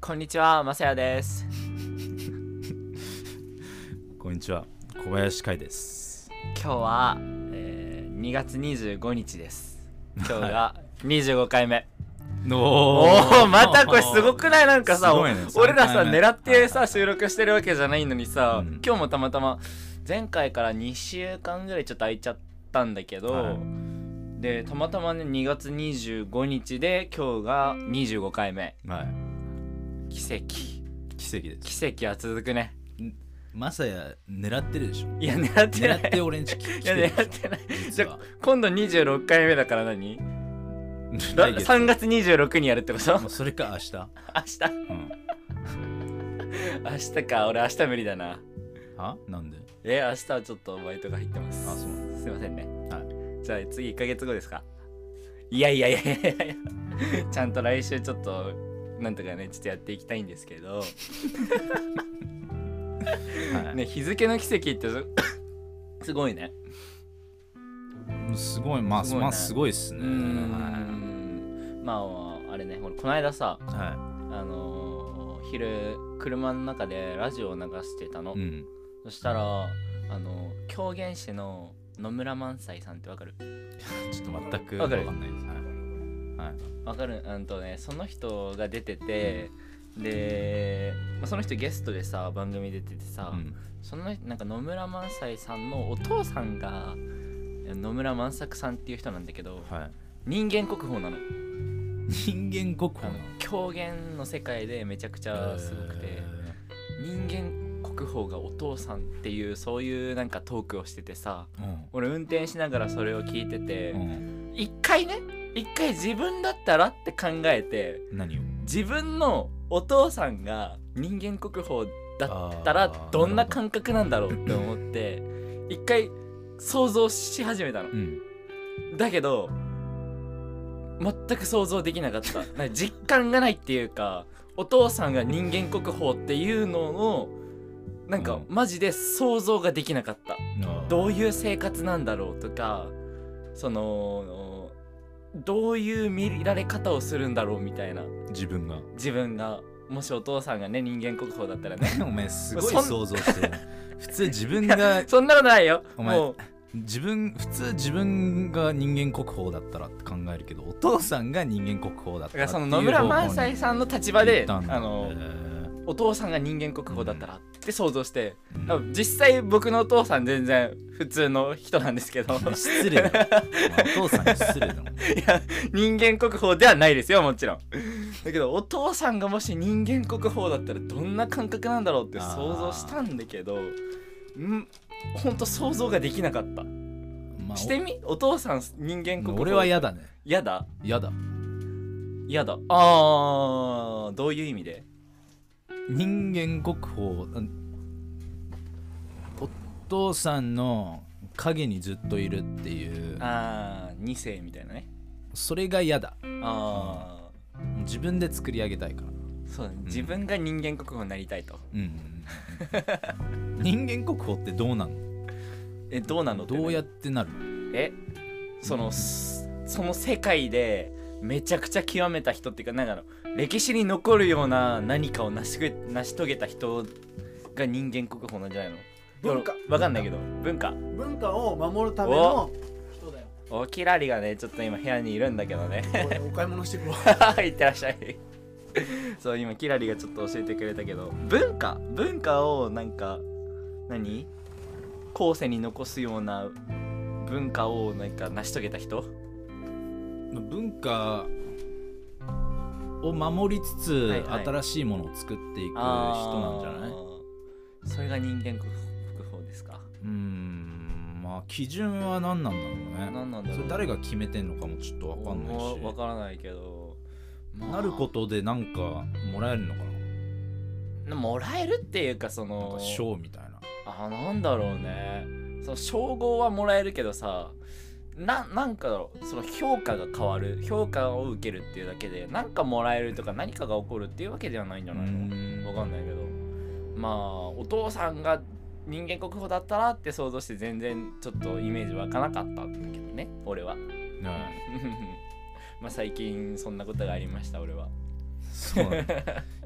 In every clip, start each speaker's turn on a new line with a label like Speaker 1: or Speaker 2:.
Speaker 1: こんにちは、まさやです。
Speaker 2: こんにちは小林海です
Speaker 1: 今日は、えー2月25日です。今日が25回目。
Speaker 2: お
Speaker 1: おお、またこれすごくないなんかさ、
Speaker 2: すごいね
Speaker 1: 俺らさ、
Speaker 2: 三回目
Speaker 1: 狙ってさ、
Speaker 2: はい
Speaker 1: 収録してるわけじゃないのにさ、
Speaker 2: うん
Speaker 1: 今日もたまたま、前回から2週間ぐらいちょっと空いちゃったんだけど、
Speaker 2: はい
Speaker 1: で、たまたまね、2月25日で、今日が25回目。
Speaker 2: はい
Speaker 1: 奇跡。
Speaker 2: 奇跡です
Speaker 1: 奇跡は続くね。
Speaker 2: まさや狙ってるでしょ
Speaker 1: いや、狙ってな
Speaker 2: 狙
Speaker 1: い。
Speaker 2: って俺んち来来
Speaker 1: い
Speaker 2: て
Speaker 1: や、
Speaker 2: るでしょ
Speaker 1: 狙ってない。
Speaker 2: 実は
Speaker 1: 今度26回目だから何だ
Speaker 2: 来月
Speaker 1: 3月26にやるってこと
Speaker 2: もうそれか明日
Speaker 1: 明
Speaker 2: う
Speaker 1: 日
Speaker 2: ん
Speaker 1: 明日か俺明日無理だな
Speaker 2: はなんで
Speaker 1: え明日はちょっとバイトが入ってます
Speaker 2: あそうなん
Speaker 1: すいませんね
Speaker 2: は
Speaker 1: じゃあ次1ヶ月後ですかいやいやいやいやいやいや ちゃんと来週ちょっとなんとかねちょっとやっていきたいんですけど、
Speaker 2: だはい
Speaker 1: ね、日付の奇跡ってそ すごいね
Speaker 2: もうすごいまあ
Speaker 1: す
Speaker 2: す
Speaker 1: ごいね
Speaker 2: まあすごいっす
Speaker 1: う
Speaker 2: ね
Speaker 1: ーんまああれね俺この間さ
Speaker 2: は
Speaker 1: あのー昼車の中でラジオを流してた
Speaker 2: い
Speaker 1: の、
Speaker 2: うん
Speaker 1: そしたらあの狂言師の野村萬斎さんってわかる
Speaker 2: ちょっと全く
Speaker 1: わ
Speaker 2: わ
Speaker 1: か
Speaker 2: か
Speaker 1: る
Speaker 2: んないですはいはい
Speaker 1: わかるうんとねその人が出ててで、まあ、その人ゲストでさ番組出ててさ、
Speaker 2: うん
Speaker 1: そのなんか野村萬斎さんのお父さんが野村万作さんっていう人なんだけど
Speaker 2: はい
Speaker 1: 人間国宝なの
Speaker 2: 人間国
Speaker 1: あ
Speaker 2: 宝
Speaker 1: の
Speaker 2: なの
Speaker 1: 狂言の世界でめちゃくちゃすごくて、
Speaker 2: えー
Speaker 1: 人間国宝がお父さんっていうそういうなんかトークをしててさ
Speaker 2: うん
Speaker 1: 俺運転しながらそれを聞いてて、
Speaker 2: うん
Speaker 1: 一回ね一回自分だったらって考えて
Speaker 2: 何を
Speaker 1: 自分のお父さんが人間国宝だ
Speaker 2: だ
Speaker 1: ったらどんな感覚なんだろうって思って一回想像し始めたの
Speaker 2: うん
Speaker 1: だけど全く想像できなかったなんか実感がないっていうかお父さんが人間国宝っていうのをなんか
Speaker 2: うん
Speaker 1: マジで想像ができなかった
Speaker 2: う
Speaker 1: どういう生活なんだろうとかそのどういう見られ方をするんだろうみたいな
Speaker 2: 自分が
Speaker 1: 自分がもしお父さんがね人間国宝だったらね
Speaker 2: お前す
Speaker 1: ご
Speaker 2: ご
Speaker 1: い
Speaker 2: い
Speaker 1: 想
Speaker 2: 想像 してる普通自分が
Speaker 1: そんなことないよ
Speaker 2: お前
Speaker 1: もう
Speaker 2: 自分普通自分が人間国宝だったらって考えるけどお父さんが人間国宝だっ
Speaker 1: だか
Speaker 2: たら
Speaker 1: らその野村萬斎さんの立場であ
Speaker 2: あ
Speaker 1: の
Speaker 2: の、え
Speaker 1: お父さんが人間国宝だったらって想像して、
Speaker 2: ー
Speaker 1: 多分実際僕のお父さん全然普通の人なんですけどい
Speaker 2: うん失礼だよ おお父さんに失礼だもん
Speaker 1: や人間国宝ではないですよもちろん だけどお父さんがもし人間国宝だったらどんな感覚なんだろうって想像したんだけどんほんと想像ができなかった、
Speaker 2: まあ
Speaker 1: してみお父さん人
Speaker 2: お
Speaker 1: 間国宝
Speaker 2: 俺は嫌だね
Speaker 1: やだ
Speaker 2: 嫌だ
Speaker 1: やだあーどういう意味で
Speaker 2: 人間国宝うんお父さんの影にずっといるっていう
Speaker 1: あー2世みたいなね
Speaker 2: それが嫌だ
Speaker 1: あ
Speaker 2: 自分で作り上げたいから
Speaker 1: ーそうだね自分が人間国宝になりたいと
Speaker 2: うんうんうん 人間国宝ってどうなの
Speaker 1: えどうなのってね、
Speaker 2: どうやって なるの
Speaker 1: えそのすその世界でめちゃくちゃ極めた人っていうかなんかあの歴史に残るような何かを成しぐ成し遂げた人が人間国宝なんじゃないの
Speaker 3: 文化
Speaker 1: わかんないけど文化
Speaker 3: 文化を守るための人だよ
Speaker 1: おきらりがねちょっと今部屋にいるんだけどね
Speaker 3: 俺お買い物してくわ
Speaker 1: いってらっしゃいそう今キラリがちょっと教えてくれたけど文化文化をなんか何後世に残すような文化をなんか成し遂げた人
Speaker 2: 文化を守りつつ、
Speaker 1: いはい
Speaker 2: 新しいものを作っていく人なんじゃない
Speaker 1: いそれが人間国宝ですか
Speaker 2: うーんまあ基準は何なんだろうね
Speaker 1: 何なんだろう
Speaker 2: それ誰が決めてんのかもちょっと分かんない
Speaker 1: わ
Speaker 2: し
Speaker 1: からないけど、まあ
Speaker 2: なることでなんかもらえるのかな
Speaker 1: もらえるっていうかそ
Speaker 2: なん
Speaker 1: の
Speaker 2: か賞みたいな
Speaker 1: あなんだろうねその称号はもらえるけどさななんかだろうその評価が変わる評価を受けるっていうだけで何かもらえるとか何かが起こるっていうわけではないんじゃないうの
Speaker 2: ーん
Speaker 1: わかんないけどまあお父さんが人間国宝だったらって想像して全然ちょっとイメージ湧かなかったんだけどね 俺は
Speaker 2: はい
Speaker 1: まあ最近そんなことがありました俺は
Speaker 2: そう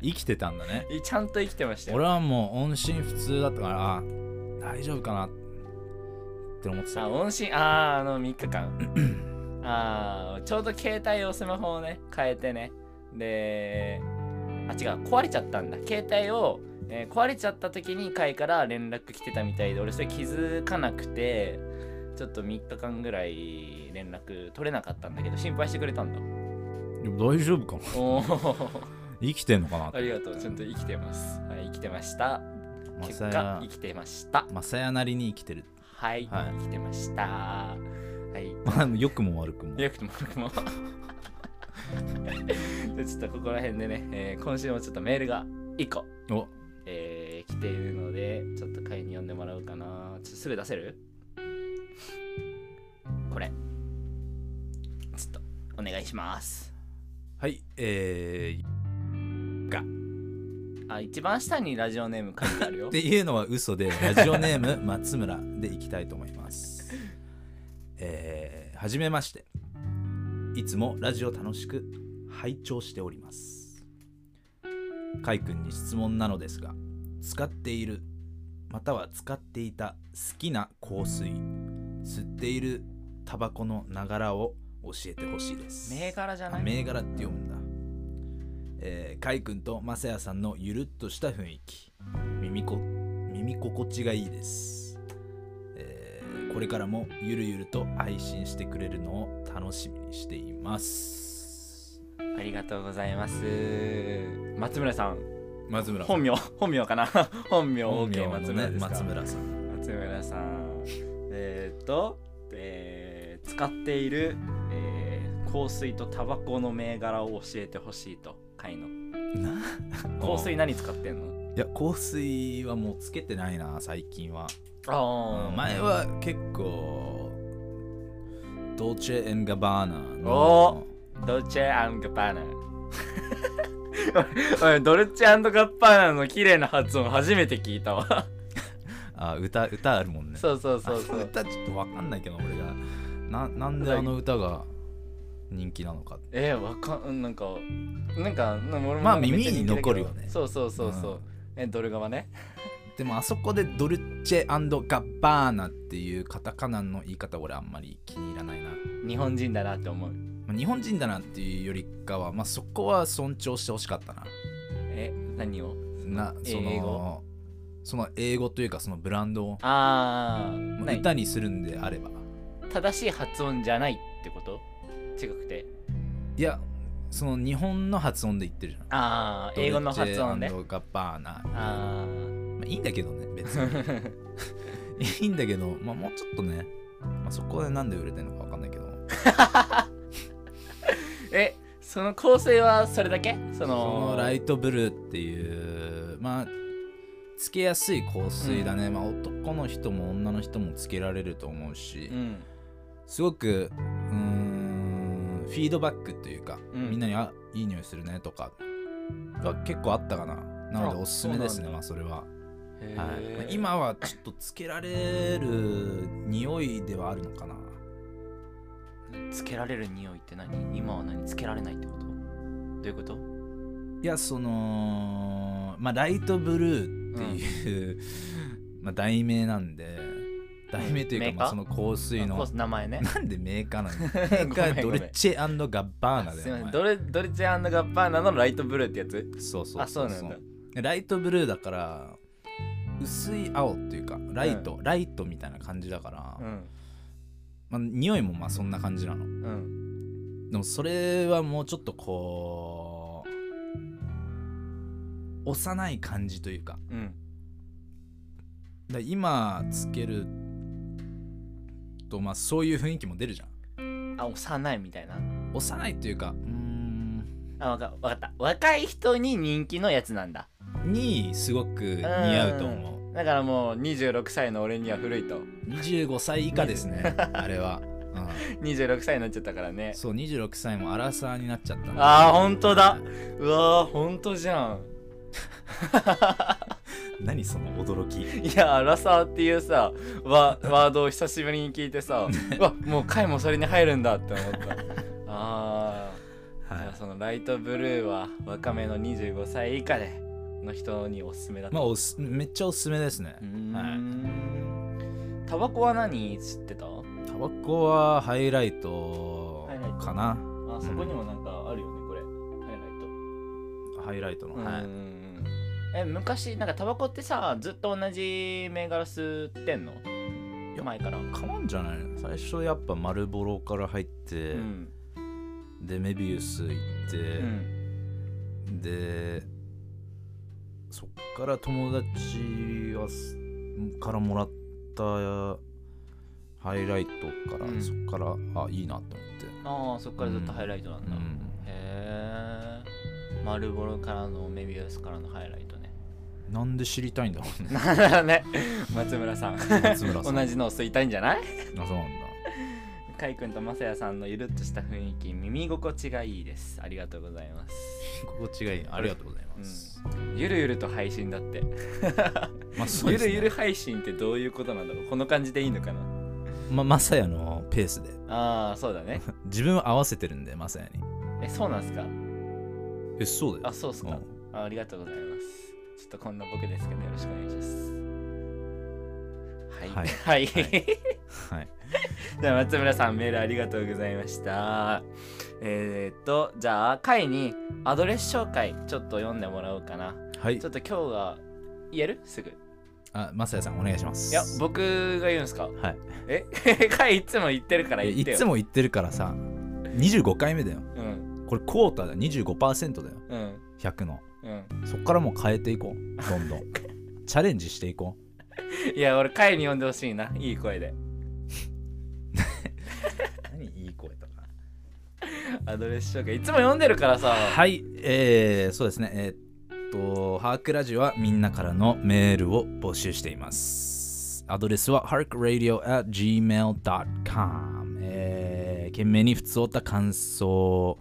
Speaker 2: 生きてたんだね
Speaker 1: ちゃんと生きてましたよ
Speaker 2: 俺はもう音信不通だったからあ大丈夫かなって思ってた
Speaker 1: さあ音信あーあの3日 間ああちょうど携帯をスマホをね変えてねであ違う壊れちゃったんだ携帯を、えー壊れちゃった時に会から連絡来てたみたいで俺それ気づかなくてちょっと3日間ぐらい連絡取れなかったんだけど心配してくれたんだ
Speaker 2: でも大 丈夫かな
Speaker 1: おお
Speaker 2: 生きてんのかなっ
Speaker 1: あ
Speaker 2: て
Speaker 1: りがとうちゃんと生きてます、はい、生きてました
Speaker 2: マ
Speaker 1: 結
Speaker 2: サ
Speaker 1: 果
Speaker 2: ヤ
Speaker 1: 生きてました
Speaker 2: マサヤなりに生きてる、
Speaker 1: はい、
Speaker 2: はい
Speaker 1: 生きてましたはい
Speaker 2: まあ、良くも悪くも
Speaker 1: よくても僕も でちょっとここら辺でね、えー今週もちょっとメールが1個、
Speaker 2: お
Speaker 1: えー来ているのでちょっと会に読んでもらおうかなちょっとすぐ出せるこれちょっとお願いします
Speaker 2: はいえ
Speaker 1: あ一番下にラジオネーム書いてある
Speaker 2: ー、っ
Speaker 1: よ
Speaker 2: ていうのは嘘でラジオネーム 松村でいきたいと思いますえー、はじめましていつもラジオ楽しく拝聴しておりますかいくんに質問なのですが使っているまたは使っていた好きな香水吸っているタバコのながらを教えてほしいです
Speaker 1: 銘柄じゃ
Speaker 2: あ
Speaker 1: ない
Speaker 2: 銘柄って読むんだ。えー、かいくんとまさやさんのゆるっとした雰囲気耳こ耳心地がいいです、えーこれからもゆるゆると配信してくれるのを楽しみにしています
Speaker 1: ありがとうございます松村さん
Speaker 2: 松村
Speaker 1: 本名本名かな本名
Speaker 2: 本
Speaker 1: OK
Speaker 2: 名
Speaker 1: 松
Speaker 2: の
Speaker 1: 村
Speaker 2: ね
Speaker 1: ですか
Speaker 2: 松村さん
Speaker 1: 松村さんえー、っと、えー使っている、えー香水とタバコの銘柄を教えてほしいと会の
Speaker 2: な
Speaker 1: 香水
Speaker 2: い
Speaker 1: 何使ってんの
Speaker 2: や香水はもうつけてないな最近は、
Speaker 1: あ
Speaker 2: うん前は結構ドーチェ・エンガバーナの
Speaker 1: おドルチェガッパ ーナおいドルチェガッパーナの綺麗な発音初めて聞いたわ
Speaker 2: あ歌歌あるもんね
Speaker 1: そうそう
Speaker 2: あ
Speaker 1: そ
Speaker 2: の
Speaker 1: うそう
Speaker 2: 歌ちょっとわかんないけど俺がななんであの歌が人気なのか
Speaker 1: えー、わかんなんかなんかなんか俺も
Speaker 2: まあ
Speaker 1: なんかめっちゃ
Speaker 2: 耳に
Speaker 1: 人気だけど
Speaker 2: 残るよね
Speaker 1: そうそうそうそう、
Speaker 2: うん
Speaker 1: えドル側ね
Speaker 2: でもあそこでドルチェガッバーナっていうカタカナの言い方俺あんまり気に入らないな、
Speaker 1: 日本人だなって思う
Speaker 2: まあ、日本人だなっていうよりかは、まあ、そこは尊重してほしかったな
Speaker 1: え何を
Speaker 2: なそ
Speaker 1: 英語
Speaker 2: のその英語というかそのブランドを
Speaker 1: ああ
Speaker 2: まあ歌にするんであれば
Speaker 1: 正しい発音じゃないってこと違くて
Speaker 2: いやその日本の発音で言ってるじゃん
Speaker 1: ああ英語の発音ね
Speaker 2: ドルチェガッバーナ、ま
Speaker 1: あ
Speaker 2: あ、いいんだけどね別に
Speaker 1: ー
Speaker 2: いいんだけど、まあ、もうちょっとね、まあ、そこでなんで売れてんのかわかんないけど、
Speaker 1: えその構成はそれだけそ
Speaker 2: そ
Speaker 1: の
Speaker 2: のライトブルーっていう、まあ、つけやすい香水だね、まあ、男の人も女の人もつけられると思うし
Speaker 1: う、ん
Speaker 2: すごく、うーん、フィードバックというか、
Speaker 1: うん
Speaker 2: みんなに、あ、いい匂いするねとか、が結構あったかな。なので、
Speaker 1: あ
Speaker 2: おすすめですね、
Speaker 1: そうなんだ
Speaker 2: まあ、それは。
Speaker 1: へ
Speaker 2: はい
Speaker 1: ー
Speaker 2: まあ今はちょっとつけられる匂いではあるのかな。
Speaker 1: つけられる匂いって何今は何つけられないってことどういうこと
Speaker 2: いやそのまあライトブルーっていう、 まあ題名なんで題名というか、
Speaker 1: メーカー
Speaker 2: まあ、その香水
Speaker 1: あコー
Speaker 2: の
Speaker 1: ス名前ね
Speaker 2: なんでメーカーなのメ
Speaker 1: ん
Speaker 2: ーカード
Speaker 1: ごめん
Speaker 2: ルチェガッバーナ
Speaker 1: すい
Speaker 2: だ
Speaker 1: ませ
Speaker 2: よ
Speaker 1: ん
Speaker 2: お
Speaker 1: ドレドレチェガッパーナのライトブルーってやつ
Speaker 2: 前そうそう
Speaker 1: あそうなんだ
Speaker 2: ライトブルーだから薄い青っていうかライト、ライトみたいな感じだから、
Speaker 1: うん
Speaker 2: まあ、匂いもまあそんな感じなの
Speaker 1: うん
Speaker 2: でもそれはもうちょっとこう幼い感じというか
Speaker 1: うん
Speaker 2: だから今つけるとまあそういう雰囲気も出るじゃん
Speaker 1: あ幼いみたいな
Speaker 2: 幼いというかうーん
Speaker 1: あわかわかった若い人に人気のやつなんだ
Speaker 2: にすごく似合うと思う
Speaker 1: だからもう26歳の俺には古い と
Speaker 2: 25歳以下ですねあれは、う
Speaker 1: 26歳になっちゃったから ね
Speaker 2: ん、そう26歳もアラサーになっちゃったんで
Speaker 1: あーほんとだうわーほんとじゃん
Speaker 2: 何その驚き
Speaker 1: いやアラサーっていうさワワードを久しぶりに聞いてさうわもう回もそれに入るんだって思ったあじゃ
Speaker 2: は
Speaker 1: あそのライトブルーは若めの25歳以下での人におすすめだ
Speaker 2: い、まあおすめっちゃおすすめですね
Speaker 1: うーん
Speaker 2: は
Speaker 1: タバコは何吸ってたあ
Speaker 2: いタバコはハイライト
Speaker 1: ハイライト
Speaker 2: かな
Speaker 1: そこにもなんかあるよねこれハイライト
Speaker 2: ハイライトの、
Speaker 1: うん
Speaker 2: はい
Speaker 1: え昔なんかタバコってさずっと同じ銘柄吸ってんの
Speaker 2: や
Speaker 1: 前から
Speaker 2: かまんじゃないの最初やっぱ丸ボロから入って、
Speaker 1: うん
Speaker 2: でメビウス行って、
Speaker 1: うん
Speaker 2: でそっから友達はすからもらったハイライトから、
Speaker 1: うん
Speaker 2: そっからあいいなと思って
Speaker 1: ああそっからずっとハイライトなんだ、
Speaker 2: うん
Speaker 1: へえ丸ボロからのメビウスからのハイライトね
Speaker 2: なんで知りたいんだろ うね
Speaker 1: なんだろう ね松村さん
Speaker 2: 松村さん
Speaker 1: 同じのを吸いたいんじゃない
Speaker 2: あそうなんだ
Speaker 1: かいくんとまさやさんのゆるっとした雰囲気耳心地がいいですありがとうございます
Speaker 2: 心地がいいありがとうございます、
Speaker 1: ゆるゆると配信だって、
Speaker 2: まあそう
Speaker 1: ゆ
Speaker 2: です
Speaker 1: る
Speaker 2: ね
Speaker 1: ゆる配信ってどういうことなんだろうこの感じでいいのかな
Speaker 2: まあまさやのペースで
Speaker 1: ああそうだね
Speaker 2: 自分は合わせてるんでまさやに
Speaker 1: えそうなんすか
Speaker 2: えそうだよ
Speaker 1: あそうっすか、あありがとうございますちょっとこんな僕ですけどよろしくお願いしますはいは、
Speaker 2: はいい はいいう
Speaker 1: は
Speaker 2: んはい
Speaker 1: じゃあ松村さんメールありがとうございましたえー、っとじゃあ会にアドレス紹介ちょっと読んでもらおうかな
Speaker 2: はい
Speaker 1: ちょっと今日が言えるすぐ
Speaker 2: あまさやさんお願いします
Speaker 1: いや僕が言うんすか
Speaker 2: はい
Speaker 1: え 会いつも言ってるから
Speaker 2: え
Speaker 1: 言って
Speaker 2: い
Speaker 1: よ
Speaker 2: つも言ってるからさ25回目だよ
Speaker 1: うん
Speaker 2: これクォーターだよ25%だよ
Speaker 1: うん
Speaker 2: 100の
Speaker 1: うん
Speaker 2: そっからもう変えていこうどん どんチャレンジしていこ
Speaker 1: いや俺会に呼んでほしいないい声で
Speaker 2: う何いい声とか
Speaker 1: アドレス紹介いつも読んでるからさ
Speaker 2: はいえー、そうですねえーっとハークラジオはみんなからのメールを募集していますアドレスは harkradio.gmail.com えー、懸命に普通おった感想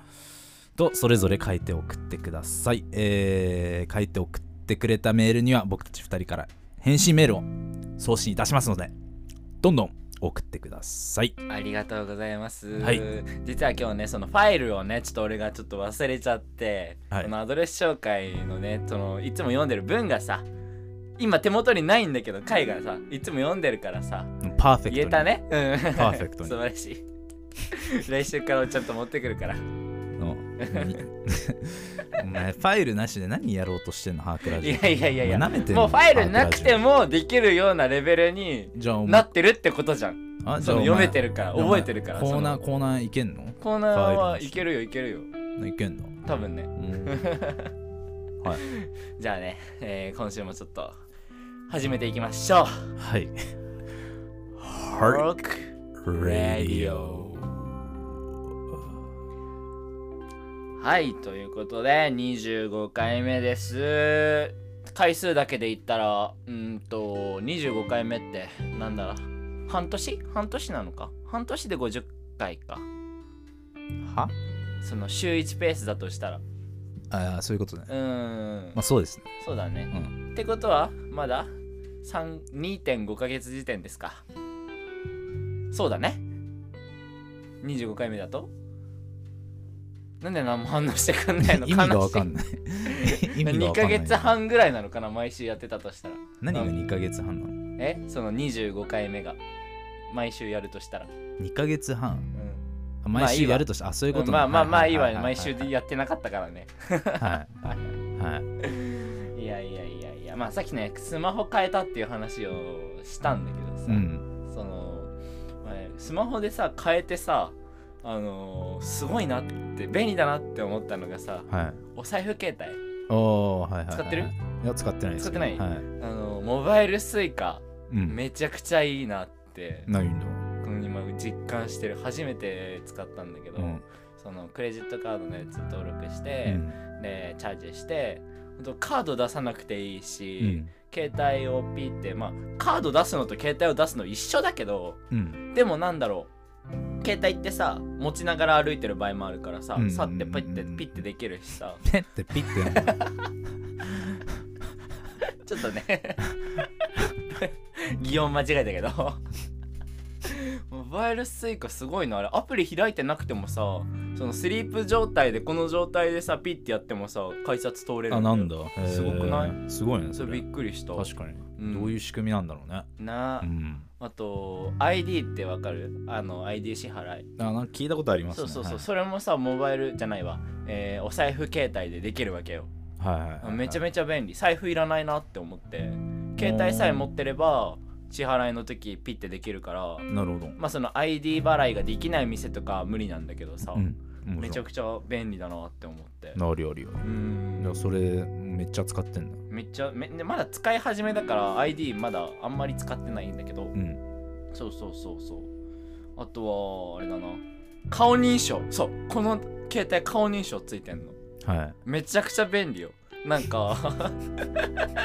Speaker 2: とそれぞれ書いて送ってください、えー、書いて送ってくれたメールには僕たち2人から返信メールを送信いたしますのでどんどん送ってください
Speaker 1: ありがとうございます、
Speaker 2: はい
Speaker 1: 実は今日ねそのファイルをねちょっと俺がちょっと忘れちゃって、
Speaker 2: はい
Speaker 1: このアドレス紹介のねそのいつも読んでる文がさ今手元にないんだけど会がさいつも読んでるからさ
Speaker 2: パーフェクトに
Speaker 1: 言えたねうん
Speaker 2: パーフェクトに
Speaker 1: 素晴らしい 来週からちゃんと持ってくるから
Speaker 2: のにお前ファイルなしで何やろうとしてんのハークラ
Speaker 1: い
Speaker 2: ジオ
Speaker 1: やいやいやいや
Speaker 2: お前舐めてんの
Speaker 1: もうファイルなくて
Speaker 2: ハークラ
Speaker 1: もできるようなレベルに
Speaker 2: ジオじゃあお
Speaker 1: な
Speaker 2: 前
Speaker 1: ってるってことじゃん
Speaker 2: あ
Speaker 1: その
Speaker 2: お前
Speaker 1: 読めてるから覚えてるから
Speaker 2: コーナ
Speaker 1: そ
Speaker 2: ーコーナーいけんの
Speaker 1: コーナー
Speaker 2: ファイルな
Speaker 1: は
Speaker 2: し
Speaker 1: いけるよいけるよ
Speaker 2: いけん の
Speaker 1: 多分ね
Speaker 2: うん
Speaker 1: じゃあね、えー今週もちょっと始めていきましょう。
Speaker 2: はいハ
Speaker 1: ロック
Speaker 2: ークラジオ
Speaker 1: はい、ということで25回目です。回数だけで言ったら、うーんと、25回目ってなんだろう半年半年なのか半年で50回か。
Speaker 2: は
Speaker 1: その週1ペースだとしたら。う
Speaker 2: ああそういうことね
Speaker 1: ーん、
Speaker 2: まあそう ですね
Speaker 1: そうだね。
Speaker 2: う
Speaker 1: ってことは、まだ3 2.5ヶ月時点ですか。そうだね。25回目だとなんで何も反応してくんない の
Speaker 2: 意味がわか
Speaker 1: い。
Speaker 2: んない 意味がわ
Speaker 1: 2
Speaker 2: かん
Speaker 1: ヶ
Speaker 2: ない
Speaker 1: 月半ぐらいなのかな、毎週やってたとしたら。
Speaker 2: 何が2ヶ月半なの
Speaker 1: えその25回目が。毎週やるとしたら。う
Speaker 2: 2ヶ月半
Speaker 1: ん
Speaker 2: あ
Speaker 1: まあ
Speaker 2: 毎週
Speaker 1: いいわ
Speaker 2: やるとしてあそういうこ
Speaker 1: う
Speaker 2: と
Speaker 1: ん
Speaker 2: ね
Speaker 1: まあまあまあいいわ。
Speaker 2: はは
Speaker 1: 毎週やってなかったからね。
Speaker 2: はいはい
Speaker 1: いやいやいやいや、まあさっきね、スマホ変えたっていう話をしたんだけどさ。
Speaker 2: うん
Speaker 1: その前スマホでさ変えてさあのーすごいなって便利だなって思ったのがさ
Speaker 2: はい
Speaker 1: お財布携帯
Speaker 2: おーはいはいはい
Speaker 1: 使ってる
Speaker 2: いや使ってないです
Speaker 1: 使ってない
Speaker 2: はい
Speaker 1: あのーモバイルスイカ
Speaker 2: うん
Speaker 1: めちゃくちゃいいなって、
Speaker 2: ないんだ
Speaker 1: この今実感してる初めて使ったんだけど、
Speaker 2: うん
Speaker 1: そのクレジットカードのやつ登録し
Speaker 2: う
Speaker 1: て、
Speaker 2: ん
Speaker 1: でチャージしてほんとカード出さなくていいし、
Speaker 2: う
Speaker 1: 携帯をピッてまあカード出すのと携帯を出すの一緒だけど、
Speaker 2: ん
Speaker 1: でもなんだろう携帯ってさ持ちながら歩いてる場合もあるからさ
Speaker 2: うん
Speaker 1: さってパッてピッてできるしさ
Speaker 2: ペッてピッ てやる
Speaker 1: ちょっとね擬音間違えたけどモバイルスイカすごいなあれアプリ開いてなくてもさそのスリープ状態でこの状態でさピッてやってもさ改札通れる
Speaker 2: あなん
Speaker 1: だ
Speaker 2: だ
Speaker 1: よ
Speaker 2: へー
Speaker 1: すごくない
Speaker 2: すごいね
Speaker 1: そ
Speaker 2: そ
Speaker 1: れび
Speaker 2: れ
Speaker 1: っくりした
Speaker 2: 確かに、
Speaker 1: うん
Speaker 2: どういう仕組みなんだろうね
Speaker 1: なあ、
Speaker 2: うん
Speaker 1: あと ID ってわかるあの ID 支払い
Speaker 2: あなんか聞いたことあります
Speaker 1: そ
Speaker 2: ね
Speaker 1: うそうそう、それもさモバイルじゃないわ、えーお財布携帯でできるわけよ
Speaker 2: はいはいはいはい
Speaker 1: めちゃめちゃ便利財布いらないなって思って携帯さえ持ってれば支払いの時ピッてできるから
Speaker 2: なるほど
Speaker 1: まあその ID 払いができない店とかは無理なんだけどさ、
Speaker 2: うん
Speaker 1: めちゃ
Speaker 2: く
Speaker 1: くちゃ便利だなって思って
Speaker 2: なるよりよ
Speaker 1: う
Speaker 2: いや
Speaker 1: ん
Speaker 2: それめっちゃ使ってんだ
Speaker 1: めっちゃめでまだ使い始めだから ID まだあんまり使ってないんだけど、
Speaker 2: うん
Speaker 1: そうそうそうそうあとはあれだな顔認証そうこの携帯顔認証ついてんの
Speaker 2: はい
Speaker 1: めちゃくちゃ便利よなんか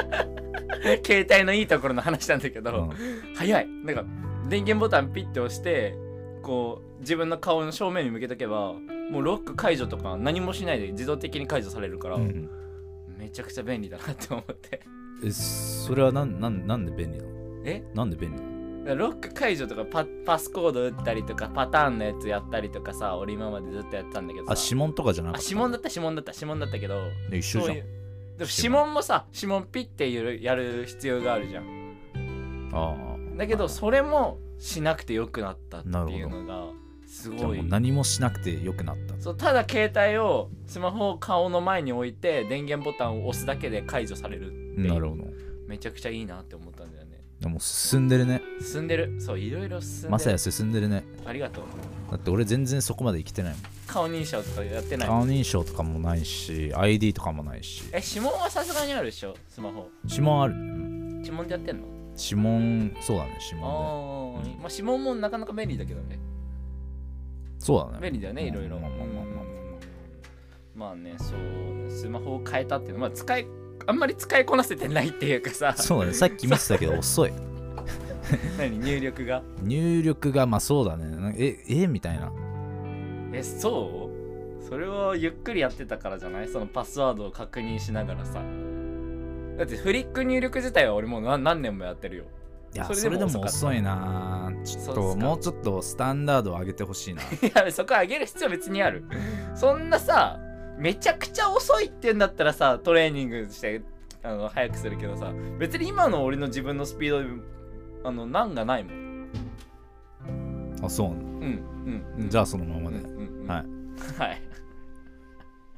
Speaker 1: 携帯のいいところの話なんだけど、早いなんか電源ボタンピッて押してこう自分の顔の正面に向けとけばもうロック解除とか何もしないで自動的に解除されるから、
Speaker 2: うんうん
Speaker 1: めちゃくちゃ便利だなって思って
Speaker 2: えそれはなんなんなんで便利なの
Speaker 1: え
Speaker 2: なんで便利なの
Speaker 1: ロック解除とかパパスコード打ったりとかパターンのやつやったりとかさ俺今までずっとやってたんだけどさ
Speaker 2: あ指紋とかじゃな
Speaker 1: あ
Speaker 2: くて
Speaker 1: 指紋だった指紋だった指紋だったけど
Speaker 2: 一緒じゃん
Speaker 1: うでも指紋もさ指紋ピッてやるやる必要があるじゃん
Speaker 2: ああ
Speaker 1: だけど
Speaker 2: じ
Speaker 1: それもしなくてよくなったって
Speaker 2: な
Speaker 1: いう
Speaker 2: るほ
Speaker 1: のがす
Speaker 2: ゃあ
Speaker 1: ご
Speaker 2: もう
Speaker 1: い
Speaker 2: 何もしなくてよくなった
Speaker 1: そうただ携帯をスマホを顔の前に置いて電源ボタンを押すだけで解除されるっていう
Speaker 2: なるほど
Speaker 1: めちゃくちゃいいなって思ったんだよね
Speaker 2: でも進んでるね
Speaker 1: 進んでるそういろいろ進んでる
Speaker 2: まさや進んでるね
Speaker 1: ありがとう
Speaker 2: だって俺全然そこまで生きてないもん
Speaker 1: 顔認証とかやってない
Speaker 2: 顔認証とかもないし ID とかもないし
Speaker 1: え指紋はさすがにあるでしょスマホ
Speaker 2: 指紋ある
Speaker 1: 指紋でやってんの
Speaker 2: 指紋そうだね指紋
Speaker 1: ああ、まあ、指紋もなかなか便利だけどね
Speaker 2: でそうだね
Speaker 1: 便利だよねいろいろ
Speaker 2: まあまあまあまあまあ
Speaker 1: まあねそうスマホを変えたっていうのは、まあ、使いあんまり使いこなせてないっていうか さ
Speaker 2: そうだねさっき見てたけど遅い
Speaker 1: 何入力が
Speaker 2: 入力がまあそうだねなんかええみたいな
Speaker 1: えそうそれはゆっくりやってたからじゃないそのパスワードを確認しながらさだってフリック入力自体は俺もう何何年もやってるよ
Speaker 2: いや
Speaker 1: そ
Speaker 2: そ
Speaker 1: れ
Speaker 2: れ
Speaker 1: でも
Speaker 2: でも遅いなちょっ
Speaker 1: そうっ
Speaker 2: と
Speaker 1: すか
Speaker 2: もうちょっとスタンダードを上げてほしいな
Speaker 1: いやそこ上げる必要別にあるそんなさめちゃくちゃ遅いってんだったらさトレーニングしてあの早くするけどさ別に今の俺の自分のスピードあの難がないもん
Speaker 2: あそうなの
Speaker 1: うんうんうん
Speaker 2: じゃあそのまま
Speaker 1: うん
Speaker 2: で、
Speaker 1: うんうん
Speaker 2: はい
Speaker 1: はい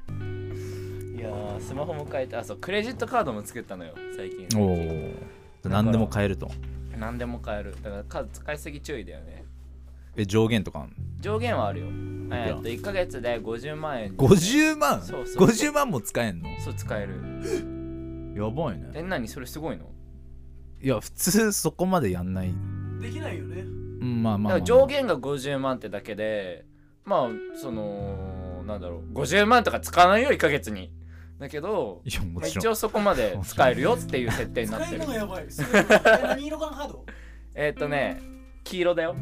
Speaker 1: いやースマホも変えてあそうクレジットカードも作ったのよ最近
Speaker 2: おお何でも変えると
Speaker 1: 何でも買えるだから数使いすぎ注意だよね
Speaker 2: え上限とかあんの
Speaker 1: 上限はあるよえーっと1ヶ月で50万円
Speaker 2: 50万
Speaker 1: そうそう
Speaker 2: 50万も使えんの
Speaker 1: そう使える
Speaker 2: やばいね
Speaker 1: え何それすごいの
Speaker 2: いや普通そこまでやんないうん
Speaker 3: できないよね
Speaker 2: まあまあまあ、ま
Speaker 1: だから
Speaker 2: あ、
Speaker 1: 上限が50万ってだけでまあそのなんだろう50万とか使わないよ1ヶ月にだけど
Speaker 2: いやもち
Speaker 1: 一
Speaker 2: ろん
Speaker 1: 応そこまで使えるよっていう設定になっ
Speaker 3: 使え
Speaker 1: て
Speaker 3: る
Speaker 1: る
Speaker 3: のが やばいそれえ何色かなカード
Speaker 1: えーっとね黄色だよ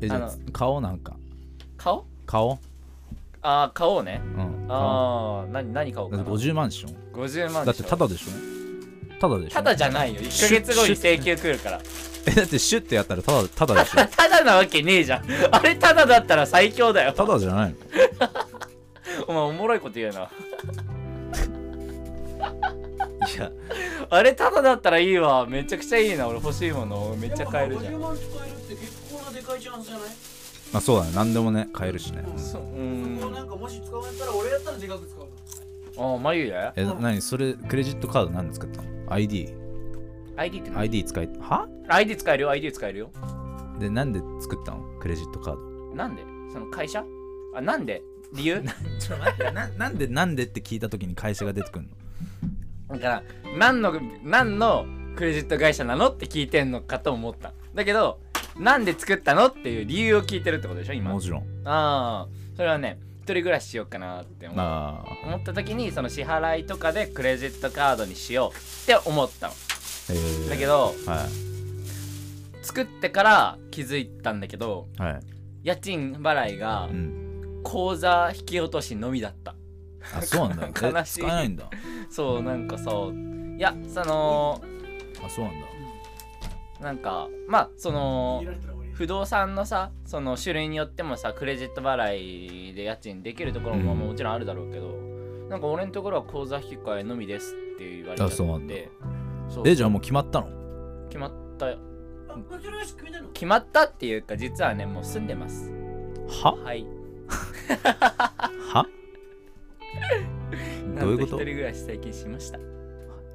Speaker 2: えじゃ
Speaker 1: あ
Speaker 2: あ顔なんか
Speaker 1: 顔
Speaker 2: 顔
Speaker 1: ああ顔ね
Speaker 2: うん顔
Speaker 1: ああ何何買おうか
Speaker 2: だっ
Speaker 1: な
Speaker 2: て50万でしょ
Speaker 1: 50
Speaker 2: だ
Speaker 1: 万で
Speaker 2: っ
Speaker 1: してょ
Speaker 2: ただでしょただでしょ
Speaker 1: ただじゃないよ1ヶ月後に請求来るから
Speaker 2: えだ ってシュッてやったらただただでしょ
Speaker 1: ただなわけねえじゃんあれただだったら最強だよ
Speaker 2: ただじゃないの
Speaker 1: お前おもろいこと言うない
Speaker 2: や
Speaker 1: あれただだったらいいわめちゃくちゃいいな俺欲しいものめっちゃ買えるじゃ
Speaker 3: 50
Speaker 1: ん
Speaker 3: 万使えるって結構なでかいチャンスじゃない
Speaker 2: まあそうだね何でもね買えるしね
Speaker 1: そうう
Speaker 3: うん
Speaker 1: ーん
Speaker 3: なんかもし使われたら俺やったら自覚使うの
Speaker 1: ああ眉毛
Speaker 2: え何それクレジットカード何で作ったの ?ID?ID
Speaker 1: ID って何
Speaker 2: 使いは
Speaker 1: ID 使えるよ ID 使えるよ
Speaker 2: でなんで作ったのクレジットカード
Speaker 1: なんでその会社あなんで理由
Speaker 2: ちょっと待ってななんでなんでって聞いた時に会社が出てくるの
Speaker 1: だから何の何のクレジット会社なのって聞いてんのかと思っただけどなんで作ったのっていう理由を聞いてるってことでしょ今
Speaker 2: もちろん
Speaker 1: ああそれはね一人暮らししようかなって思,、
Speaker 2: まあ
Speaker 1: 思った時にその支払いとかでクレジットカードにしようって思ったの
Speaker 2: えー
Speaker 1: だけど
Speaker 2: は
Speaker 1: 作ってから気づいたんだけど
Speaker 2: いはい
Speaker 1: 家賃払いが
Speaker 2: う ん
Speaker 1: 口座引き落としのみだった
Speaker 2: あそうなんだ
Speaker 1: 悲
Speaker 2: え
Speaker 1: しい
Speaker 2: 使えないんだ
Speaker 1: そうなんかさいやその
Speaker 2: あそうなんだ
Speaker 1: なんかまあその
Speaker 3: 入れられたら終わり
Speaker 1: 不動産のさその種類によってもさクレジット払いで家賃できるところも
Speaker 2: うん
Speaker 1: もちろんあるだろうけど、なんか俺のところは口座引き換えのみですって言われちゃって
Speaker 2: あそうなんだ
Speaker 1: そう
Speaker 2: えじゃあもう決まったの
Speaker 1: 決まったよ
Speaker 3: あ、こちらよし、決めてんの
Speaker 1: 決まったっていうか実はねもう住んでます
Speaker 2: は
Speaker 1: はい
Speaker 2: はどういうこ
Speaker 1: な
Speaker 2: と
Speaker 1: んと一人暮らし最近しました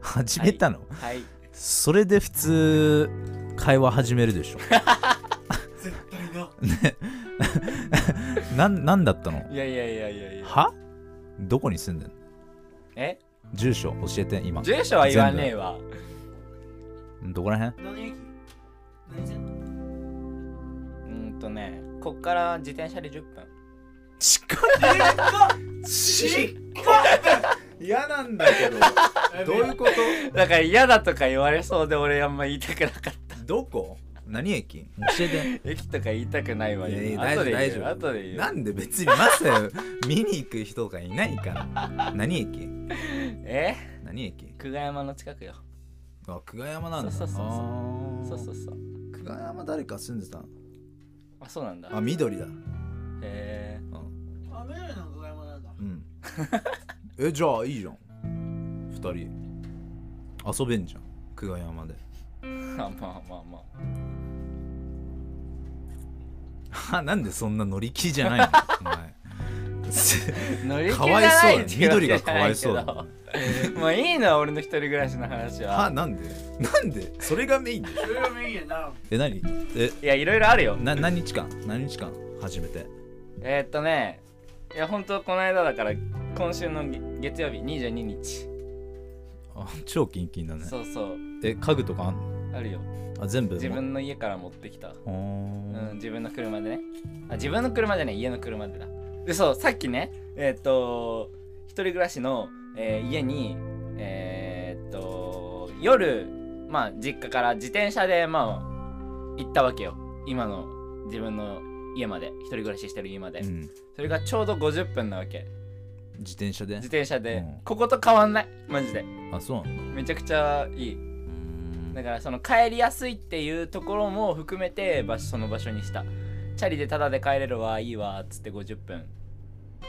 Speaker 2: 始めたの、
Speaker 1: はい
Speaker 2: それで普通会話始めるでしょ
Speaker 3: 絶対
Speaker 2: な
Speaker 3: な。
Speaker 2: んなんだったの
Speaker 1: いやいやいやいやいや
Speaker 2: はどこに住んでんの
Speaker 1: え
Speaker 2: 住所教えて今
Speaker 1: 住所は言わねえわ
Speaker 2: どこらへん
Speaker 3: 何駅何線
Speaker 1: うんとねこっから自転車で10分
Speaker 2: 近
Speaker 3: し
Speaker 2: い 嫌なんだ けどどういうこと
Speaker 1: だから嫌だとか言われそうで俺あんま言いたくなかった
Speaker 2: どこ何駅教えて
Speaker 1: 駅とか言いたくないわよ、
Speaker 2: いや
Speaker 1: 後
Speaker 2: 大
Speaker 1: で言う
Speaker 2: 丈夫大丈夫
Speaker 1: 後で言う
Speaker 2: なんで別にまさよ見に行く人がいないから何駅
Speaker 1: え
Speaker 2: 何駅
Speaker 1: 久我山の近くよ
Speaker 2: あ久我山なんだ
Speaker 1: そうそうそうそう
Speaker 2: あー
Speaker 1: そうそうそう
Speaker 2: 久我山誰か住んでたの
Speaker 1: あそうなんだ
Speaker 2: あ緑だ
Speaker 1: へ
Speaker 2: うん、
Speaker 3: あ、メなんかが山なんだ。
Speaker 2: うん、 えじゃあいいじゃん二人遊べんじゃん久我山で
Speaker 1: えまあまあまあ
Speaker 2: はなんでそんな乗り気じゃないのお前 す
Speaker 1: 乗り気じ
Speaker 2: か
Speaker 1: ゃ
Speaker 2: わい
Speaker 1: な
Speaker 2: そう
Speaker 1: い
Speaker 2: だ
Speaker 1: って言われ
Speaker 2: 緑
Speaker 1: て
Speaker 2: がかわいそう
Speaker 1: ないけ
Speaker 2: だ
Speaker 1: ど もういいな俺の一人暮らしの話
Speaker 2: は
Speaker 1: は
Speaker 2: なんでなんでそれがメインでしょ
Speaker 3: それがメインやな。
Speaker 2: え何え
Speaker 1: いやいろいろあるよ
Speaker 2: な何日間何日間初めて
Speaker 1: えー、っとねいや本当この間だから今週の月月曜日22日、
Speaker 2: あ超キンキンだね
Speaker 1: そうそう
Speaker 2: え家具とかあんの
Speaker 1: あるよ
Speaker 2: あ全部
Speaker 1: 自分の家から持ってきた
Speaker 2: お
Speaker 1: うん、自分の車でねあ自分の車じゃない家の車でだでそうさっきねえーっと一人暮らしの、えー家にえーっと夜まあ実家から自転車でまあ行ったわけよ今の自分の家まで一人暮らししてる家まで、
Speaker 2: うん、
Speaker 1: それがちょうど50分なわけ
Speaker 2: 自転車で
Speaker 1: 自転車で、
Speaker 2: うん
Speaker 1: ここと変わんないマジで
Speaker 2: あそうなの
Speaker 1: めちゃくちゃいいう
Speaker 2: ーん
Speaker 1: だからその帰りやすいっていうところも含めて場所その場所にしたチャリでタダで帰れるわいいわっつって50分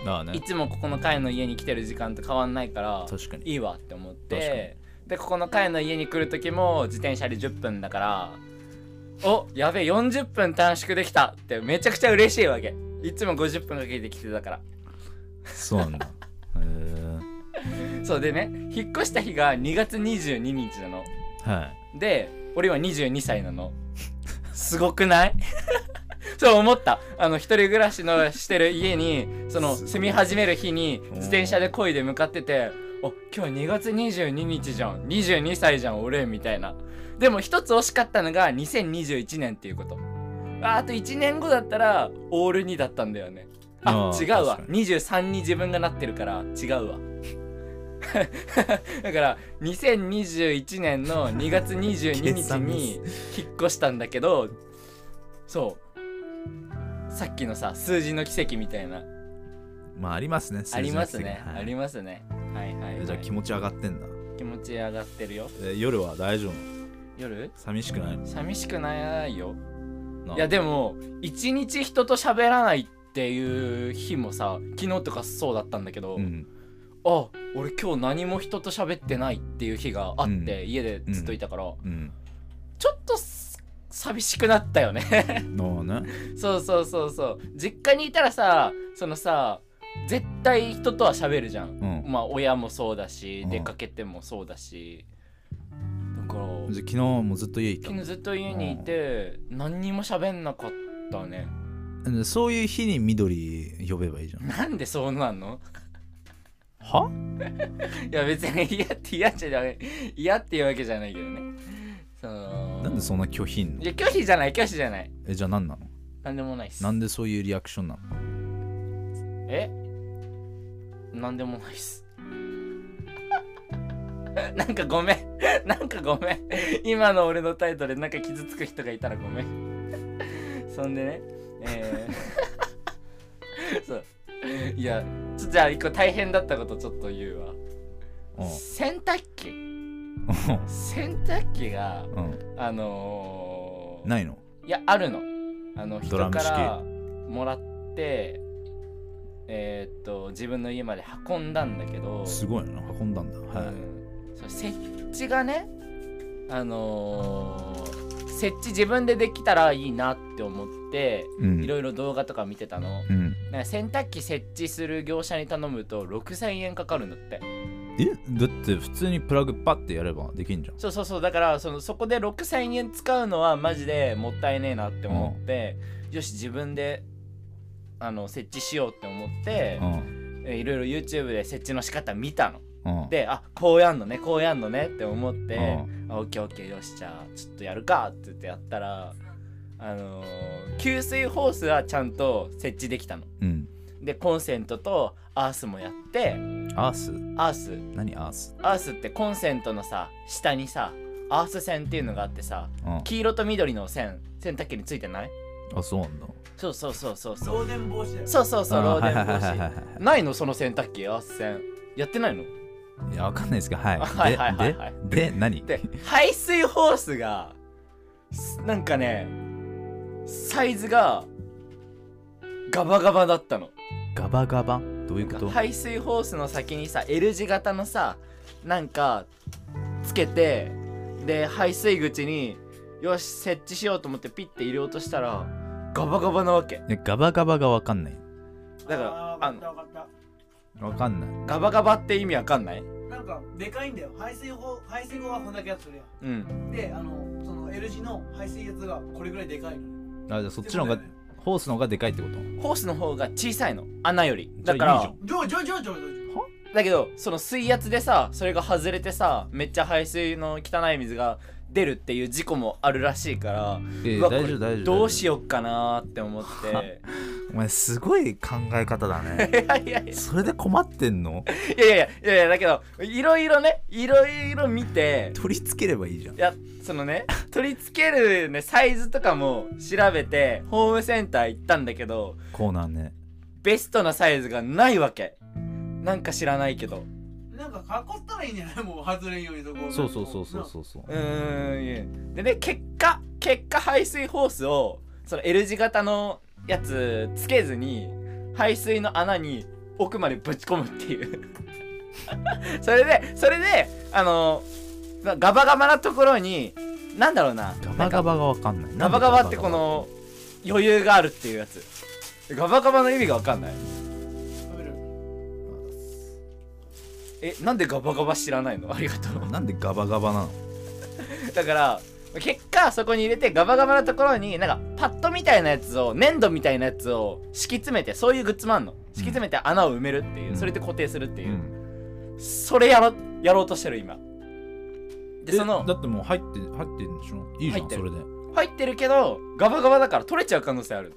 Speaker 2: ああ
Speaker 1: い
Speaker 2: ね
Speaker 1: つもここの会の家に来てる時間と変わんないから
Speaker 2: 確かに
Speaker 1: いいわって思っ
Speaker 2: 確か
Speaker 1: てでここの会の家に来る時も自転車で10分だからおやべえ40分短縮できたってめちゃくちゃ嬉しいわけいつも50分かけてきてたから
Speaker 2: そうなんだへえ
Speaker 1: そうでね引っ越した日が2月22日なの
Speaker 2: はい
Speaker 1: で俺は22歳なのすごくない そう思ったあの一人暮らしのしてる家にその
Speaker 2: すごい
Speaker 1: 住み始める日に
Speaker 2: ん
Speaker 1: 自転車で漕いで向かってて「お今日2月22日じゃん22歳じゃん俺」みたいなでも一つ惜しかったのが2021年っていうことああと1年後だったらオール2だったんだよねあ
Speaker 2: あー
Speaker 1: 違うわ
Speaker 2: 確か
Speaker 1: 23に自分がなってるから違うわだから2021年の2月22
Speaker 2: 計
Speaker 1: 日
Speaker 2: 算ミ
Speaker 1: に引っ越したんだけどそうさっきのさ数字の奇跡みたいな
Speaker 2: まあありますね。
Speaker 1: ありますね、あり
Speaker 2: ま
Speaker 1: ますねはいはい、はい、
Speaker 2: じゃあ気持ち上がってんだ。
Speaker 1: 気持ち上がってるよ
Speaker 2: えー夜は大丈夫。
Speaker 1: 夜
Speaker 2: 寂しくないの
Speaker 1: 寂しくないよ
Speaker 2: ない
Speaker 1: やでも一日人と喋らないっていう日もさ昨日とかそうだったんだけど、
Speaker 2: うん。
Speaker 1: あ俺今日何も人と喋ってないっていう日があって、
Speaker 2: うん
Speaker 1: 家でずっといたから、
Speaker 2: うん。
Speaker 1: ちょっとす寂しくなったよね
Speaker 2: なあね。
Speaker 1: そうそうそうそう実家にいたらさそのさ絶対人とは喋るじゃん、
Speaker 2: うん。
Speaker 1: まあ親もそうだし、
Speaker 2: うん
Speaker 1: 出かけてもそうだしだから
Speaker 2: じゃあ昨日もずっと家行
Speaker 1: 昨
Speaker 2: っ
Speaker 1: 日ずっと家にいて、何にも喋んなかったね
Speaker 2: たの。そういう日に緑呼べばいいじゃん。
Speaker 1: なんでそうなんの
Speaker 2: はい
Speaker 1: や別に嫌って嫌じゃない嫌っていうわけじゃないけどねその
Speaker 2: なんでそんな拒否んの
Speaker 1: いや拒否じゃない拒否じゃない
Speaker 2: え、じゃあ何なの
Speaker 1: なんでもないっす
Speaker 2: なんでそういうリアクションなの
Speaker 1: えなんでもないっす なんかごめんなんかごめん今の俺の態度でなんか傷つく人がいたらごめんそんでねえー そういやちょっとじゃあ一個大変だったことちょっと言うわ洗濯機洗濯機が
Speaker 2: うん。うん。
Speaker 1: あのー、
Speaker 2: ないの
Speaker 1: いやあるのあの
Speaker 2: ドラ
Speaker 1: 人
Speaker 2: ム
Speaker 1: か
Speaker 2: 式
Speaker 1: らもらってえーっと自分の家まで運んだんだけど
Speaker 2: すごいな運んだんだはい、
Speaker 1: うんそう設置がねあのー設置自分でできたらいいなって思って
Speaker 2: うん
Speaker 1: いろいろ動画とか見てたの、
Speaker 2: うん、
Speaker 1: なんか洗濯機設置する業者に頼むと6000円かかるんだって
Speaker 2: えだって普通にプラグパッてやればできんじゃん
Speaker 1: そうそうそうだからそのそこで6000円使うのはマジでもったいねえなって思って、よし自分であの設置しようって思って、
Speaker 2: うん
Speaker 1: えいろいろ YouTube で設置の仕方見たの
Speaker 2: うん
Speaker 1: であこうやんのねこうやんのねって思っ
Speaker 2: う
Speaker 1: て、
Speaker 2: ん
Speaker 1: あオッケーオッケーよしじゃあちょっとやるかって言ってやったらあのー給水ホースはちゃんと設置できたの
Speaker 2: うん
Speaker 1: でコンセントとアースもやって
Speaker 2: アース
Speaker 1: アース
Speaker 2: 何アース
Speaker 1: アースってコンセントのさ下にさアース線っていうのがあってさ
Speaker 2: うん
Speaker 1: 黄色と緑の線洗濯機についてない
Speaker 2: あそうなんだ
Speaker 1: そうそうそうそうそう
Speaker 3: 送電防止だよ。
Speaker 1: そうそうそう
Speaker 2: あ
Speaker 1: 漏
Speaker 2: はい
Speaker 1: 電
Speaker 2: はい
Speaker 1: 防
Speaker 2: はいはいは
Speaker 1: 止
Speaker 2: い
Speaker 1: ないのその洗濯機アース線やってないの
Speaker 2: いやわかんないですけどはい
Speaker 1: あはいはいはい
Speaker 2: で
Speaker 1: はい
Speaker 2: でで何
Speaker 1: で排水ホースがすなんかねサイズがガバガバだったの
Speaker 2: ガバガバどういうこ
Speaker 1: なん
Speaker 2: と
Speaker 1: か排水ホースの先にさ L 字型のさなんかつけてで排水口によし設置しようと思ってピッて入れようとしたらガバガバなわけ
Speaker 2: えガバガバがわかんない
Speaker 1: だから
Speaker 3: あーわかったわかった。
Speaker 2: わかんない
Speaker 1: ガバガバって意味わかんない
Speaker 3: なんかでかいんだよ排水口排水口はこんだけやつするや
Speaker 1: うん
Speaker 3: んであのその L 字の排水やつがこれぐらいでかいの
Speaker 2: あじゃあそっちの方がホースの方がでかいってこと
Speaker 1: ホースの方が小さいの穴より
Speaker 2: じゃあ
Speaker 1: だか
Speaker 2: いいじゃ
Speaker 1: ら
Speaker 2: ん
Speaker 3: ちょちょちょちょちょ
Speaker 1: だけどその水圧でさそれが外れてさめっちゃ排水の汚い水が出るっていう事故もあるらしいから
Speaker 2: えー
Speaker 1: うわ
Speaker 2: 大丈
Speaker 1: これ
Speaker 2: 夫大丈夫
Speaker 1: どうし
Speaker 2: よ
Speaker 1: よっかなーって思って
Speaker 2: うお前すごい考え方だ ね
Speaker 1: いやいやいや
Speaker 2: それで困ってんの
Speaker 1: いやいやいやいやだけどいろいろねいろいろ見て
Speaker 2: 取り付ければいいじゃん
Speaker 1: いやそのね取り付けるねサイズとかも調べてホームセンター行ったんだけど
Speaker 2: コーナーね
Speaker 1: ベストなサイズがないわけなんか知らないけど
Speaker 3: ょなんか囲ったらいいんじゃないもう外れんようにそこ
Speaker 2: そうそうそうそうそうそう
Speaker 1: うーんいえでね結果結果排水ホースをその L 字型のやつつけずに排水の穴に奥までぶち込むっていう それでそれであのガバガバなところになんだろうな
Speaker 2: ガバガバがわかんない
Speaker 1: ガバガバってこの余裕があるっていうやつガバガバの意味がわかんないえなんでガバガバ知らないのあ りがとう
Speaker 2: なんでガバガバなの
Speaker 1: だから結果そこに入れてガバガバなところになんかパッドみたいなやつを粘土みたいなやつを敷き詰めてそういうグッズもあんの敷き詰めて穴を埋めるっていう、
Speaker 2: うん
Speaker 1: それで固定するって
Speaker 2: う
Speaker 1: いう、それやろやろうとしてる今でその
Speaker 2: だってもう入って入ってんでしょいいじゃ
Speaker 1: 入
Speaker 2: ん
Speaker 1: って
Speaker 2: そ
Speaker 1: る
Speaker 2: れで
Speaker 1: 入ってるけどガバガバだから取れちゃう可能性ある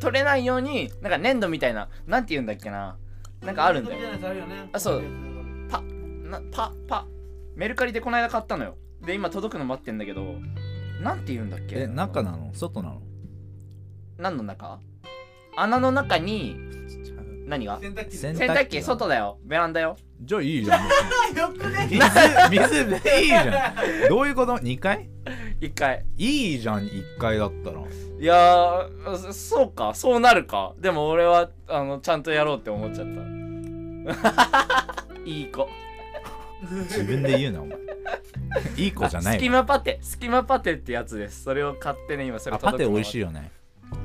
Speaker 1: 取れないようになんか粘土みたいななんて言うんだっけななんかあるんだよ
Speaker 3: よ
Speaker 1: あそうなパパメルカリでこの間買ったのよで今届くの待ってんだけどなんて言うんだっけ
Speaker 2: え中なの外なの
Speaker 1: 何の中穴の中に何が
Speaker 3: 洗濯機
Speaker 2: 洗
Speaker 1: 洗濯機外だよベランダよ
Speaker 2: じゃあいいじゃん
Speaker 3: よくね
Speaker 2: 水水でいいじゃんどういうこと2階
Speaker 1: 一回
Speaker 2: いいじゃん1階だったら
Speaker 1: いやーそそうかそうなるかでも俺はあのちゃんとやろうって思っち ゃったいい子
Speaker 2: 自分で言うな お前いい子じゃな
Speaker 1: あ
Speaker 2: い
Speaker 1: 隙
Speaker 2: わ
Speaker 1: 間パテ隙間パテってやつですそれを買ってね今それ
Speaker 2: あパテ美味しい
Speaker 1: い
Speaker 2: よね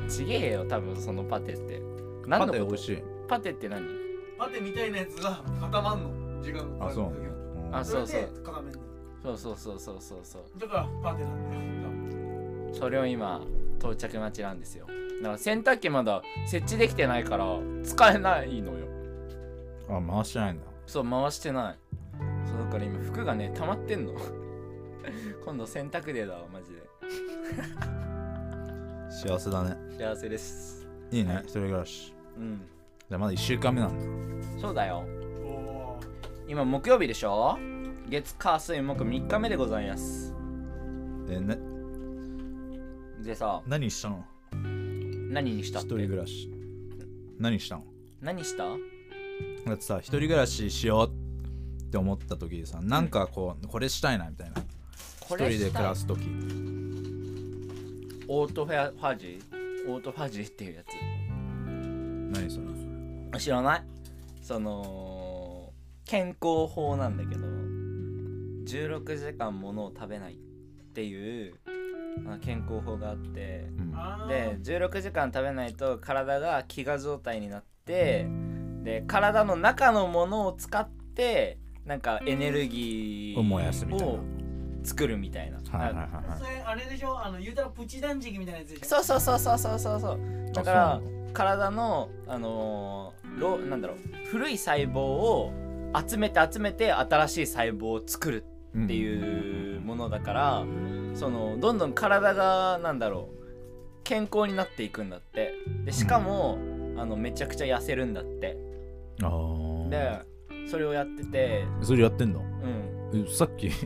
Speaker 1: ちげえよ多分そのパテって何
Speaker 2: パ
Speaker 1: のこ
Speaker 2: テ
Speaker 1: と
Speaker 2: 美味しい
Speaker 1: パテって何
Speaker 3: 待ってみたいなやつが固まんの時間が
Speaker 2: あ
Speaker 3: かかる
Speaker 2: そ
Speaker 3: んだけど
Speaker 2: う
Speaker 1: あそう
Speaker 3: それで固めんの
Speaker 1: そうそうそうそうそうそう
Speaker 3: だからパテなんだよ
Speaker 1: それを今到着待ちなんですよだから洗濯機まだ設置できてないから使えないのよ
Speaker 2: あ回してないんだ
Speaker 1: そう回してないそうだから今服がね溜まってんの 今度洗濯デーだわマジで
Speaker 2: 幸せだね
Speaker 1: 幸せです
Speaker 2: いいね一人暮らし
Speaker 1: うん
Speaker 2: じゃあまだ1週間目なんだ
Speaker 1: そうだよ
Speaker 3: おー
Speaker 1: 今木曜日でしょ月火水木3日目でございます
Speaker 2: えな
Speaker 1: でさ
Speaker 2: 何したの
Speaker 1: 何にした
Speaker 2: 一
Speaker 1: って
Speaker 2: 人暮らし何したの
Speaker 1: 何した
Speaker 2: だってさ一人暮らししようって思った時にさなんかこうこれしたいなみたいな一
Speaker 1: こ
Speaker 2: 人で暮ら
Speaker 1: す
Speaker 2: す時
Speaker 1: オートフェアファジーオートファジーっていうやつ
Speaker 2: 何それ
Speaker 1: あ知らないその健康法なんだけど16時間ものを食べないっていうまあ健康法があって
Speaker 3: あー
Speaker 1: で16時間食べないと体が飢餓状態になってで体の中のものを使ってなんかエネルギ
Speaker 2: を燃やす
Speaker 1: ー
Speaker 2: みたいな
Speaker 1: を作るみたいな。
Speaker 2: はいはいはいはい
Speaker 3: それあれでしょあの言うたらプチ断食みたいなやつでし
Speaker 1: そ
Speaker 3: ょ
Speaker 1: うそうそうそうそうそうそうだか
Speaker 2: あ
Speaker 1: ら
Speaker 2: そう
Speaker 1: 体のあのーろなんだろう古い細胞を集めて集めて新しい細胞を作る
Speaker 2: うん
Speaker 1: っていうものだからそのどんどん体がなんだろう健康になっていくんだってでしかもあのめちゃくちゃ痩せるんだって
Speaker 2: あー
Speaker 1: でそれをやってて
Speaker 2: それやってんの
Speaker 1: うん
Speaker 2: えさっき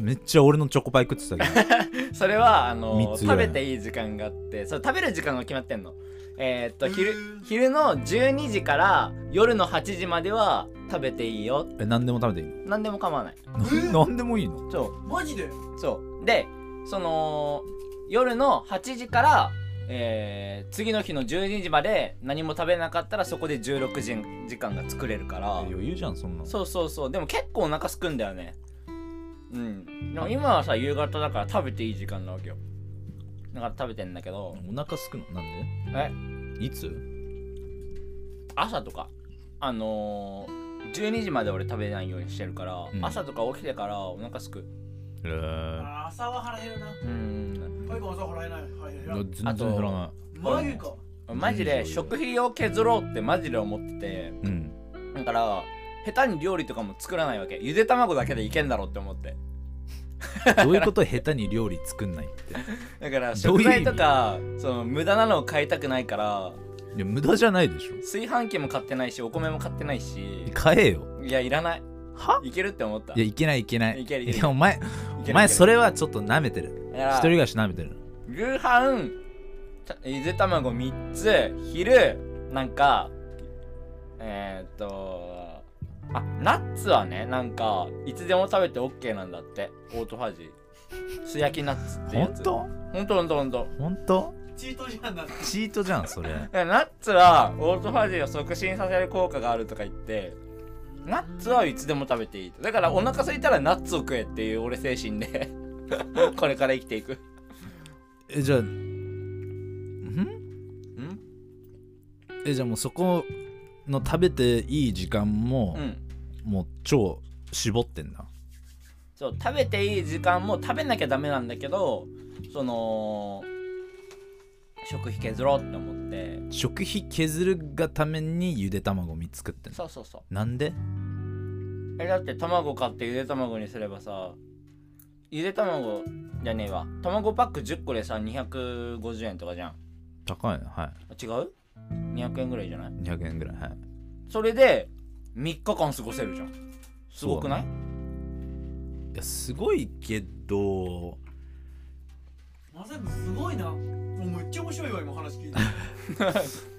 Speaker 2: めっちゃ俺のチョコパイ食ってたけど
Speaker 1: それはあの
Speaker 2: 三つぐ
Speaker 1: 食
Speaker 2: らい
Speaker 1: べていい時間があってそう食べる時間が決まってんのえーっと昼
Speaker 3: へー
Speaker 1: 昼の12時から夜の8時までは食べていいよ
Speaker 2: え何でも食べていい
Speaker 1: 何でも構わない
Speaker 3: ー
Speaker 2: の何でもいいの
Speaker 1: そう
Speaker 3: マジで
Speaker 1: そうでその夜の8時から、えー次の日の12時まで何も食べなかったらそこで16時時間が作れるから
Speaker 2: 余裕じゃんそんなの
Speaker 1: そうそうそうでも結構お腹すくんだよねうんでも今はさ夕方だから食べていい時間なわけよだから食べてんだけど
Speaker 2: お腹すくのなん
Speaker 1: え
Speaker 2: でいつ
Speaker 1: 朝とかあのー、12時まで俺食べないようにしてるから、
Speaker 2: うん
Speaker 1: 朝とか起きてからお腹すく
Speaker 2: えー
Speaker 3: あー朝は腹減るな
Speaker 1: うん
Speaker 3: パイコン朝腹減らない腹減らない
Speaker 2: 全然減らない
Speaker 3: マジか
Speaker 1: マジで食費を削ろうってマジで思ってて
Speaker 2: うん
Speaker 1: だから下手に料理とかも作らないわけゆで卵だけでいけんだろうって思って
Speaker 2: どういうこと下手に料理作んないって
Speaker 1: だか
Speaker 2: どう
Speaker 1: ら
Speaker 2: い
Speaker 1: 食
Speaker 2: う意
Speaker 1: 材
Speaker 2: 味
Speaker 1: とかその無駄なのを買いたくないから
Speaker 2: いや無駄じゃないでしょ
Speaker 1: 炊飯器も買ってないしお米も買ってないし
Speaker 2: 買えよ
Speaker 1: いやいらない
Speaker 2: はい
Speaker 1: けるって思った
Speaker 2: いやいけないいけない
Speaker 1: いけるいける
Speaker 2: やお前お前そ
Speaker 1: れ
Speaker 2: れはちょっと舐めてる一人
Speaker 1: だから
Speaker 2: 暮らし舐めてる
Speaker 1: 夕飯たゆで卵3つ昼なんかえー、っとあナッツはねなんかいつでも食べて OK なんだってオートファジー素焼きナッツってや
Speaker 2: 本
Speaker 1: つ
Speaker 2: 当
Speaker 1: ほんとほんとほんと
Speaker 2: 本当
Speaker 3: チートじゃんだって
Speaker 2: チートじゃんそ れ
Speaker 1: ナッツはオートファジーを促進させる効果があるとか言ってナッツはいつでも食べていいとだからお腹空いたらナッツを食えっていう俺精神で これから生きていく
Speaker 2: えじゃあん
Speaker 1: うん
Speaker 2: えじゃあもうそこの食べていい時間も、
Speaker 1: うん
Speaker 2: もう超絞ってんだ
Speaker 1: そう食べていい時間も食べなきゃダメなんだけどその食費削ろうって思って
Speaker 2: 食費削るがためにゆで卵3つ作ってんの
Speaker 1: そうそうそう
Speaker 2: なんで
Speaker 1: えだって卵買ってゆで卵にすればさゆで卵じゃねえわ卵パック10個でさ250円とかじゃん
Speaker 2: 高いのは
Speaker 1: 違う ?200 円ぐらいじゃない
Speaker 2: い200円ぐらいはい
Speaker 1: それで3日間過ごせるじゃんすごくない、
Speaker 2: いやすごいけど
Speaker 3: まさにすごいなもうめっちゃ面白いわ今話聞いて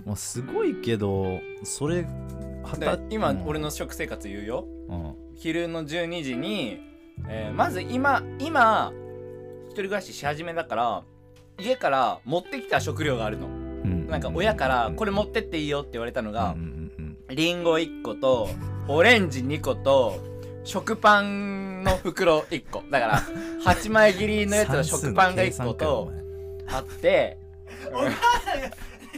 Speaker 2: まあ、すごいけどそれ
Speaker 1: で今俺
Speaker 2: の、
Speaker 1: の食生活言うよ
Speaker 2: うん
Speaker 1: 昼の12時に、えーまず今今一人暮らしし始めだから家から持ってきた食料があるの
Speaker 2: うん
Speaker 1: なんか親からこ
Speaker 2: れ
Speaker 1: れ持ってっていいよって言われたのが
Speaker 2: うんうん
Speaker 1: りんご1個とオレンジ2個と食パンの袋1個だ から8枚切り
Speaker 2: うん、
Speaker 1: のやつの食パンが1個とあって
Speaker 3: お母さんが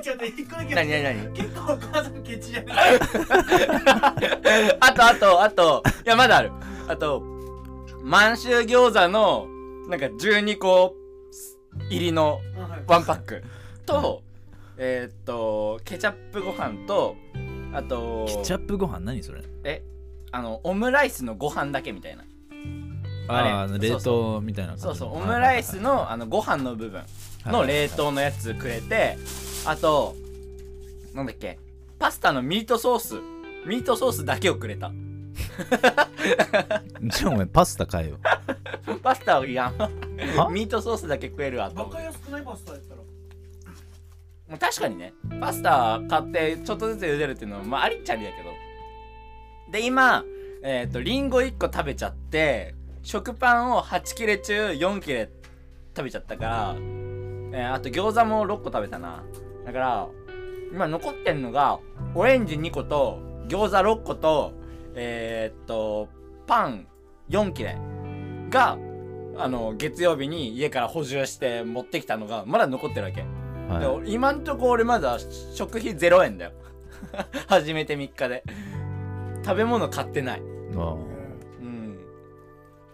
Speaker 3: ちょっと一個だ け
Speaker 1: 何何何
Speaker 3: 結構お母さんケチじゃない
Speaker 1: あとあとあといやまだあるあと満州餃子のなんか12個入りのワンパックとえーっとケチャップご飯とあと
Speaker 2: ケチャップご飯何それ
Speaker 1: えあのオムライスのご飯だけみたいな
Speaker 2: あ
Speaker 1: あれ
Speaker 2: ああの冷凍みたいな感じ
Speaker 1: そ
Speaker 2: の
Speaker 1: うそうオムライス
Speaker 2: はい
Speaker 1: のあのご飯の部分
Speaker 2: はいは
Speaker 1: の
Speaker 2: いはい
Speaker 1: 冷凍のやつくれてあとなんだっけパスタのミートソースミートソースだけをくれた
Speaker 2: じゃあお前パスタ買え よ
Speaker 1: パスタをやん
Speaker 2: は
Speaker 1: ミートソースだけ食えるわと
Speaker 3: バ
Speaker 1: 思っ
Speaker 3: カ
Speaker 1: て
Speaker 3: 安くないパスタやったら
Speaker 1: もう確かにねパスタ買ってちょっとずつ茹でるっていうのはまあありっちゃありだけどで今えっ、とりんご1個食べちゃって食パンを8切れ中4切れ食べちゃったからえーあと餃子も6個食べたなだから今残ってんのがオレンジ2個と餃子6個とえーっとパン4切れがあの月曜日に家から補充して持ってきたのがまだ残ってるわけ、で
Speaker 2: は
Speaker 1: 今んとこ俺まだ食費0円だよ 始めて3日で食べ物買ってない
Speaker 2: い、あ
Speaker 3: う
Speaker 2: あ
Speaker 3: ん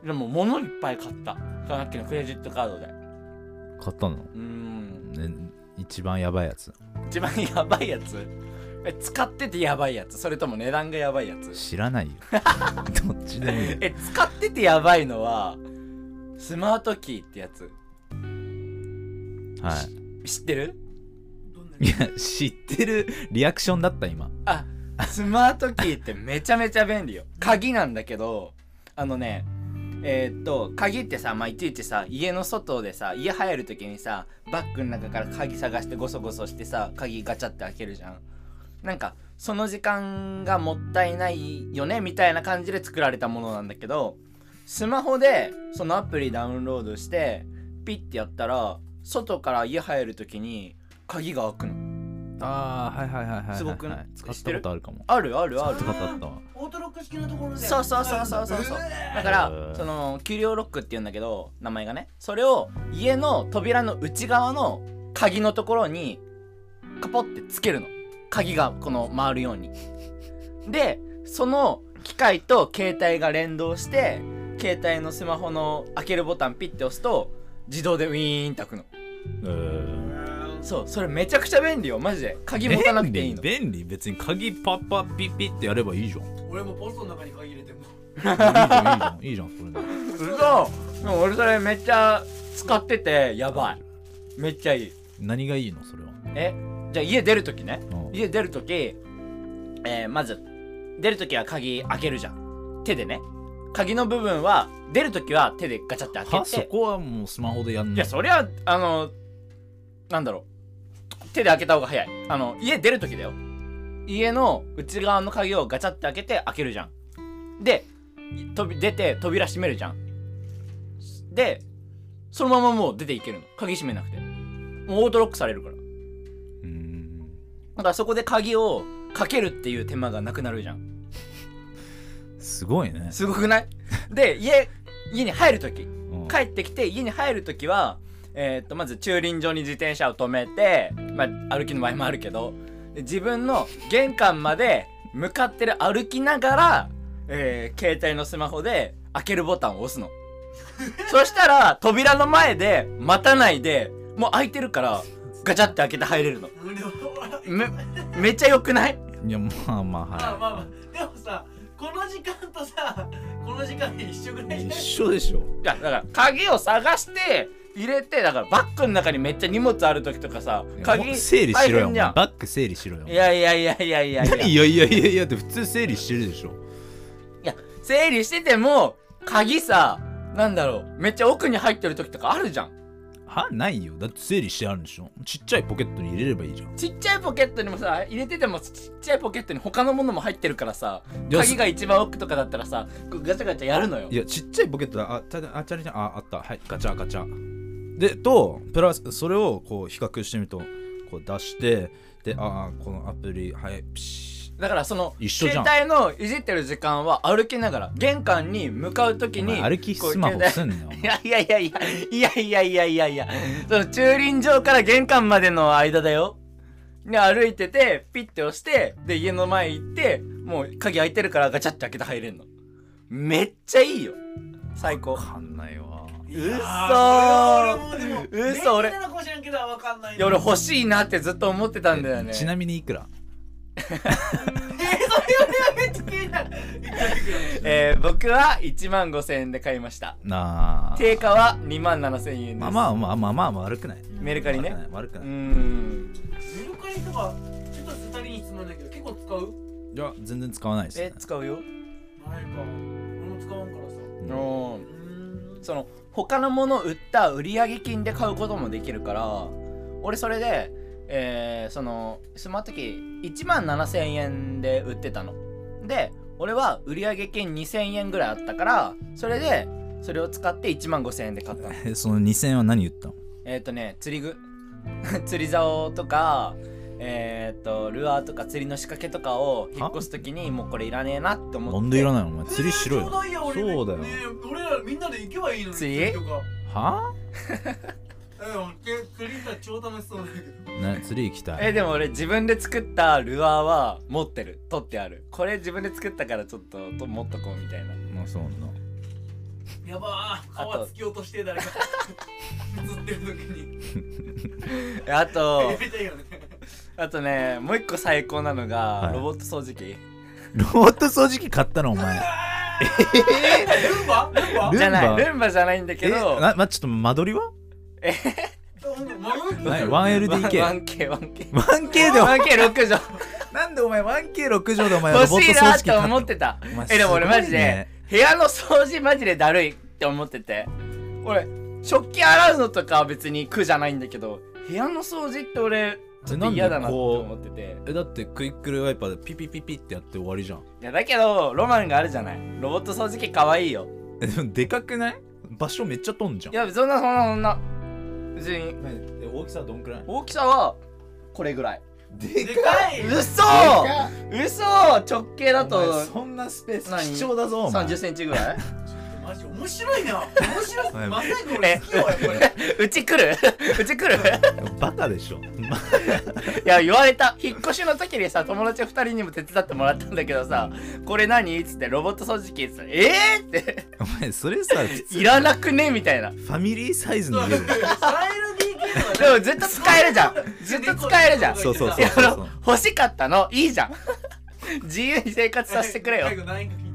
Speaker 1: うんでも物いっぱい買ったさっきのクレジットカードで
Speaker 2: 買ったの、
Speaker 1: うん
Speaker 2: ね、一番やばいやつ
Speaker 1: 一番やばいやつえ使っててやばいやつそれとも値段がやばいやつ
Speaker 2: 知ら ないよどっちでもいいよ
Speaker 1: え使っててやばいのはスマートキーってやつ
Speaker 2: は
Speaker 1: 知ってる
Speaker 3: どんな
Speaker 2: い
Speaker 3: い
Speaker 2: や知ってるリアクションだった今
Speaker 1: あスマートキーってめちゃめちゃ便利よ鍵なんだけどあのねえーっと鍵ってさ、まあ、いちいちさ家の外でさ家入る時にさバッグの中から鍵探してゴソゴソしてさ鍵ガチャって開けるじゃんなんかその時間がもったいないよねみたいな感じで作られたものなんだけどスマホでそのアプリダウンロードしてピッてやったら外から家入る時に鍵が開くの
Speaker 2: ああはいはいはいはい、
Speaker 1: すごくない
Speaker 2: 使ったことあるかも
Speaker 1: あるあるある
Speaker 2: 使ったことあったわ
Speaker 3: オートロック式のところで
Speaker 1: そうそうそうそうそうそうだか
Speaker 2: へ
Speaker 1: ら
Speaker 2: ー
Speaker 1: その給料ロックって言うんだけど名前がねそれを家の扉の内側の鍵のところにカポってつけるの鍵がこの回るように でその機械と携帯が連動して携帯のスマホの開けるボタンピッて押すと自動でウィーンって開くの
Speaker 2: うん
Speaker 1: そうそれめちゃくちゃ便利よマジで鍵持たなくていいの
Speaker 2: 便利便利別に鍵パッパッピッピッってやればいい じゃんいい
Speaker 3: 俺もポストの中に鍵入れても
Speaker 2: じゃんいいじゃんいいじゃんそれで
Speaker 1: うそでも俺それめっちゃ使っててやばいめっちゃいい
Speaker 2: 何がいいのそれは
Speaker 1: えじゃあ家出るときね
Speaker 2: うん
Speaker 1: 家出るとき、えーまず出るときは鍵開けるじゃん手でね鍵の部分は出るときは手でガチャって開
Speaker 2: は
Speaker 1: け
Speaker 2: そ
Speaker 1: て
Speaker 2: こはもうスマホでやん
Speaker 1: い
Speaker 2: な
Speaker 1: やそりゃあのなんだろう手で開けた方が早いあの家出るときだよ家の内側の鍵をガチャって開けて開けるじゃんで飛び出て扉閉めるじゃんでそのままもう出ていけるの鍵閉めなくてもうオートロックされるから
Speaker 2: うん
Speaker 1: だからそこで鍵をかけるっていう手間がなくなるじゃん
Speaker 2: すごいね、
Speaker 1: すごくないで家家に入る時
Speaker 2: うん
Speaker 1: 帰ってきて家に入る時はえーっとまず駐輪場に自転車を止めて、まあ、歩きの場合もあるけどで自分の玄関まで向かってる歩きながら、えー携帯のスマホで開けるボタンを押すのそしたら扉の前で待たないでもう開いてるからガチャって開けて入れるの
Speaker 3: 俺は
Speaker 1: めめっちゃ良くない
Speaker 2: いやまあまあ
Speaker 3: まあまあま
Speaker 2: は
Speaker 3: あでもさこの時間とさこの時間一緒ぐらい
Speaker 2: い
Speaker 3: じ
Speaker 2: 一
Speaker 3: ゃない
Speaker 2: 緒でしょ
Speaker 1: いやだから鍵を探して入れてだからバッグの中にめっちゃ荷物ある時とかさ
Speaker 2: も
Speaker 1: 鍵
Speaker 2: う整理しろ
Speaker 1: 大
Speaker 2: よ
Speaker 1: 変じゃん
Speaker 2: バッグ整理しろよ
Speaker 1: いやいやいやいやいやいや
Speaker 2: 何いやいやいやいやって普通整理してるでしょ
Speaker 1: 整理してても鍵さなんだろうめっちゃ奥に入ってる時とかあるじゃん
Speaker 2: はないよだって整理してあるんでしょちっちゃいポケットに入れればいいじゃん
Speaker 1: ちっちゃいポケットにもさ入れててもちっちゃいポケットに他のものも入ってるからさ
Speaker 2: いや
Speaker 1: 鍵が一番奥とかだったらさこうガチャガチャやるのよ
Speaker 2: いやちっちゃいポケットだあちゃあちゃりちゃんああったはいガチャガチャでとプラスそれをこう比較してみるとこう出してでああこのアプリはいピシ
Speaker 1: だからその
Speaker 2: 一緒じ
Speaker 1: 携
Speaker 2: ゃん
Speaker 1: 帯のいじってる時間は歩きながら玄関に向かう時
Speaker 2: お
Speaker 1: に
Speaker 2: 前歩き
Speaker 1: こう
Speaker 2: スマホ
Speaker 1: 携帯
Speaker 2: すんなよ
Speaker 1: いやいやいやいやいやいやいやいやいやその駐輪場から玄関までの間だよで歩いててピッて押してで家の前行ってもう鍵開いてるからガチャって開けて入れんのめっちゃいいよ最高
Speaker 2: わかんないわ
Speaker 1: 嘘
Speaker 3: いやーそれは俺もでも
Speaker 1: 嘘俺
Speaker 3: 便利なのかもしれんけどわかんない
Speaker 1: いや俺欲しいなってずっと思ってたんだよね
Speaker 2: ちなみにいくら
Speaker 3: えー、それはめっちゃ気になる
Speaker 1: えー僕は1万5000円で買いました
Speaker 2: なあ
Speaker 1: 定価は2万7000円です
Speaker 2: まあまあまあまあまあ悪くない
Speaker 1: メルカリね
Speaker 2: 悪くない悪く
Speaker 1: う
Speaker 2: ない、
Speaker 1: ん
Speaker 3: メルカリとかちょっと二人に質問だけど結構使う
Speaker 2: いや全然使わないです
Speaker 1: え
Speaker 2: ね
Speaker 1: 使うよ
Speaker 3: ないか俺も使わんからさ
Speaker 2: うん
Speaker 1: うん
Speaker 3: うーん
Speaker 1: その他のものを売った売上金で買うこともできるから俺それで、えーそのスマートキー1万7000円で売ってたので俺は売上金2000円ぐらいあったからそれでそれを使って1万5000円で買ったの
Speaker 2: えその2000円は何言ったの
Speaker 1: えっとね釣り具 釣り竿とかえーっとルアーとか釣りの仕掛けとかを引っ越す時にもうこれいらねえなって思って
Speaker 2: なんでいらないのお前釣りしろ
Speaker 3: えー
Speaker 2: よ
Speaker 3: ちょうどいいや俺ね
Speaker 2: そうだよ
Speaker 3: ねえ俺らみんなで行けばいいのに
Speaker 1: 釣り
Speaker 3: とか
Speaker 2: は
Speaker 3: うん釣りさ超楽しそうだけど
Speaker 2: ね釣り行きた
Speaker 1: え
Speaker 2: い
Speaker 1: でも俺自分で作ったルアーは持ってる取ってあるこれ自分で作ったからちょっとと持っとこうみたいな
Speaker 2: まあそうな
Speaker 3: やばー皮突き落として誰か釣ってる時に
Speaker 1: えあ と
Speaker 3: やりたいよね
Speaker 1: あとねもう一個最高なのが、
Speaker 2: はい
Speaker 1: ロボット掃除機
Speaker 2: ロボット掃除機買ったのお前
Speaker 3: ルンバルンバ
Speaker 2: ルンバ
Speaker 1: じゃないルンバじゃないんだけ
Speaker 2: え
Speaker 1: ど
Speaker 2: な、ま、ちょっと間取り は
Speaker 3: 迷
Speaker 2: 何
Speaker 3: う
Speaker 2: 1LDK1K
Speaker 1: 1K1K
Speaker 2: でお前
Speaker 1: 1K6 畳
Speaker 2: なんでお前 1K6 畳でお前ロボッ
Speaker 1: 欲しい
Speaker 2: ト
Speaker 1: な
Speaker 2: 掃除機買
Speaker 1: って
Speaker 2: った
Speaker 1: 思
Speaker 2: の
Speaker 1: ってた
Speaker 2: お前
Speaker 1: えでも俺
Speaker 2: すごい
Speaker 1: マジで部屋の掃除マジでだるいって思ってて俺食器洗うのとかは別に苦じゃないんだけど部屋の掃除って俺ちょっと嫌だなって思ってて
Speaker 2: えだってクイックルワイパーでピピピピってやって終わりじゃん
Speaker 1: いやだけどロマンがあるじゃないロボット掃除機かわいいよ
Speaker 2: えでもでかくない場所めっちゃ飛んじゃん
Speaker 1: いやそんなそんなそんな別に
Speaker 2: え大きさはどんくらい
Speaker 1: 大きさはこれぐらい
Speaker 2: で
Speaker 3: でかい
Speaker 1: 嘘嘘直径だ
Speaker 2: お
Speaker 1: と
Speaker 2: 前そんなスペー
Speaker 1: 何
Speaker 2: ス貴重だぞお前
Speaker 1: 3 0ンチぐらい
Speaker 3: マジ面白いな面白い
Speaker 2: はい
Speaker 3: まさに俺好きよやっぱり
Speaker 1: うち 来るうち来る
Speaker 2: バカでしょ、ま
Speaker 1: いや言われた引っ越しの時にさ友達2人にも手伝ってもらったんだけどさ「これ何?」っつってロボット掃除機っつって「えー!」 って
Speaker 2: お前それさ普
Speaker 1: 「
Speaker 2: 通
Speaker 1: いらなくね?」みたいなで
Speaker 2: ファミリーサイズ
Speaker 3: そ
Speaker 2: の
Speaker 3: う
Speaker 2: 家
Speaker 3: 3LDK とか
Speaker 1: もずっと使えるじゃんずっと使えるじゃん
Speaker 2: そうそうそう
Speaker 1: いやあの欲しかったのいいじゃん 自由に生活させてくれよ
Speaker 3: 最後何か聞いて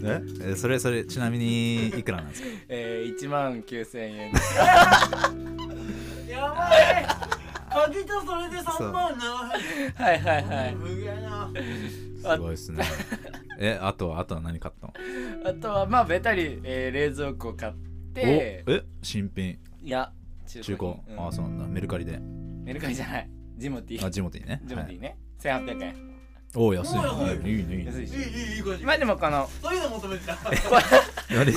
Speaker 2: ええそれそれちなみにいくらなんですか
Speaker 1: えー、1万9000円
Speaker 3: やばい鍵とそれで3
Speaker 1: は
Speaker 3: 万
Speaker 1: いはいはい
Speaker 3: 7無限な
Speaker 1: あ
Speaker 2: すごいですねえあとはあとは何買ったの
Speaker 1: あとはまあベタに、えー冷蔵庫買っ
Speaker 2: お
Speaker 1: て
Speaker 2: え新品
Speaker 1: いや中
Speaker 2: 中古、
Speaker 1: 品
Speaker 2: あ
Speaker 1: うん
Speaker 2: そうなんだメルカリで
Speaker 1: メルカリじゃないジモティ
Speaker 2: あジモティね
Speaker 1: ジモテ
Speaker 2: はい
Speaker 1: ィね、1800円
Speaker 2: おお安いね
Speaker 3: おー安い
Speaker 2: いいねいいね
Speaker 1: 安いで
Speaker 3: い
Speaker 1: し
Speaker 3: いいいいい感じ
Speaker 1: ょまあでも この
Speaker 3: そういうの求めてた
Speaker 1: こ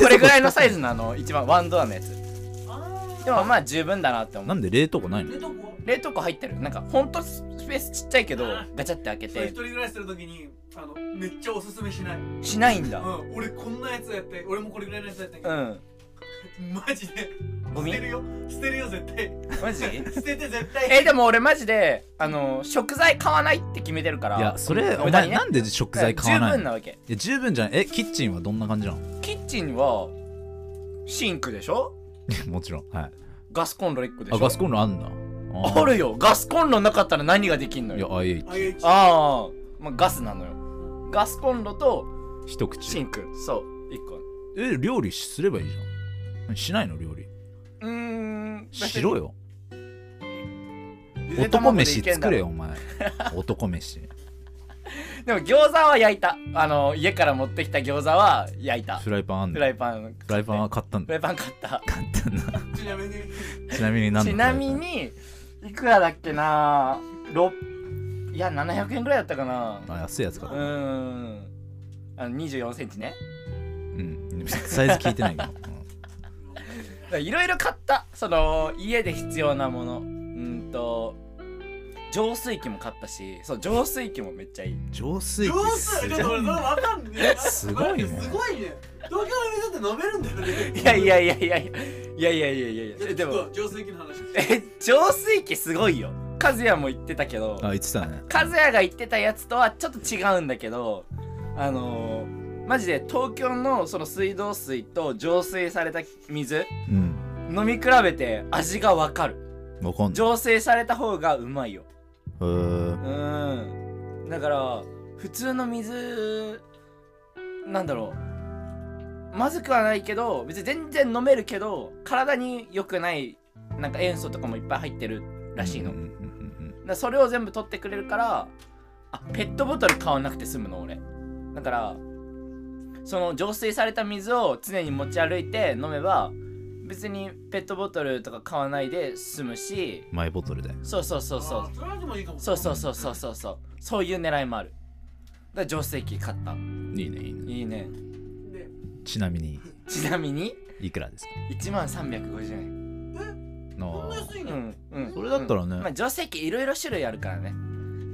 Speaker 1: れぐらいのサイズのあの一番ワンドアのやつ
Speaker 3: あー
Speaker 1: でもまあ十分だなって思
Speaker 2: な
Speaker 1: うん
Speaker 2: で冷凍庫ないの
Speaker 3: 冷凍庫
Speaker 1: 冷凍庫入ってるなんかほんとスペースちっちゃいけどガチャって開け
Speaker 3: そう一
Speaker 1: て
Speaker 3: 人暮らしするときにあのめっちゃおすすめしない、うん、
Speaker 1: しないんだ
Speaker 3: 俺こんなやつやって俺もこれぐらいのやつやったけ
Speaker 1: う
Speaker 3: ど、
Speaker 1: ん
Speaker 3: マジで
Speaker 1: ゴミ
Speaker 3: 捨てるよ捨てるよ絶対
Speaker 1: マジ
Speaker 3: 捨てて絶対
Speaker 1: えでも俺マジであの食材買わないって決めてるから
Speaker 2: いやそれお
Speaker 1: 無駄
Speaker 2: 前
Speaker 1: にね
Speaker 2: なんで食材買わな
Speaker 1: 十
Speaker 2: い
Speaker 1: 分
Speaker 2: の
Speaker 1: なわけ
Speaker 2: いや十分じゃんえキッチンはどんな感じなの
Speaker 1: キッチンはシンクでしょ
Speaker 2: もちろんはい
Speaker 1: ガスコンロ1個でし
Speaker 2: あ
Speaker 1: ょ
Speaker 2: ガスコンロあんだ
Speaker 1: あるよガスコンロなかったら何ができんの
Speaker 2: いや
Speaker 1: よ
Speaker 2: IH
Speaker 3: あいや
Speaker 1: ああ、まあ、ガスなのよガスコンロと
Speaker 2: 一
Speaker 1: シ
Speaker 2: 口
Speaker 1: ンクそう1個
Speaker 2: え料理すればいいじゃんしないの料理
Speaker 1: うーん
Speaker 2: しろよ
Speaker 1: 別に
Speaker 2: 男飯作れよお
Speaker 1: ゆ
Speaker 2: 前男飯
Speaker 1: でけんだろでも餃子は焼いたあの家から持ってきた餃子は焼いた
Speaker 2: フライパンあん
Speaker 1: フ
Speaker 2: の
Speaker 1: ライパン
Speaker 2: フライパンは買ったん
Speaker 1: フ
Speaker 2: だ
Speaker 1: ライパン買った
Speaker 2: 買ったんだ
Speaker 3: ちなみに
Speaker 2: ちなみに何のフラ
Speaker 1: ち
Speaker 2: イ
Speaker 1: な
Speaker 2: パン
Speaker 1: みにいくらだっけな6いや700円ぐらいだったかな
Speaker 2: あ安いやつ買
Speaker 1: う
Speaker 2: った
Speaker 1: ーんあの24センチね
Speaker 2: うんサイズ聞いてないけどうん
Speaker 1: いろいろ買ったその家で必要なものうんと浄水器も買ったしそう浄水器もめっちゃいい
Speaker 2: 浄水器
Speaker 3: 上
Speaker 2: す
Speaker 3: 手
Speaker 2: ご
Speaker 3: ちょ
Speaker 2: い
Speaker 3: っと俺それわかんねえ
Speaker 2: すごいね
Speaker 3: すごいね東京の水だって飲めるんだよね
Speaker 1: いやいやいやいやいやいやいやいやいやい
Speaker 3: い
Speaker 1: や
Speaker 3: や
Speaker 1: で
Speaker 3: で
Speaker 1: も
Speaker 3: も浄水器の話
Speaker 1: え浄水器すごいよ和也も言ってたけど
Speaker 2: あ言ってたね
Speaker 1: 和也が言ってたやつとはちょっと違うんだけどあのー、マジで東京のその水道水と浄水された水
Speaker 2: うん
Speaker 1: 飲み比べて味がわかる
Speaker 2: わかんない
Speaker 1: 浄水された方がうまいよ
Speaker 2: へー
Speaker 1: うんだから普通の水なんだろうまずくはないけど別に全然飲めるけど体に良くないなんか塩素とかもいっぱい入ってるらしいの、
Speaker 2: うんうんうん
Speaker 1: だからそれを全部取ってくれるからあペットボトル買わなくて済むの俺だからその浄水された水を常に持ち歩いて飲めば別にペットボトルとか買わないで済むし
Speaker 2: マイボトルで
Speaker 1: そうそうそうそう
Speaker 3: あそれはでもいいかも
Speaker 1: そうそうそうそうそうそうそういう狙いもあるだから浄水器買った
Speaker 2: いいねいいね
Speaker 1: いいね
Speaker 3: ね
Speaker 2: ちなみに
Speaker 1: ちなみに
Speaker 2: いくらですか
Speaker 1: 1万350円
Speaker 3: こんな安い
Speaker 1: う
Speaker 3: んだ、
Speaker 1: んうん
Speaker 2: それだったらね
Speaker 1: まあ、除石いろいろ種類あるからね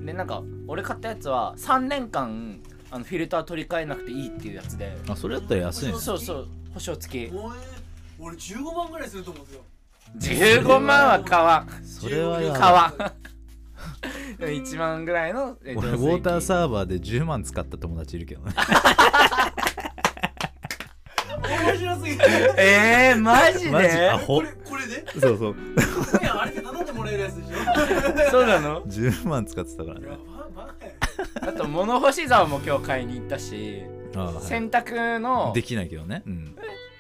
Speaker 1: でなんか俺買ったやつは3年間あのフィルター取り替えなくていいっていうやつで
Speaker 2: あそれだったら安いね
Speaker 1: そうそう保証付き
Speaker 3: おえ俺15万ぐらいすると思うんですよ
Speaker 1: 15万は買わん
Speaker 2: それは
Speaker 3: 15
Speaker 2: や
Speaker 3: 万
Speaker 2: ばい
Speaker 1: 買わん1万ぐらいのえ
Speaker 2: 俺ウ
Speaker 1: 浄水器
Speaker 2: ォーターサーバーで10万使った友達いるけどね
Speaker 3: 面白すぎる
Speaker 1: えー、マジで
Speaker 2: マジアホ
Speaker 3: これこれで
Speaker 2: そうそう
Speaker 3: いやあれって頼んでもらえるやつでしょ
Speaker 1: そうなの
Speaker 2: 10万使ってたから
Speaker 3: い
Speaker 2: ね
Speaker 3: やばばい
Speaker 1: あと物干し竿も今日買いに行ったし
Speaker 2: ああ、はい
Speaker 1: 洗濯の
Speaker 2: できないけどねうん、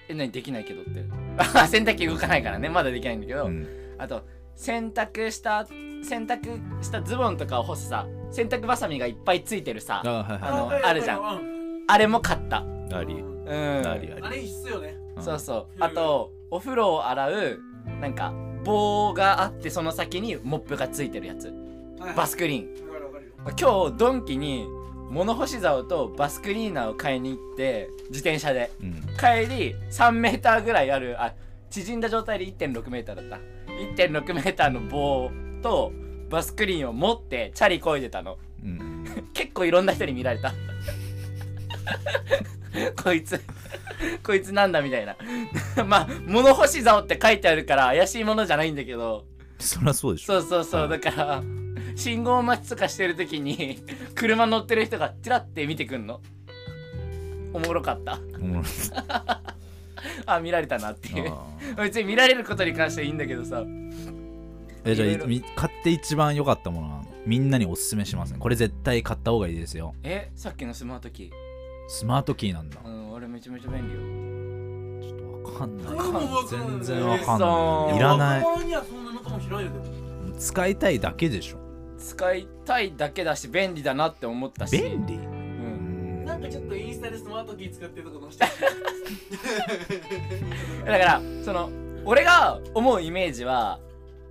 Speaker 1: え何できないけどって あ洗濯機動かないからねまだできないんだけど、
Speaker 2: うん、
Speaker 1: あと洗濯した洗濯したズボンとかを干すさ洗濯ばさみがいっぱいついてるさ
Speaker 2: あ
Speaker 1: あ
Speaker 2: あはい
Speaker 1: あの
Speaker 2: は
Speaker 3: はい
Speaker 1: あるじゃん
Speaker 3: うん
Speaker 1: れも買ったうん
Speaker 2: いあり
Speaker 1: あ
Speaker 2: ありあ
Speaker 3: あれ必須よね
Speaker 2: り
Speaker 1: そう
Speaker 2: そ
Speaker 1: そうあとお風呂を洗うなんか棒があってその先にモップがついてるやつ
Speaker 3: はい
Speaker 1: バスクリーン
Speaker 3: わかるわかるよ
Speaker 1: 今日ドンキに物干し竿とバスクリーナーを買いに行って自転車で
Speaker 2: うん
Speaker 1: 帰り3メーターぐらいあるあ縮んだ状態で1.6メーターだった1.6メーターの棒とバスクリーンを持ってチャリこいでたの
Speaker 2: うん
Speaker 1: 結構いろんな人に見られた こいつこいつなん だみたいなまあ物干し竿って書いてあるから怪しいものじゃないんだけど
Speaker 2: そりゃそうでしょ
Speaker 1: そうそうそうだから信号待ちとかしてる時に車乗ってる人がチラッて見てくんのおもろかった
Speaker 2: お もろい
Speaker 1: あ見られたなっていう
Speaker 2: ああ
Speaker 1: 別に見られることに関してはいいんだけどさ
Speaker 2: えじゃあ
Speaker 1: いろ
Speaker 2: い
Speaker 1: いろ
Speaker 2: み買って一番良かったものなのみんなにおすすめしますねこれ絶対買った方がいいですよ
Speaker 1: えさっきのスマートキー
Speaker 2: スマートキーなんだ
Speaker 1: うん俺めちゃめちゃ便
Speaker 2: ちょっとわかんない
Speaker 3: 僕もわかんない
Speaker 2: 全然わかん
Speaker 1: 嘘
Speaker 2: ないいらない
Speaker 3: 若者にはそんな仲間知らんよでも
Speaker 2: 使いたいだけでしょ
Speaker 1: 利よ使いたいだけだし便利だなって思ったし
Speaker 2: 便利
Speaker 1: うん、
Speaker 3: なんかちょっとインスタでスマートキー使ってるとこ載せて
Speaker 1: だからその俺が思うイメージは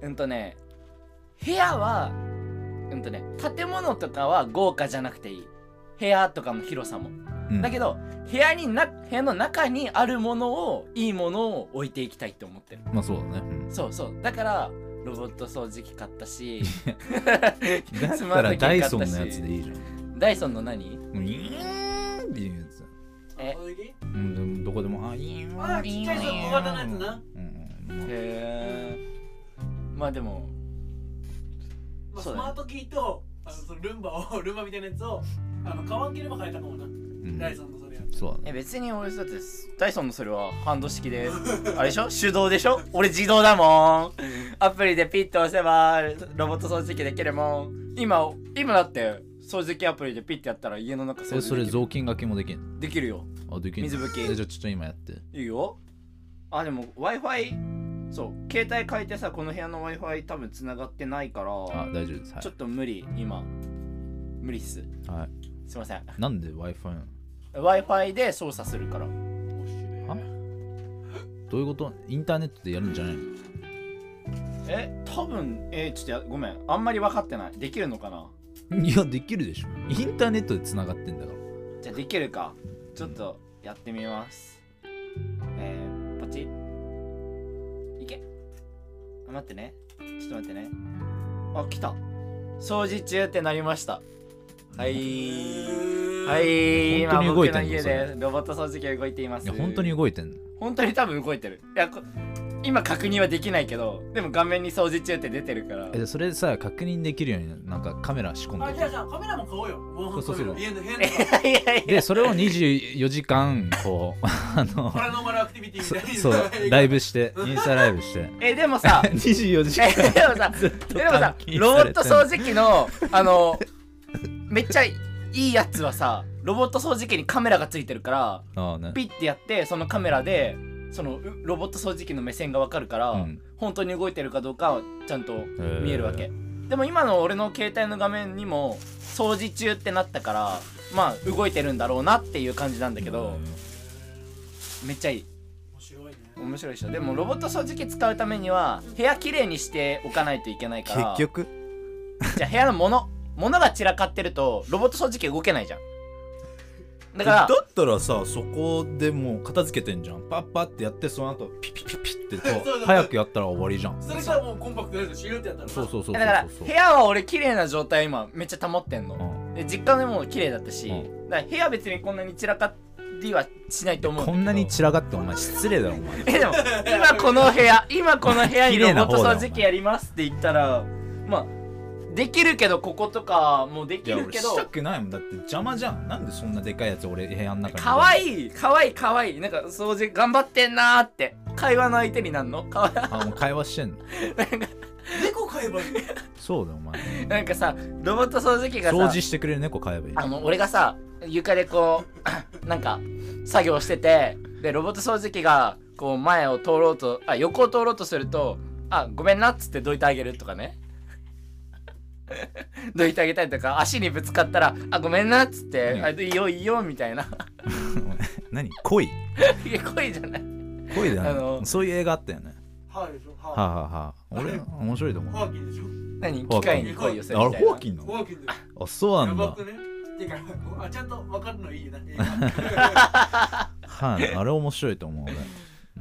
Speaker 1: うんとね部屋はうんとね建物とかは豪華じゃなくていい部屋とかの広さもだけ
Speaker 2: ど
Speaker 1: ど部屋にな部屋の中にあるものをいいものを置いていきたいって思ってる
Speaker 2: まあそうだねうん
Speaker 1: そうそうだからロボット掃除機買ったし
Speaker 2: だったらダ
Speaker 1: スマートキー買
Speaker 2: イ
Speaker 1: ったし
Speaker 2: ソンのやつでいいじゃん
Speaker 1: ダイソンの何
Speaker 2: うんイーンっていうやつ
Speaker 1: え
Speaker 3: あれ
Speaker 2: うんでもどこでもあイーン
Speaker 3: あちっちゃいさ小型のやつな
Speaker 2: うんうんま
Speaker 1: へえまあでも
Speaker 3: まあス
Speaker 1: そう
Speaker 3: マ
Speaker 1: だね
Speaker 3: ートキーとあのそのルンバをルンバみたいなやつをあの買わんければ買えたかもな
Speaker 2: あ
Speaker 3: ダ
Speaker 2: う
Speaker 3: イ
Speaker 2: ん
Speaker 3: ソンのそれや
Speaker 2: そうだね
Speaker 1: え別に俺だってダイソンのそれはハンド式 であれでしょ手動でしょ俺自動だもんアプリでピッと押せばロボット掃除機できるもん今今だって掃除機アプリでピッてやったら家の中掃除
Speaker 2: え
Speaker 1: できる
Speaker 2: それ雑巾がけもできん
Speaker 1: できるよ
Speaker 2: のあできんの
Speaker 1: 水拭き
Speaker 2: えじゃあちょっと今やって
Speaker 1: いいよあでも w i f i そう携帯変えてさこの部屋の w i f i 多分つながってないから
Speaker 2: あ大丈夫ですは
Speaker 1: ちょっと無理今無理っす
Speaker 2: いはい
Speaker 1: すいません w
Speaker 2: なんで Wi-Fi なの
Speaker 1: i f i で操作するから
Speaker 2: どういうことインターネットでやるんじゃないの
Speaker 1: え多分えーちょっとやごめんあんまり分かってないできるのかない
Speaker 2: や、できるでしょ。インターネットでつながってんだから。
Speaker 1: じゃあできるかちょっとやってみますえー、ポチいけあ待ってねちょっと待ってねあ来た掃除中ってなりましたはいはい
Speaker 2: 本当
Speaker 1: 今
Speaker 2: に動
Speaker 1: 僕
Speaker 2: いて
Speaker 1: の
Speaker 2: んの
Speaker 1: 家
Speaker 2: それ
Speaker 1: でロボット掃除機が動いていま
Speaker 2: い
Speaker 1: す
Speaker 2: や、本当に動いてんの。
Speaker 1: 本当に多分動いてるいやこ今確認はできないけどでも画面に掃除中って出てるから
Speaker 2: え、それさ、確認できるように、なんかカメラ仕込
Speaker 3: あ
Speaker 2: ん
Speaker 3: じゃ
Speaker 2: で
Speaker 3: あじゃあカメラも買おうよ防
Speaker 2: そうそう
Speaker 3: カメラ
Speaker 2: そう
Speaker 3: 家の部屋の中
Speaker 1: いやい
Speaker 2: る。で、それを24時間、こう、あの
Speaker 3: パ、ラノーマルアクティビティ みたいな
Speaker 2: そ そう、ライ
Speaker 3: ブ
Speaker 2: ブして、インスタライブ して。
Speaker 1: えで もさ
Speaker 2: 24時
Speaker 1: え
Speaker 2: 間。
Speaker 1: でもさ
Speaker 2: ずっと
Speaker 1: でもさ
Speaker 2: 監禁
Speaker 1: ロボ
Speaker 2: さ
Speaker 1: ッ
Speaker 2: れ
Speaker 1: ト
Speaker 2: てん
Speaker 1: 掃除機のあのめっちゃいいやつはさロボット掃除機にカメラがついてるから
Speaker 2: のああね。
Speaker 1: ピッてやってそのカメラでそのうロボット掃除機の目線がわかるから、
Speaker 2: うん
Speaker 1: 本当に動いてるかどうかはちゃんと
Speaker 2: ー
Speaker 1: 見えるわけでも今の俺の携帯の画面にも掃除中ってなったからまあ動いてるんだろうなっていう感じなんだけどめっちゃいい
Speaker 3: 面白いね
Speaker 1: 面白いでしょでもロボット掃除機使うためには部屋きれいにしておかないといけないから
Speaker 2: 結局、
Speaker 1: じゃあ部屋の物物が散らかってるとロボット掃除機動けないじゃんだから
Speaker 2: ったらさ、そこでもう片付けてんじゃん。パッパってやって、その後、ピピピピっってこ
Speaker 3: そうそう
Speaker 2: う早くやったら終わりじゃん
Speaker 3: それからもうコンパクトで終了ってやったら
Speaker 2: そうそうそうそう
Speaker 1: だから
Speaker 2: そう
Speaker 1: 部屋は俺綺麗な状態今めっちゃ保ってん
Speaker 2: う
Speaker 1: の、
Speaker 2: ん
Speaker 1: で実家でも綺麗だったし、
Speaker 2: うん
Speaker 1: だから部屋別にこんなに散らかりはしないと思うん
Speaker 2: こ
Speaker 1: だけど
Speaker 2: んなに散らかってお前失礼だろお前
Speaker 1: えでも今この部屋今この部屋に
Speaker 2: 綺
Speaker 1: ロ
Speaker 2: 麗
Speaker 1: ボ
Speaker 2: な
Speaker 1: ッ
Speaker 2: 方だ
Speaker 1: ト掃除機やりますって言ったらまあできるけどこことかもで
Speaker 2: い
Speaker 1: き
Speaker 2: や
Speaker 1: る
Speaker 2: 俺
Speaker 1: け
Speaker 2: した
Speaker 1: ど
Speaker 2: くないもんだって邪魔じゃんなんでそんなでかいやつ俺部屋の中に
Speaker 1: かわいいかわいいかわいいなんか掃除頑張ってんなーって会話の相手になんのかわ
Speaker 2: あもう会話してんの
Speaker 3: 猫飼えばいい
Speaker 2: そうだよお前
Speaker 1: なんかさロボット掃除機がさ
Speaker 2: 掃除してくれる猫飼えばいい
Speaker 1: あの俺がさ床でこう なんか作業しててでロボット掃除機がこう前を通ろうとあ横を通ろうとすると「あごめんな」っつってどいてあげるとかね どいてあげたりとか足にぶつかったら「あごめんな」っつって「
Speaker 2: うん
Speaker 1: あいいよいいよ」みたいな
Speaker 2: 何恋
Speaker 1: いや恋じゃない
Speaker 2: 恋だ
Speaker 1: あ
Speaker 2: よ
Speaker 1: の
Speaker 2: ねそういう映画あったよね
Speaker 3: 歯あるでしょ歯
Speaker 2: はあ、はあはあ、俺面白いと思う
Speaker 3: ホアキンでしょ
Speaker 1: 何
Speaker 2: ホ
Speaker 1: 機
Speaker 2: アキン
Speaker 1: 械に恋をする
Speaker 2: あ
Speaker 1: みた
Speaker 2: れ
Speaker 1: い
Speaker 2: ホー
Speaker 1: な
Speaker 2: キンな
Speaker 3: ホ
Speaker 2: の
Speaker 3: アキンだよ
Speaker 2: あそうな
Speaker 3: や
Speaker 2: ん
Speaker 3: ば
Speaker 2: だ
Speaker 3: くねてかあちゃんと分かるのいいな映
Speaker 2: はい あれ面白いと思う俺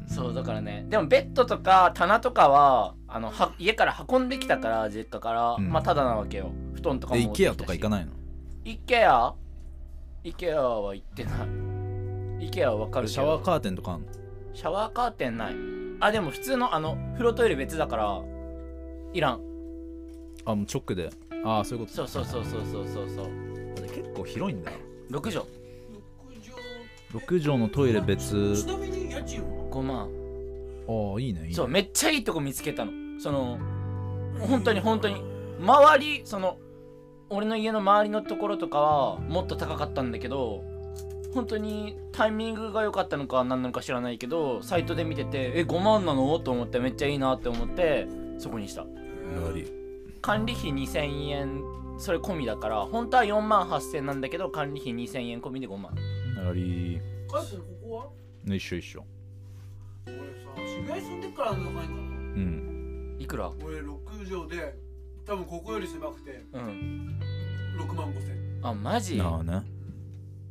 Speaker 1: そうだからねでもベッドとか棚とかはあのは家から運んできたから実家から、
Speaker 2: うん
Speaker 1: まあただなわけよ布団とかも
Speaker 2: で
Speaker 1: 持ってきた
Speaker 2: IKEA
Speaker 1: し
Speaker 2: とか行かないの
Speaker 1: IKEA?IKEA は行ってない IKEA はわかるけど
Speaker 2: シャワーカーテンとかあんの
Speaker 1: シャワーカーテンないあでも普通のあの風呂トイレ別だからいらん
Speaker 2: あもう直でああそういうこと
Speaker 1: そうそうそうそうそうそうそう
Speaker 2: あれ結構広いんだ
Speaker 1: 6畳
Speaker 2: 6畳のトイレ別
Speaker 3: ちなみに家賃は
Speaker 1: 5万
Speaker 2: ああいいねいいね
Speaker 1: そうめっちゃいいとこ見つけたのその本当に本当に周りその俺の家の周りのところとかはもっと高かったんだけど本当にタイミングが良かったのか何なのか知らないけどサイトで見ててえ5万なのと思ってめっちゃいいなって思ってそこにした
Speaker 2: なり
Speaker 1: 管理費2000円それ込みだから本当は4万8000なんだけど管理費2000円込みで5万
Speaker 2: なり
Speaker 3: カイ君ここは
Speaker 2: ね一緒一緒
Speaker 3: 俺さ渋谷に住んでっからあんな高いの
Speaker 2: うん
Speaker 1: いくら
Speaker 3: 俺6畳で多分ここより狭くて
Speaker 1: うん
Speaker 3: 6万5千
Speaker 1: あマジ
Speaker 2: なあね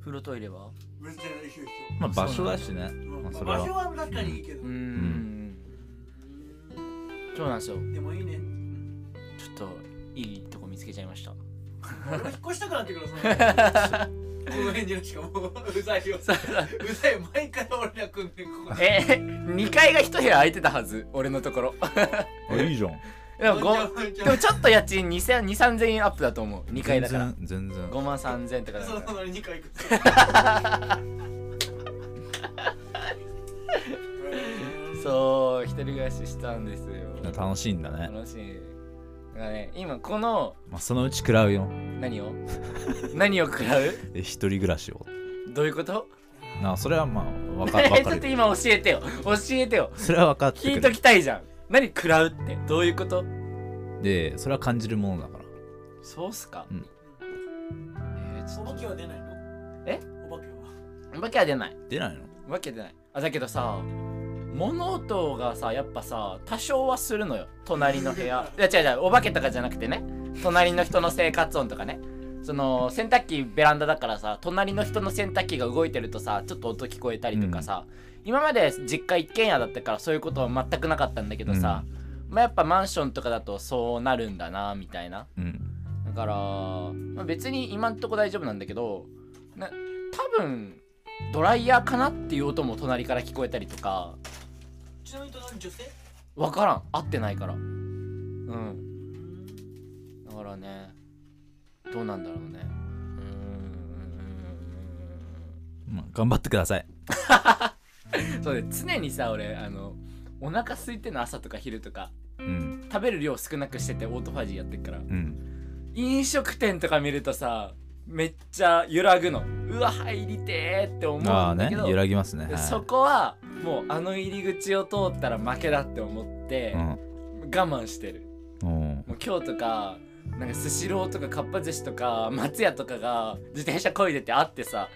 Speaker 1: 風呂トイレは
Speaker 3: 別に一緒一
Speaker 2: まあ場所だしね
Speaker 3: 緒、
Speaker 2: まあ
Speaker 3: ま
Speaker 2: そ
Speaker 3: あ
Speaker 2: れは
Speaker 3: 場所は確かにいいけど、
Speaker 1: うー
Speaker 3: うん
Speaker 1: そうなんですよ
Speaker 3: んでもいいね
Speaker 1: ちょっといいとこ見つけちゃいました
Speaker 3: 俺も引っ越したくなってくるさこの辺にしかもううざいようざい毎回俺ら組んでここ
Speaker 1: え2階が1部屋空いてたはず俺のところ
Speaker 2: あいいじゃん
Speaker 1: でもごでもちょっと家賃20003000円アップだと思う2階だから
Speaker 2: 全然全然
Speaker 1: 5万3000とかだ
Speaker 3: そ
Speaker 1: から
Speaker 3: の隣に回行く
Speaker 1: そう一人暮らししたんですよ
Speaker 2: 楽しいんだね、
Speaker 1: 楽しいだからね今この
Speaker 2: まあ、そのうち食らうよ
Speaker 1: 何を何を食らう
Speaker 2: え一人暮らしを
Speaker 1: どういうこと
Speaker 2: なあそれはまあわか
Speaker 1: え
Speaker 2: わ
Speaker 1: ち
Speaker 2: か
Speaker 1: ょっと
Speaker 2: るよ
Speaker 1: 今教えてよ教えてよ
Speaker 2: それは分かって
Speaker 1: 聞
Speaker 2: く
Speaker 1: いと
Speaker 2: る
Speaker 1: きたいじゃん何食らうってどういうこと
Speaker 2: でそれは感じるものだから
Speaker 1: そうっすか、
Speaker 2: うん
Speaker 1: えーちょ
Speaker 3: お
Speaker 1: っ
Speaker 3: 化け
Speaker 1: と
Speaker 3: は出ないの
Speaker 1: え
Speaker 3: お化けは
Speaker 1: お化けは出ない
Speaker 2: 出ないの
Speaker 1: わけでないあだけどさ物音がさやっぱさ多少はするのよ隣の部 屋いや違う違うお化けとかじゃなくてね隣の人の生活音とかねその洗濯機ベランダだからさ隣の人の洗濯機が動いてるとさちょっと音聞こえたりとかさ、今まで実家一軒家だったからそういうことは全くなかったんだけどさ、まあ、やっぱマンションとかだとそうなるんだなみたいな
Speaker 2: うん
Speaker 1: だから、まあ、別に今んとこ大丈夫なんだけどな多分ドライヤーかなっていう音も隣から聞こえたりとか
Speaker 3: ちなみに隣女性
Speaker 1: 分からん合ってないからうんだからねどうなんだろうねうー
Speaker 2: まあ頑張ってください
Speaker 1: んそうで常にさ俺あのお腹空いてんの朝とか昼とか
Speaker 2: うん
Speaker 1: 食べる量少なくしててオートファジーやってっから
Speaker 2: うん
Speaker 1: 飲食店とか見るとさめっちゃ揺らぐのうわ入りてーって思
Speaker 2: あ
Speaker 1: う
Speaker 2: あ
Speaker 1: んだ
Speaker 2: ね
Speaker 1: けど、
Speaker 2: 揺らぎますね、はい、
Speaker 1: そこはもうあの入り口を通ったら負けだって思って
Speaker 2: う
Speaker 1: 我
Speaker 2: ん
Speaker 1: 慢してる
Speaker 2: うん
Speaker 1: もう今日とかなんかスシローとかかっぱ寿司とか松屋とかが自転車こいでて会ってさ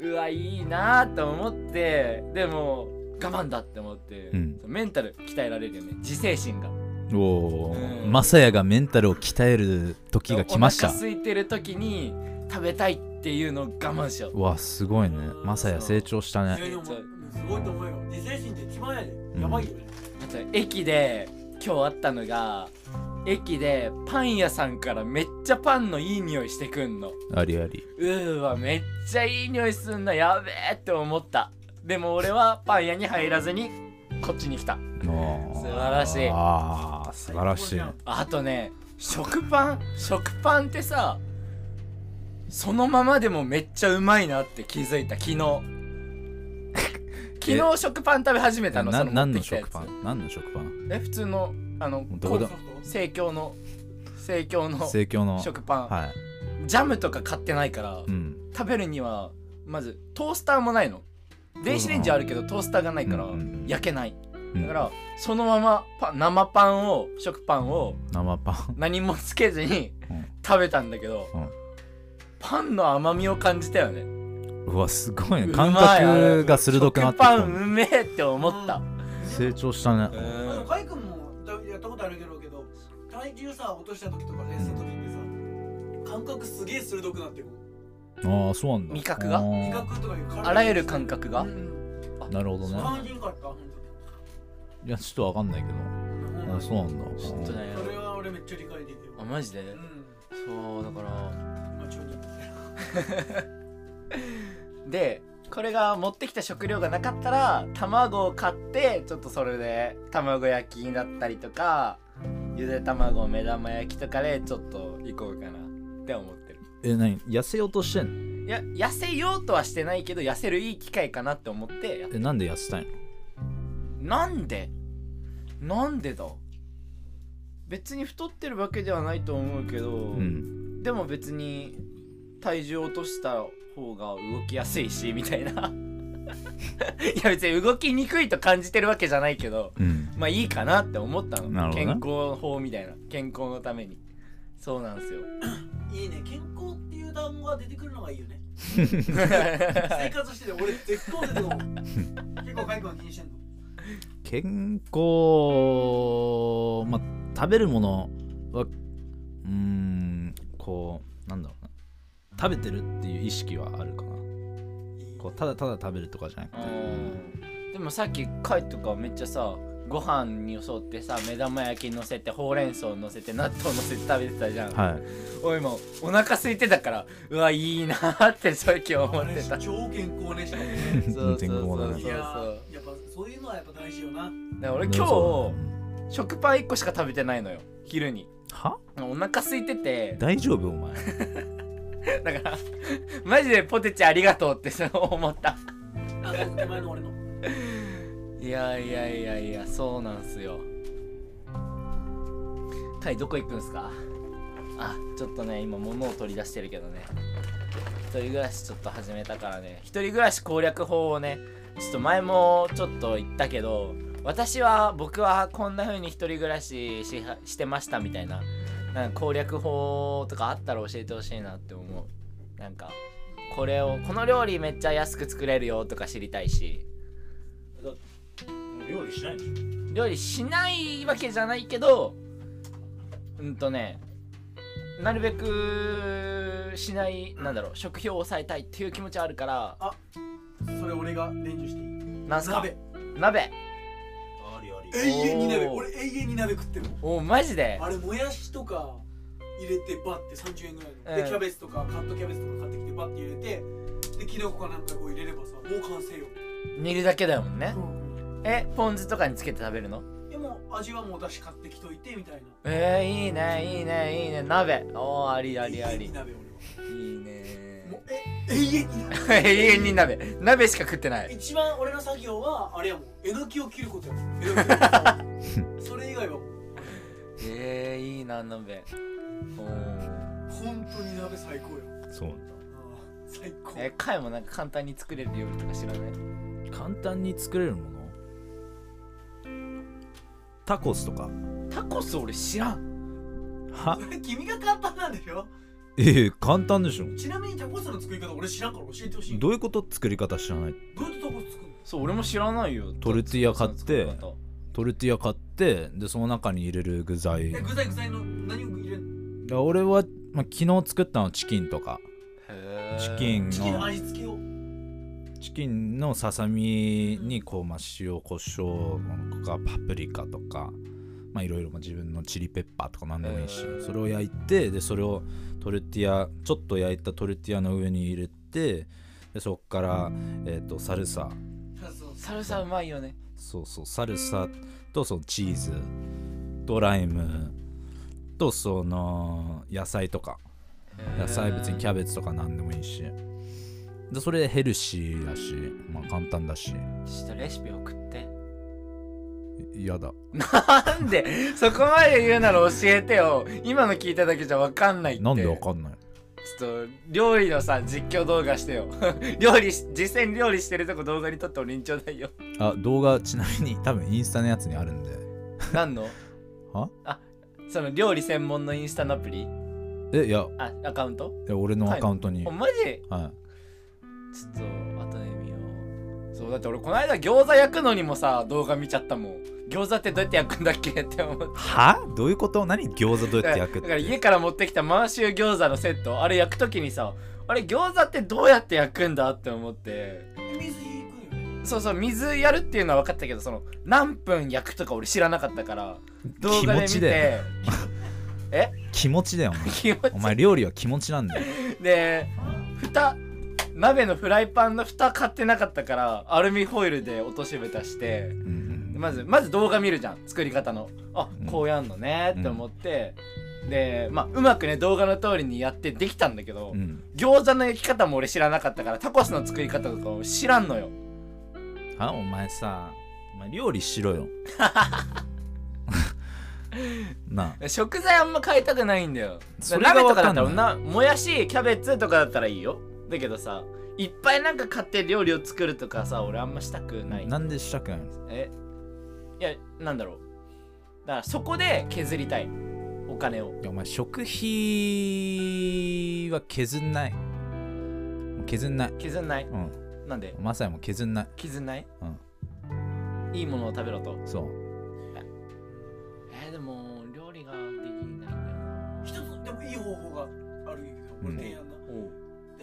Speaker 1: うわいいなーと思ってでも我慢だって思って、
Speaker 2: うん
Speaker 1: メンタル鍛えられるよね自制心が
Speaker 2: おお
Speaker 1: うん
Speaker 2: まさやがメンタルを鍛える時が来まし
Speaker 1: お
Speaker 2: た
Speaker 1: 腹空いてる時に食べたいっていうのを我慢しよう
Speaker 2: うわすごいねまさや成長した
Speaker 3: いや
Speaker 2: ね
Speaker 3: でもすごいと思うよ自制心って一番やでやばいよね
Speaker 1: うそう駅で今日あったのが駅でパン屋さんからめっちゃパンのいい匂いしてくんの
Speaker 2: ありあり
Speaker 1: うーわめっちゃいい匂いすんなやべえって思ったでも俺はパン屋に入らずにこっちに来た
Speaker 2: 素
Speaker 1: 素晴らしい
Speaker 2: あー素晴らしい
Speaker 3: 最高
Speaker 1: あとね食パン食パンってさそのままでもめっちゃうまいなって気づいた昨日昨日食パン食べ始めたの
Speaker 2: な
Speaker 1: その
Speaker 2: 何
Speaker 1: 持
Speaker 2: の
Speaker 1: ってきたや
Speaker 2: 食
Speaker 1: つ
Speaker 2: パン何の食パン
Speaker 1: え普通のあの
Speaker 2: どこだ
Speaker 1: こう生協の生協の
Speaker 2: 生協の
Speaker 1: 食パン、
Speaker 2: はい
Speaker 1: ジャムとか買ってないから、
Speaker 2: うん
Speaker 1: 食べるにはまずトースターもないの電子レンジあるけどトースターがないから
Speaker 2: うんうんうん
Speaker 1: 焼けない、
Speaker 2: うん
Speaker 1: だからそのままパン生パンを食パンを
Speaker 2: 生パン
Speaker 1: 何もつけずに
Speaker 2: うん
Speaker 1: 食べたんだけど、
Speaker 2: うん
Speaker 1: パンの甘みを感じたよね
Speaker 2: うわすごいうね
Speaker 1: ま
Speaker 2: 感
Speaker 1: い
Speaker 2: 覚が鋭くなってき
Speaker 1: 食
Speaker 2: た
Speaker 1: パンうめえって思った、
Speaker 2: 成長した
Speaker 1: う
Speaker 2: ね
Speaker 3: あでも
Speaker 1: ん、
Speaker 3: カイ君もだやったことあるけどけど体重さ落とした時とか練習の時ってさ感覚すげえ鋭くなってる
Speaker 2: ああそうなんだ
Speaker 1: 味覚が
Speaker 2: あー
Speaker 3: 味覚とかいう
Speaker 1: あらゆる感覚が、
Speaker 3: うん
Speaker 2: なるほど
Speaker 3: そ
Speaker 2: ね
Speaker 3: う感じんかった本
Speaker 2: いやちょっとわかんないけ
Speaker 3: 当
Speaker 2: ど
Speaker 3: に
Speaker 2: あそうなんだ
Speaker 1: ちょっとね
Speaker 3: それは俺めっちゃ理解できる
Speaker 1: あマジで
Speaker 3: うん
Speaker 1: そうだから
Speaker 3: まあちょうど
Speaker 1: でこれが持ってきた食料がなかったら卵を買ってちょっとそれで卵焼きになったりとかゆで卵目玉焼きとかでちょっと行こうかなって思ってる
Speaker 2: え何痩せようとしてんの
Speaker 1: いや痩せようとはしてないけど痩せるいい機会かなって思ってやっ
Speaker 2: えなんで痩せたいの
Speaker 1: なんでなんでだ別に太ってるわけではないと思うけど、
Speaker 2: うん
Speaker 1: でも別に体重を落とした方が動きやすいしみたいな いや別に動きにくいと感じてるわけじゃないけど
Speaker 2: うん
Speaker 1: まあいいかなって思ったの、
Speaker 2: なるほど
Speaker 1: 健
Speaker 2: ね
Speaker 1: 康法みたいな健康のためにそうなん ですよ
Speaker 3: いいね健康っていう単語が出てくるのがいい よね生活してて俺絶好出てこない結構カイ君は気にしてんの
Speaker 2: 健康まあ食べるものはうーんこうなんだろうな食べてるっていう意識はあるかない
Speaker 3: い
Speaker 2: こうただただ食べるとかじゃなく
Speaker 1: う
Speaker 2: て
Speaker 1: んでもさっきカイとかめっちゃさご飯に襲ってさ目玉焼き乗せてほうれん草乗せて納豆乗せて食べてたじゃん、
Speaker 2: はい
Speaker 1: おいもうお腹空いてたからうわいいなーってさっき思ってた
Speaker 3: あれ超健康ねしか もね
Speaker 1: そうそう
Speaker 2: 健康
Speaker 1: そう
Speaker 2: だ
Speaker 1: そう
Speaker 2: ね
Speaker 3: いやーやっぱそういうのはやっぱ大事よな
Speaker 1: だから俺今
Speaker 2: そ
Speaker 1: 日
Speaker 2: うだね
Speaker 1: 食パン1個しか食べてないのよ昼に
Speaker 2: は
Speaker 1: お腹空いてて
Speaker 2: 大丈夫お前
Speaker 1: だから マジでポテチありがとうってそう思った
Speaker 3: あの手前の俺の
Speaker 1: いやいやいやいやそうなんすよタイどこ行くんすかあちょっとね今物を取り出してるけどね一人暮らしちょっと始めたからね一人暮らし攻略法をねちょっと前もちょっと言ったけど私は僕はこんな風に一人暮らししはしてましたみたいななんか攻略法とかあったら教えてほしいなって思うなんかこれをこの料理めっちゃ安く作れるよとか知りたいし
Speaker 3: 料理しないでし
Speaker 1: 料理しないわけじゃないけどうんとねなるべくしないなんだろう食費を抑えたいっていう気持ちはあるから
Speaker 3: ょそれ俺が伝授していい
Speaker 1: なんすか
Speaker 3: 鍋
Speaker 1: 鍋
Speaker 4: ありあり
Speaker 3: 永遠に鍋
Speaker 1: おー
Speaker 3: 俺永遠に鍋食ってるもん
Speaker 1: おマジで
Speaker 3: あれもやしとか入れてバッて30円ぐらいの、
Speaker 1: うん
Speaker 3: でキャベツとかカットキャベツとか買ってきてバッて入れてでキノコかなんかこう入れればさもう完成よ、
Speaker 1: 煮るだけだもんねえポン酢とかにつけて食べるの
Speaker 3: でも味はもうだし買ってきといてみたいな
Speaker 1: えー、いいねいいねいいね鍋おーありありあ
Speaker 3: 永遠
Speaker 1: りい
Speaker 3: に
Speaker 1: い
Speaker 3: 鍋俺はも
Speaker 1: ね
Speaker 3: うえ永遠に鍋
Speaker 1: 永遠に鍋鍋しか食ってない
Speaker 3: 一番俺の作業はあれやもんえのきを切ることやもんえのきを切ることそれ以外はもう
Speaker 1: えー、いいな鍋おー
Speaker 3: 本当に鍋最高よ
Speaker 2: そうなん
Speaker 3: あー最高
Speaker 1: えカイもなんか簡単に作れる料理とか知らない
Speaker 2: だ簡単に作れるものタコスとか
Speaker 1: タコス俺知らん
Speaker 2: は
Speaker 3: それ 君が簡単なんでしょ
Speaker 2: ええ簡単でしょ
Speaker 3: ちなみにタコスの作り方俺知らんから教えてほしい
Speaker 2: ど
Speaker 3: ど
Speaker 2: ういうこと作り方知らない
Speaker 3: どうやってタコス作るの
Speaker 1: そう俺も知らないよ
Speaker 2: トルティーヤ買って
Speaker 1: タコスの作
Speaker 2: トルティーヤ買ってでその中に入れる具材
Speaker 3: え具材具材の何を入れるの
Speaker 2: だから俺は、まあ、昨日作ったのチキンとか
Speaker 1: り方へー
Speaker 2: チキン
Speaker 3: チキン
Speaker 2: の
Speaker 3: の味付けを
Speaker 2: チキンチキンのささみにこう、まあ、塩コショウとかパプリカとかまあいろいろまあ自分のチリペッパーとか何でもいいし
Speaker 1: へー
Speaker 2: それを焼いてでそれをトルティアちょっと焼いたトルティアの上に入れてでそこから、えー、とサルサ
Speaker 3: そう
Speaker 1: サルサうまいよね
Speaker 2: そうそうサルサとそのチーズとライムとその野菜とか野菜別にキャベツとか何でもいいしでそれでヘルシーだし、まあ、簡単だし
Speaker 1: ちょっとレシピ送って
Speaker 2: 嫌だ
Speaker 1: なんで そこまで言うなら教えてよ今の聞いただけじゃわかんないって
Speaker 2: なんでわかんない
Speaker 1: ちょっと料理のさ実況動画してよ 料理し実際に料理してるとこ動画に撮っても臨場だよ
Speaker 2: あ動画ちなみに多分インスタのやつにあるんで
Speaker 1: 何の
Speaker 2: は
Speaker 1: あその料理専門のインスタのアプリ
Speaker 2: えいや
Speaker 1: あアカウント
Speaker 2: いや俺のアカウントに、
Speaker 1: お
Speaker 2: はい、
Speaker 1: マジちょっと後で見ようそうだって俺この間餃子焼くのにもさ動画見ちゃったもん餃子ってどうやって焼くんだっけって思って
Speaker 2: はどういうこと何餃子どうやって焼くっ
Speaker 1: だから
Speaker 2: て
Speaker 1: 家から持ってきた満州餃子のセットあれ焼くときにさあれ餃子ってどうやって焼くんだって思って
Speaker 3: 水引くんよね
Speaker 1: そうそう水やるっていうのは分かったけどその何分焼くとか俺知らなかったから動
Speaker 2: 気
Speaker 1: 画で
Speaker 2: 持
Speaker 1: 見
Speaker 2: ちで
Speaker 1: て
Speaker 2: 気持ちだよお前
Speaker 1: 気持ち
Speaker 2: お前料理は気持ちなん だよ
Speaker 1: で蓋鍋のフライパンの蓋買ってなかったからアルミホイルで落とし蓋して
Speaker 2: うんうん
Speaker 1: まずまず動画見るじゃん作り方のあ
Speaker 2: うん
Speaker 1: こうやんのねって思って、でまあうまくね動画の通りにやってできたんだけど、
Speaker 2: うん
Speaker 1: 餃子の焼き方も俺知らなかったからタコスの作り方とかを知らんのよ
Speaker 2: はお前さお前料理しろ よな
Speaker 1: 食材あんま買いたくないんだよ
Speaker 2: それが
Speaker 1: 鍋とかだったら
Speaker 2: わかんな
Speaker 1: なもやしキャベツとかだったらいいよだけどさいっぱいなんか買って料理を作るとかさ俺あんましたくな
Speaker 2: あ
Speaker 1: い
Speaker 2: なんでしたくないの
Speaker 1: えいやなんだろうだからそこで削りたいお金を
Speaker 2: いやお前食費は削んない削んない
Speaker 1: 削んない
Speaker 2: うん
Speaker 1: なんで
Speaker 2: まさやも削んない
Speaker 1: 削んない、いいものを食べろと
Speaker 2: そう
Speaker 1: えー、でも料理ができないんだよな
Speaker 3: 一つでもいい方法があるんやけど俺提案だだ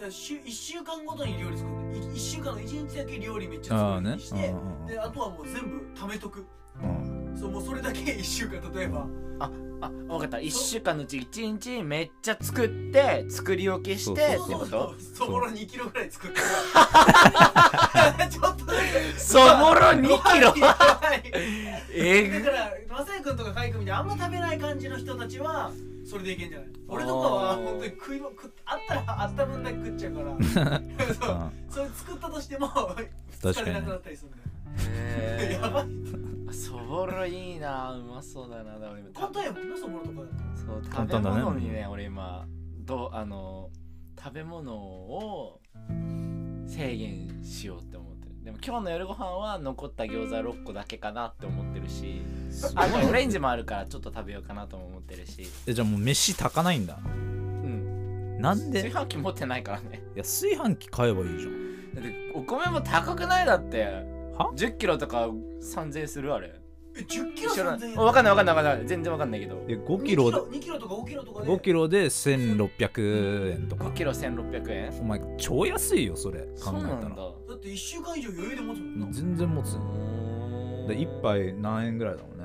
Speaker 3: から週1週間ごとに料理作るんだ1週間の1日だけ料理めっちゃ
Speaker 2: ああ
Speaker 3: 作るよう
Speaker 2: ね
Speaker 3: にし
Speaker 2: う
Speaker 3: て
Speaker 2: んうん
Speaker 3: であとはもう全部貯めとく
Speaker 2: うん
Speaker 3: そうもうそれだけ1週間例えば
Speaker 1: あ分かった1週間のうち1日めっちゃ作って作り置きして
Speaker 2: そ
Speaker 1: ってこ
Speaker 3: そ
Speaker 1: と
Speaker 3: うそぼろ2キロぐらい作って ちょっとだけ
Speaker 1: そぼろ2キ ロ
Speaker 3: はい
Speaker 1: え
Speaker 3: だ
Speaker 1: ぐ
Speaker 3: からマサイ君とかカイ君みたいにあんま食べない感じの人たちはそれでいけんじゃない俺とかは
Speaker 1: あー
Speaker 3: 本当に食いも食っあったらあった分だけ食っちゃうから そうそれ作ったとしても疲れなくなったりするんだよ
Speaker 1: え
Speaker 3: やばい
Speaker 1: ー、そぼろいいなうまそうだなだから俺今
Speaker 3: 簡単やもんなそぼろとかだったら
Speaker 1: そう
Speaker 2: 簡
Speaker 1: 食べ
Speaker 2: 単だね
Speaker 1: 物にね俺今どうあの食べ物を制限しようって思ってるでも今日の夜ご飯は残った餃子6個だけかなって思ってるしあとオレンジもあるからちょっと食べようかなとも思ってるし
Speaker 2: えじゃあもう飯炊かないんだ
Speaker 1: うん
Speaker 2: なんでい
Speaker 1: 炊飯器持ってないからね
Speaker 2: や炊飯器買えばいいじゃん
Speaker 1: だってお米も高くないだって
Speaker 2: は
Speaker 1: 1 0キロとか3000円するあれ
Speaker 3: え10キロ
Speaker 1: 知ら
Speaker 3: 3000
Speaker 1: ない
Speaker 3: 円
Speaker 1: 分かんない分かんない分かんない全然分かんないけど
Speaker 2: え5
Speaker 3: 2
Speaker 2: キ
Speaker 3: キ
Speaker 2: ロ
Speaker 3: ロ
Speaker 2: で
Speaker 3: 2キロとか5キロとかで
Speaker 2: 5キロで1600円とか
Speaker 1: 5キロ1600円
Speaker 2: お前超安いよそれ
Speaker 1: そ
Speaker 2: 考
Speaker 1: う
Speaker 2: え
Speaker 1: な
Speaker 2: た
Speaker 1: ん
Speaker 2: ら
Speaker 1: だ
Speaker 3: だって1週間以上余裕で持つもんな、ね、
Speaker 2: 全然持つで
Speaker 1: で
Speaker 2: 1杯何円ぐらいだもんね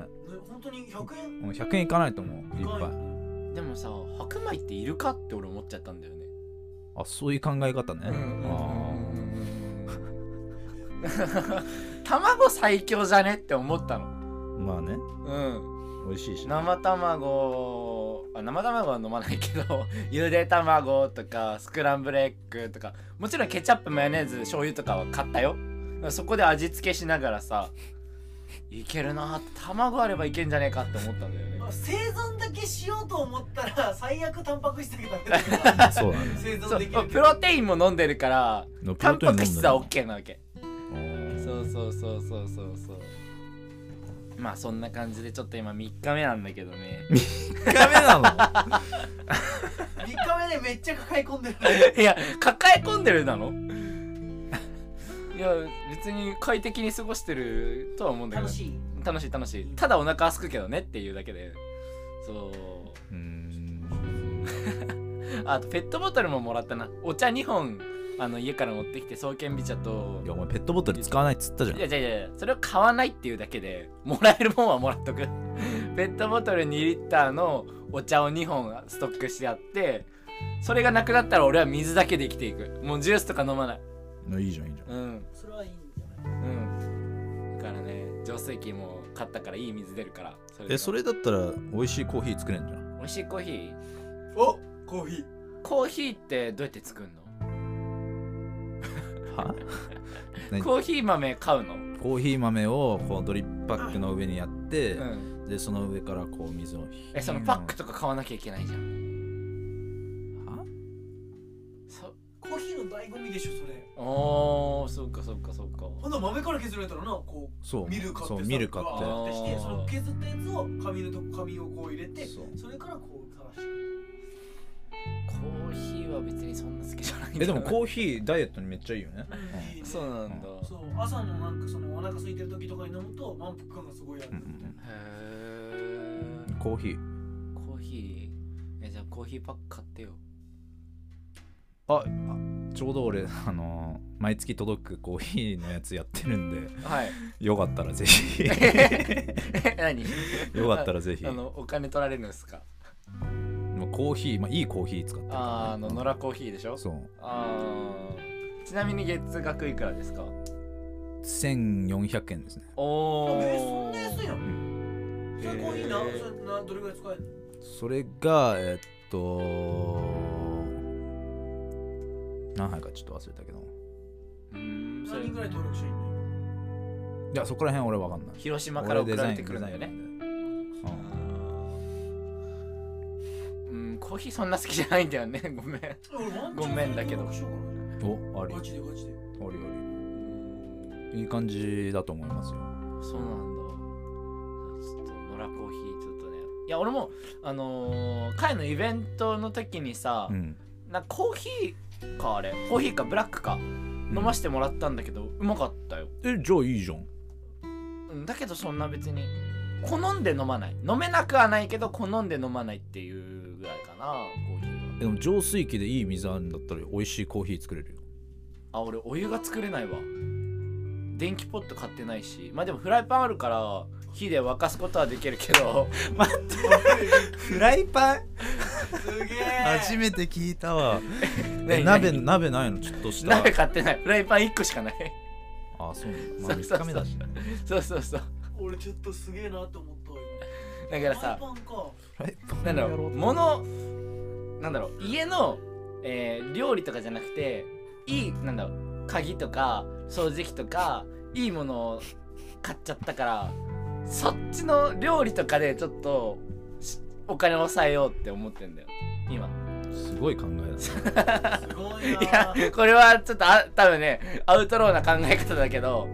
Speaker 3: 本当に100円
Speaker 2: うん100円いかないと思う
Speaker 3: い
Speaker 2: 一
Speaker 3: かない
Speaker 2: 杯
Speaker 1: でもさ白米っているかって俺思っちゃったんだよね
Speaker 2: あそういう考え方ねあ
Speaker 1: あ 卵最強じゃねって思ったの
Speaker 2: あまあね
Speaker 1: うん
Speaker 2: 美味しいしね
Speaker 1: 生卵あ生卵は飲まないけど ゆで卵とかスクランブルエッグとかもちろんケチャップマヨネーズ醤油とかは買ったよそこで味付けしながらさいけるな卵あればいけんじゃねえかって思ったんだよね
Speaker 3: まあ、生存だけしようと思ったら最悪タンパク質だけ食べてれ ば
Speaker 2: そうだね
Speaker 3: 生
Speaker 1: そ
Speaker 3: 存
Speaker 1: う
Speaker 3: できるけ
Speaker 1: プ
Speaker 3: ど
Speaker 1: ロテインも飲んでるから
Speaker 2: のプ
Speaker 1: タ
Speaker 2: ロ
Speaker 1: ン
Speaker 2: テイン
Speaker 1: パク質は
Speaker 2: 飲んだ
Speaker 1: OK なわけ
Speaker 2: ね
Speaker 1: そうそうそうそうそうそうまあそんな感じでちょっと今3日目なんだけどね
Speaker 2: あーダメな
Speaker 3: 3日目でめっちゃ抱え込んでる
Speaker 1: いや抱え込んでるなのいや別に快適に過ごしてるとは思うんだけど
Speaker 3: 楽しい
Speaker 1: 楽しい楽しいただお腹空すくけどねっていうだけでそ う
Speaker 2: のうーん
Speaker 1: あとペットボトルももらったなお茶2本あの家から持ってきて双剣美茶と
Speaker 2: いやお前ペットボトル使わないっつったじゃん
Speaker 1: いやいやいやいやそれを買わないっていうだけでもらえるもんはもらっとくペットボトル2リッターのお茶を2本ストックしてあってそれがなくなったら俺は水だけで生きていくもうジュースとか飲まない
Speaker 2: いいじゃんいいじゃん
Speaker 1: うん
Speaker 3: それはいいんじゃない
Speaker 1: うんだからね浄水器も買ったからいい水出るからそで
Speaker 2: えそれだったら美味しいコーヒー作れんじゃん
Speaker 1: 美味しいコーヒー
Speaker 3: おコーヒー
Speaker 1: コーヒーってどうやって作るの
Speaker 2: は何
Speaker 1: コーヒー豆買うのう
Speaker 2: コーヒー豆をこうドリップパックの上にやって、
Speaker 1: ん
Speaker 2: でその上からこう水をひ
Speaker 1: えそのパックとか買わなきゃいけないじゃん
Speaker 2: は
Speaker 1: そ
Speaker 3: コーヒーの醍醐味でしょそれ
Speaker 1: おーそうかそうかそうか
Speaker 3: ほんなら豆から削られたらなこ
Speaker 2: そう
Speaker 3: うミルカってさ
Speaker 2: そうミルカ
Speaker 1: う
Speaker 2: っ
Speaker 1: わ
Speaker 3: ガーってして
Speaker 1: あー
Speaker 3: その削ったやつを紙のとこ紙をこう入れ
Speaker 2: て
Speaker 3: て
Speaker 2: そう
Speaker 3: それからこう垂らして
Speaker 1: コーヒーは別にそんな好きじゃないんだ
Speaker 2: えでも
Speaker 1: ー
Speaker 2: コーヒーダイエットにめっちゃいいよね
Speaker 3: うんいいね
Speaker 1: そうなんだ、
Speaker 3: そう朝のなんかそのお腹空いてる時とかに飲むと満腹感がすごいある
Speaker 2: うんう
Speaker 3: みたいなん
Speaker 1: へ
Speaker 2: うんコーヒー
Speaker 1: ーコーヒーえじゃあコーヒーパック買ってよ
Speaker 2: ああちょうど俺あのー毎月届くコーヒーのやつやってるんで
Speaker 1: はい
Speaker 2: よかったらぜひ
Speaker 1: 何
Speaker 2: よかったらぜひ
Speaker 1: あのお金取られるんですか
Speaker 2: もうコーヒー、まあ、いいコーヒー使ってるから、ね、
Speaker 1: あーあの野良コーヒーでしょ
Speaker 2: そう
Speaker 1: あーちなみに月額いくらですか
Speaker 2: 1400円ですね
Speaker 1: おお、
Speaker 3: えそんな安いのそれコーヒーな
Speaker 1: へー
Speaker 3: それなどれぐらい使えるの
Speaker 2: それがえっと何杯かちょっと忘れたけど
Speaker 1: うーんそ
Speaker 3: 何
Speaker 1: れ
Speaker 3: 人ぐらい登録者いるの
Speaker 2: いやそこら辺俺わかんない
Speaker 1: 広島から送
Speaker 2: 俺デ
Speaker 1: ら
Speaker 2: ザイ
Speaker 1: れ
Speaker 2: ン
Speaker 1: てくるんだよね
Speaker 2: デザインなんで
Speaker 1: うんコーヒーそんな好きじゃないんだよね ごめん
Speaker 3: 俺ワンチャン
Speaker 1: ごめんだけど
Speaker 3: 登録しようか
Speaker 2: うんおあり
Speaker 3: なガチでガチで
Speaker 2: ありありいい感じだと思いますよ
Speaker 1: そうなんだちょっと野良コーヒーちょっとねいや俺もあのー、会のイベントの時にさ、
Speaker 2: うん
Speaker 1: なんかコーヒーかあれコーヒーかブラックか飲ましてもらったんだけど、うまかったよ
Speaker 2: えじゃあいいじゃん
Speaker 1: うんだけどそんな別に好んで飲まない飲めなくはないけど好んで飲まないっていうぐらいかなコーヒーは
Speaker 2: でも浄水器でいい水あるんだったら美味しいコーヒー作れるよ
Speaker 1: あ俺お湯が作れないわ電気ポット買ってないしまあでもフライパンあるから火で沸かすことはできるけど
Speaker 2: フライパン
Speaker 3: すげえ
Speaker 2: めて聞いたわ
Speaker 1: 何
Speaker 2: 鍋
Speaker 1: 何
Speaker 2: 鍋ないのちょっとした
Speaker 1: 鍋買ってないフライパン1個しかない
Speaker 2: あそうなんだ、まあ、
Speaker 1: そうそうそう
Speaker 2: 3日目だしね
Speaker 1: そうそうそう
Speaker 3: 俺ちょっとすげえなと思ったわ今
Speaker 1: だからさ
Speaker 3: フライパンか
Speaker 2: フライパン
Speaker 1: なんだ
Speaker 2: や
Speaker 1: ろ
Speaker 2: う
Speaker 1: う
Speaker 2: と
Speaker 1: 物なんだろう家の、えー料理とかじゃなくていいなんだろう鍵とか掃除機とかいいものを買っちゃったからそっちの料理とかでちょっとしお金を抑えようって思ってんだよ今
Speaker 2: すごい考えだね
Speaker 3: すごいない
Speaker 1: やこれはちょっとあ多分ねアウトローな考え方だけど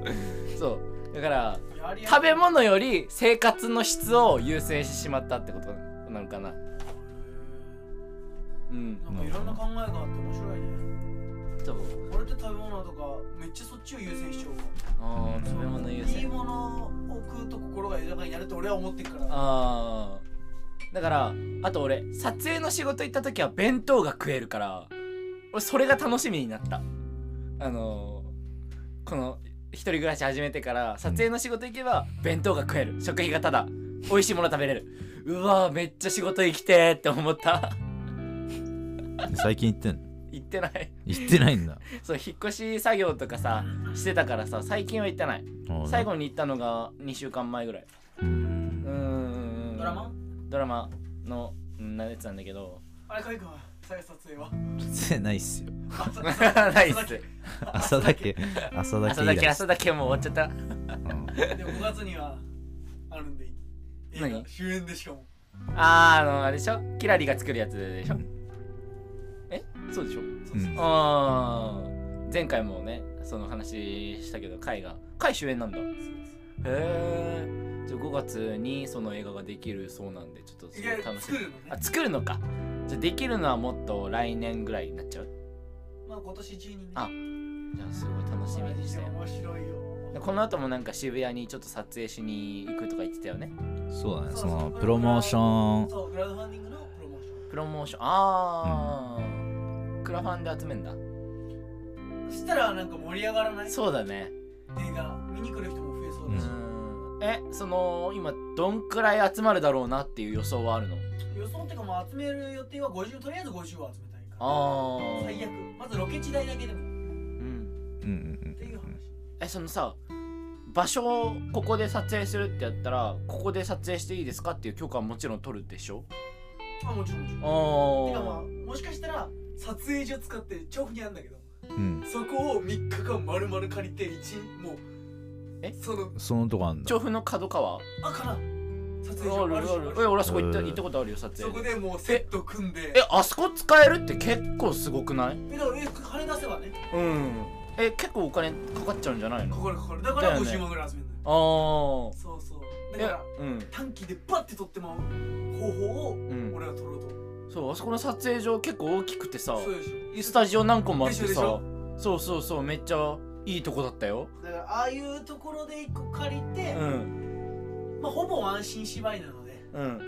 Speaker 1: そうだから
Speaker 3: やりや
Speaker 1: 食べ物より生活の質を優先してしまったってことなのかなうん
Speaker 3: なんかいろんな考えがあって面白いね
Speaker 1: そう
Speaker 3: 俺って食べ物とかめっちゃそっちを優先しちゃうわ
Speaker 1: あー食べ物優
Speaker 3: いい
Speaker 1: 先
Speaker 3: ものを食うと心が豊かになると俺は思ってるから
Speaker 1: あーだからあと俺撮影の仕事行った時は弁当が食えるから俺それが楽しみになったあのー、この一人暮らし始めてから撮影の仕事行けば弁当が食える食費がただ美味しいもの食べれるうわーめっちゃ仕事行きてーって思った
Speaker 2: 最近行ってんの
Speaker 1: 行ってない
Speaker 2: 行ってないんだ
Speaker 1: そう引っ越し作業とかさしてたからさ最近は行ってない最後に行ったのが2週間前ぐらいう
Speaker 2: ー
Speaker 1: うー
Speaker 2: ん
Speaker 1: ん
Speaker 3: ドラマ
Speaker 1: ドラマのうんなやつなんだけど
Speaker 3: あれかいくんは最後撮影は
Speaker 2: 撮影ないっすよ
Speaker 3: あそう
Speaker 1: ナイス
Speaker 2: 朝だけ朝だけ
Speaker 1: 朝
Speaker 2: 以
Speaker 1: だ
Speaker 2: 来
Speaker 1: け朝だけもう終わっちゃっ
Speaker 2: うん
Speaker 3: でも5月にはあるんで映画
Speaker 1: 何
Speaker 3: 主演でしかも
Speaker 1: たあーあのあれでしょキラリが作るやつでしょ、
Speaker 2: うん
Speaker 1: えそうでしょ
Speaker 3: そうそう
Speaker 2: うん
Speaker 1: あー前回もねその話したけど海が海主演なんだへえじゃあ5月にその映画ができるそうなんでちょっとす
Speaker 3: い
Speaker 1: ご
Speaker 3: や
Speaker 1: い楽し
Speaker 3: 作
Speaker 1: み
Speaker 3: るのね
Speaker 1: あ作るのかじゃあできるのはもっと来年ぐらいになっちゃう
Speaker 3: まあ今年中にね
Speaker 1: あじゃあすごい楽しみにして
Speaker 3: 面白いよ
Speaker 1: でこの後もなんか渋谷にちょっと撮影しに行くとか言ってたよね
Speaker 2: そうだね
Speaker 3: そう
Speaker 2: そ
Speaker 3: そう
Speaker 2: のプロモーション
Speaker 3: そうクラウドファンディングのプロモーション
Speaker 1: プロモーションああ、クラファンで集めんだ
Speaker 3: したらなんか盛り上がらない映
Speaker 1: そうだね
Speaker 3: 画見に来る人も増えそう
Speaker 1: う
Speaker 3: だし、
Speaker 1: んえその今どんくらい集まるだろうなっていう予想はあるの
Speaker 3: 予想ってかもう集める予定は50とりあえず50を集めたいから
Speaker 1: ああ
Speaker 3: 最悪まずロケ地代だけでもっ
Speaker 1: う
Speaker 2: う
Speaker 1: ん
Speaker 2: んうん
Speaker 3: ていう話
Speaker 1: えそのさ場所をここで撮影するってやったらここで撮影していいですかっていう許可はもちろん取るでしょ
Speaker 3: まあもちろんもちろんてかまあ
Speaker 1: あ
Speaker 3: もしかしたら撮影所使って調布にあるんだけど
Speaker 2: うん
Speaker 3: そこを3日間丸々借りて一もう
Speaker 1: え
Speaker 3: その
Speaker 2: うんそのとこあん
Speaker 1: あ
Speaker 2: だ
Speaker 1: 調布の角川
Speaker 3: あから撮影
Speaker 1: あ
Speaker 3: 所
Speaker 1: る
Speaker 3: あ
Speaker 1: あ
Speaker 3: る
Speaker 1: る
Speaker 3: し
Speaker 1: あるえ俺はそこ行った
Speaker 2: うん
Speaker 1: 行ったことあるよ撮
Speaker 3: そこ
Speaker 1: 影で
Speaker 3: でもうセット組んで
Speaker 1: えあそこ使えるって結構すごくない
Speaker 3: えだからえ金出せばね
Speaker 1: うんえ結構お金かかっちゃうんじゃない
Speaker 3: か
Speaker 1: の
Speaker 3: かるかかるだか
Speaker 1: だ
Speaker 3: ら
Speaker 1: よね
Speaker 3: 50万ぐらい集めるのよ
Speaker 1: ああ
Speaker 3: そうそうだ
Speaker 1: え
Speaker 3: から
Speaker 1: うん
Speaker 3: 短期でバッて撮ってまう方法を
Speaker 1: うん
Speaker 3: 俺は撮ろうと
Speaker 1: そうあそこの撮影場結構大きくてさ
Speaker 3: そうでしょ
Speaker 1: スタジオ何個もあって
Speaker 3: でし
Speaker 1: さ
Speaker 3: ょ
Speaker 1: そうそうそうめっちゃいいとこだったよ
Speaker 3: だからああいうところで1個借り
Speaker 1: う
Speaker 3: て、
Speaker 1: ん
Speaker 3: まあほぼ安心芝居なので
Speaker 1: うん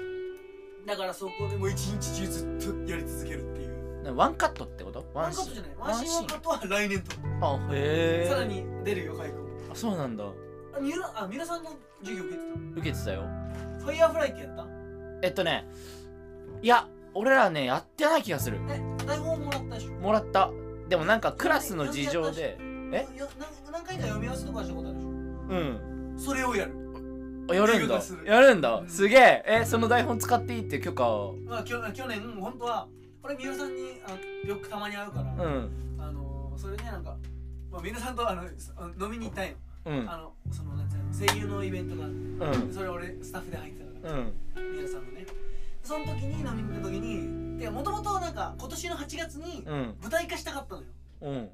Speaker 3: だからそこでもう一日中ずっとやり続けるっていう
Speaker 1: なワンカットってこと
Speaker 3: ワ
Speaker 1: ワ
Speaker 3: ン
Speaker 1: ン
Speaker 3: カ
Speaker 1: シ
Speaker 3: ットじ
Speaker 1: ー
Speaker 3: ゃ
Speaker 1: ン
Speaker 3: ないワンシーンワンカットは来年と
Speaker 1: あへえ
Speaker 3: さらに出るよカイコ
Speaker 1: あそうなんだ
Speaker 3: あ三浦あ三浦さんの授業受けて
Speaker 1: 受けてたよ
Speaker 3: たファイヤーフライってやった
Speaker 1: えっとねいや俺らねやってない気がする
Speaker 3: え台本もらったでしょ
Speaker 1: もらったでもなんかクラスの事情でえ
Speaker 3: よよ何何回か読み合わせとかしたことあるでし
Speaker 1: うん
Speaker 3: ょそれをやる
Speaker 1: あやるん
Speaker 3: 授業
Speaker 1: だ
Speaker 3: がする
Speaker 1: やるんだすげええその台本使っていいって許可を
Speaker 3: まあきょ去年本当はこれ三浦さんにあのよくたまに会うから、
Speaker 1: うん
Speaker 3: あのそれでなんか、まあ、三浦さんとあのそあの飲みに行ったんよ、
Speaker 1: うん
Speaker 3: あのそのなんていうの声優のイベントがあって
Speaker 1: うん
Speaker 3: それ俺スタッフで入ってたから、
Speaker 1: うん
Speaker 3: 皆さんのねその時に飲みに行った時にでもともとなんか今年の8月に
Speaker 1: うん
Speaker 3: 舞台化したかったのよ
Speaker 1: うん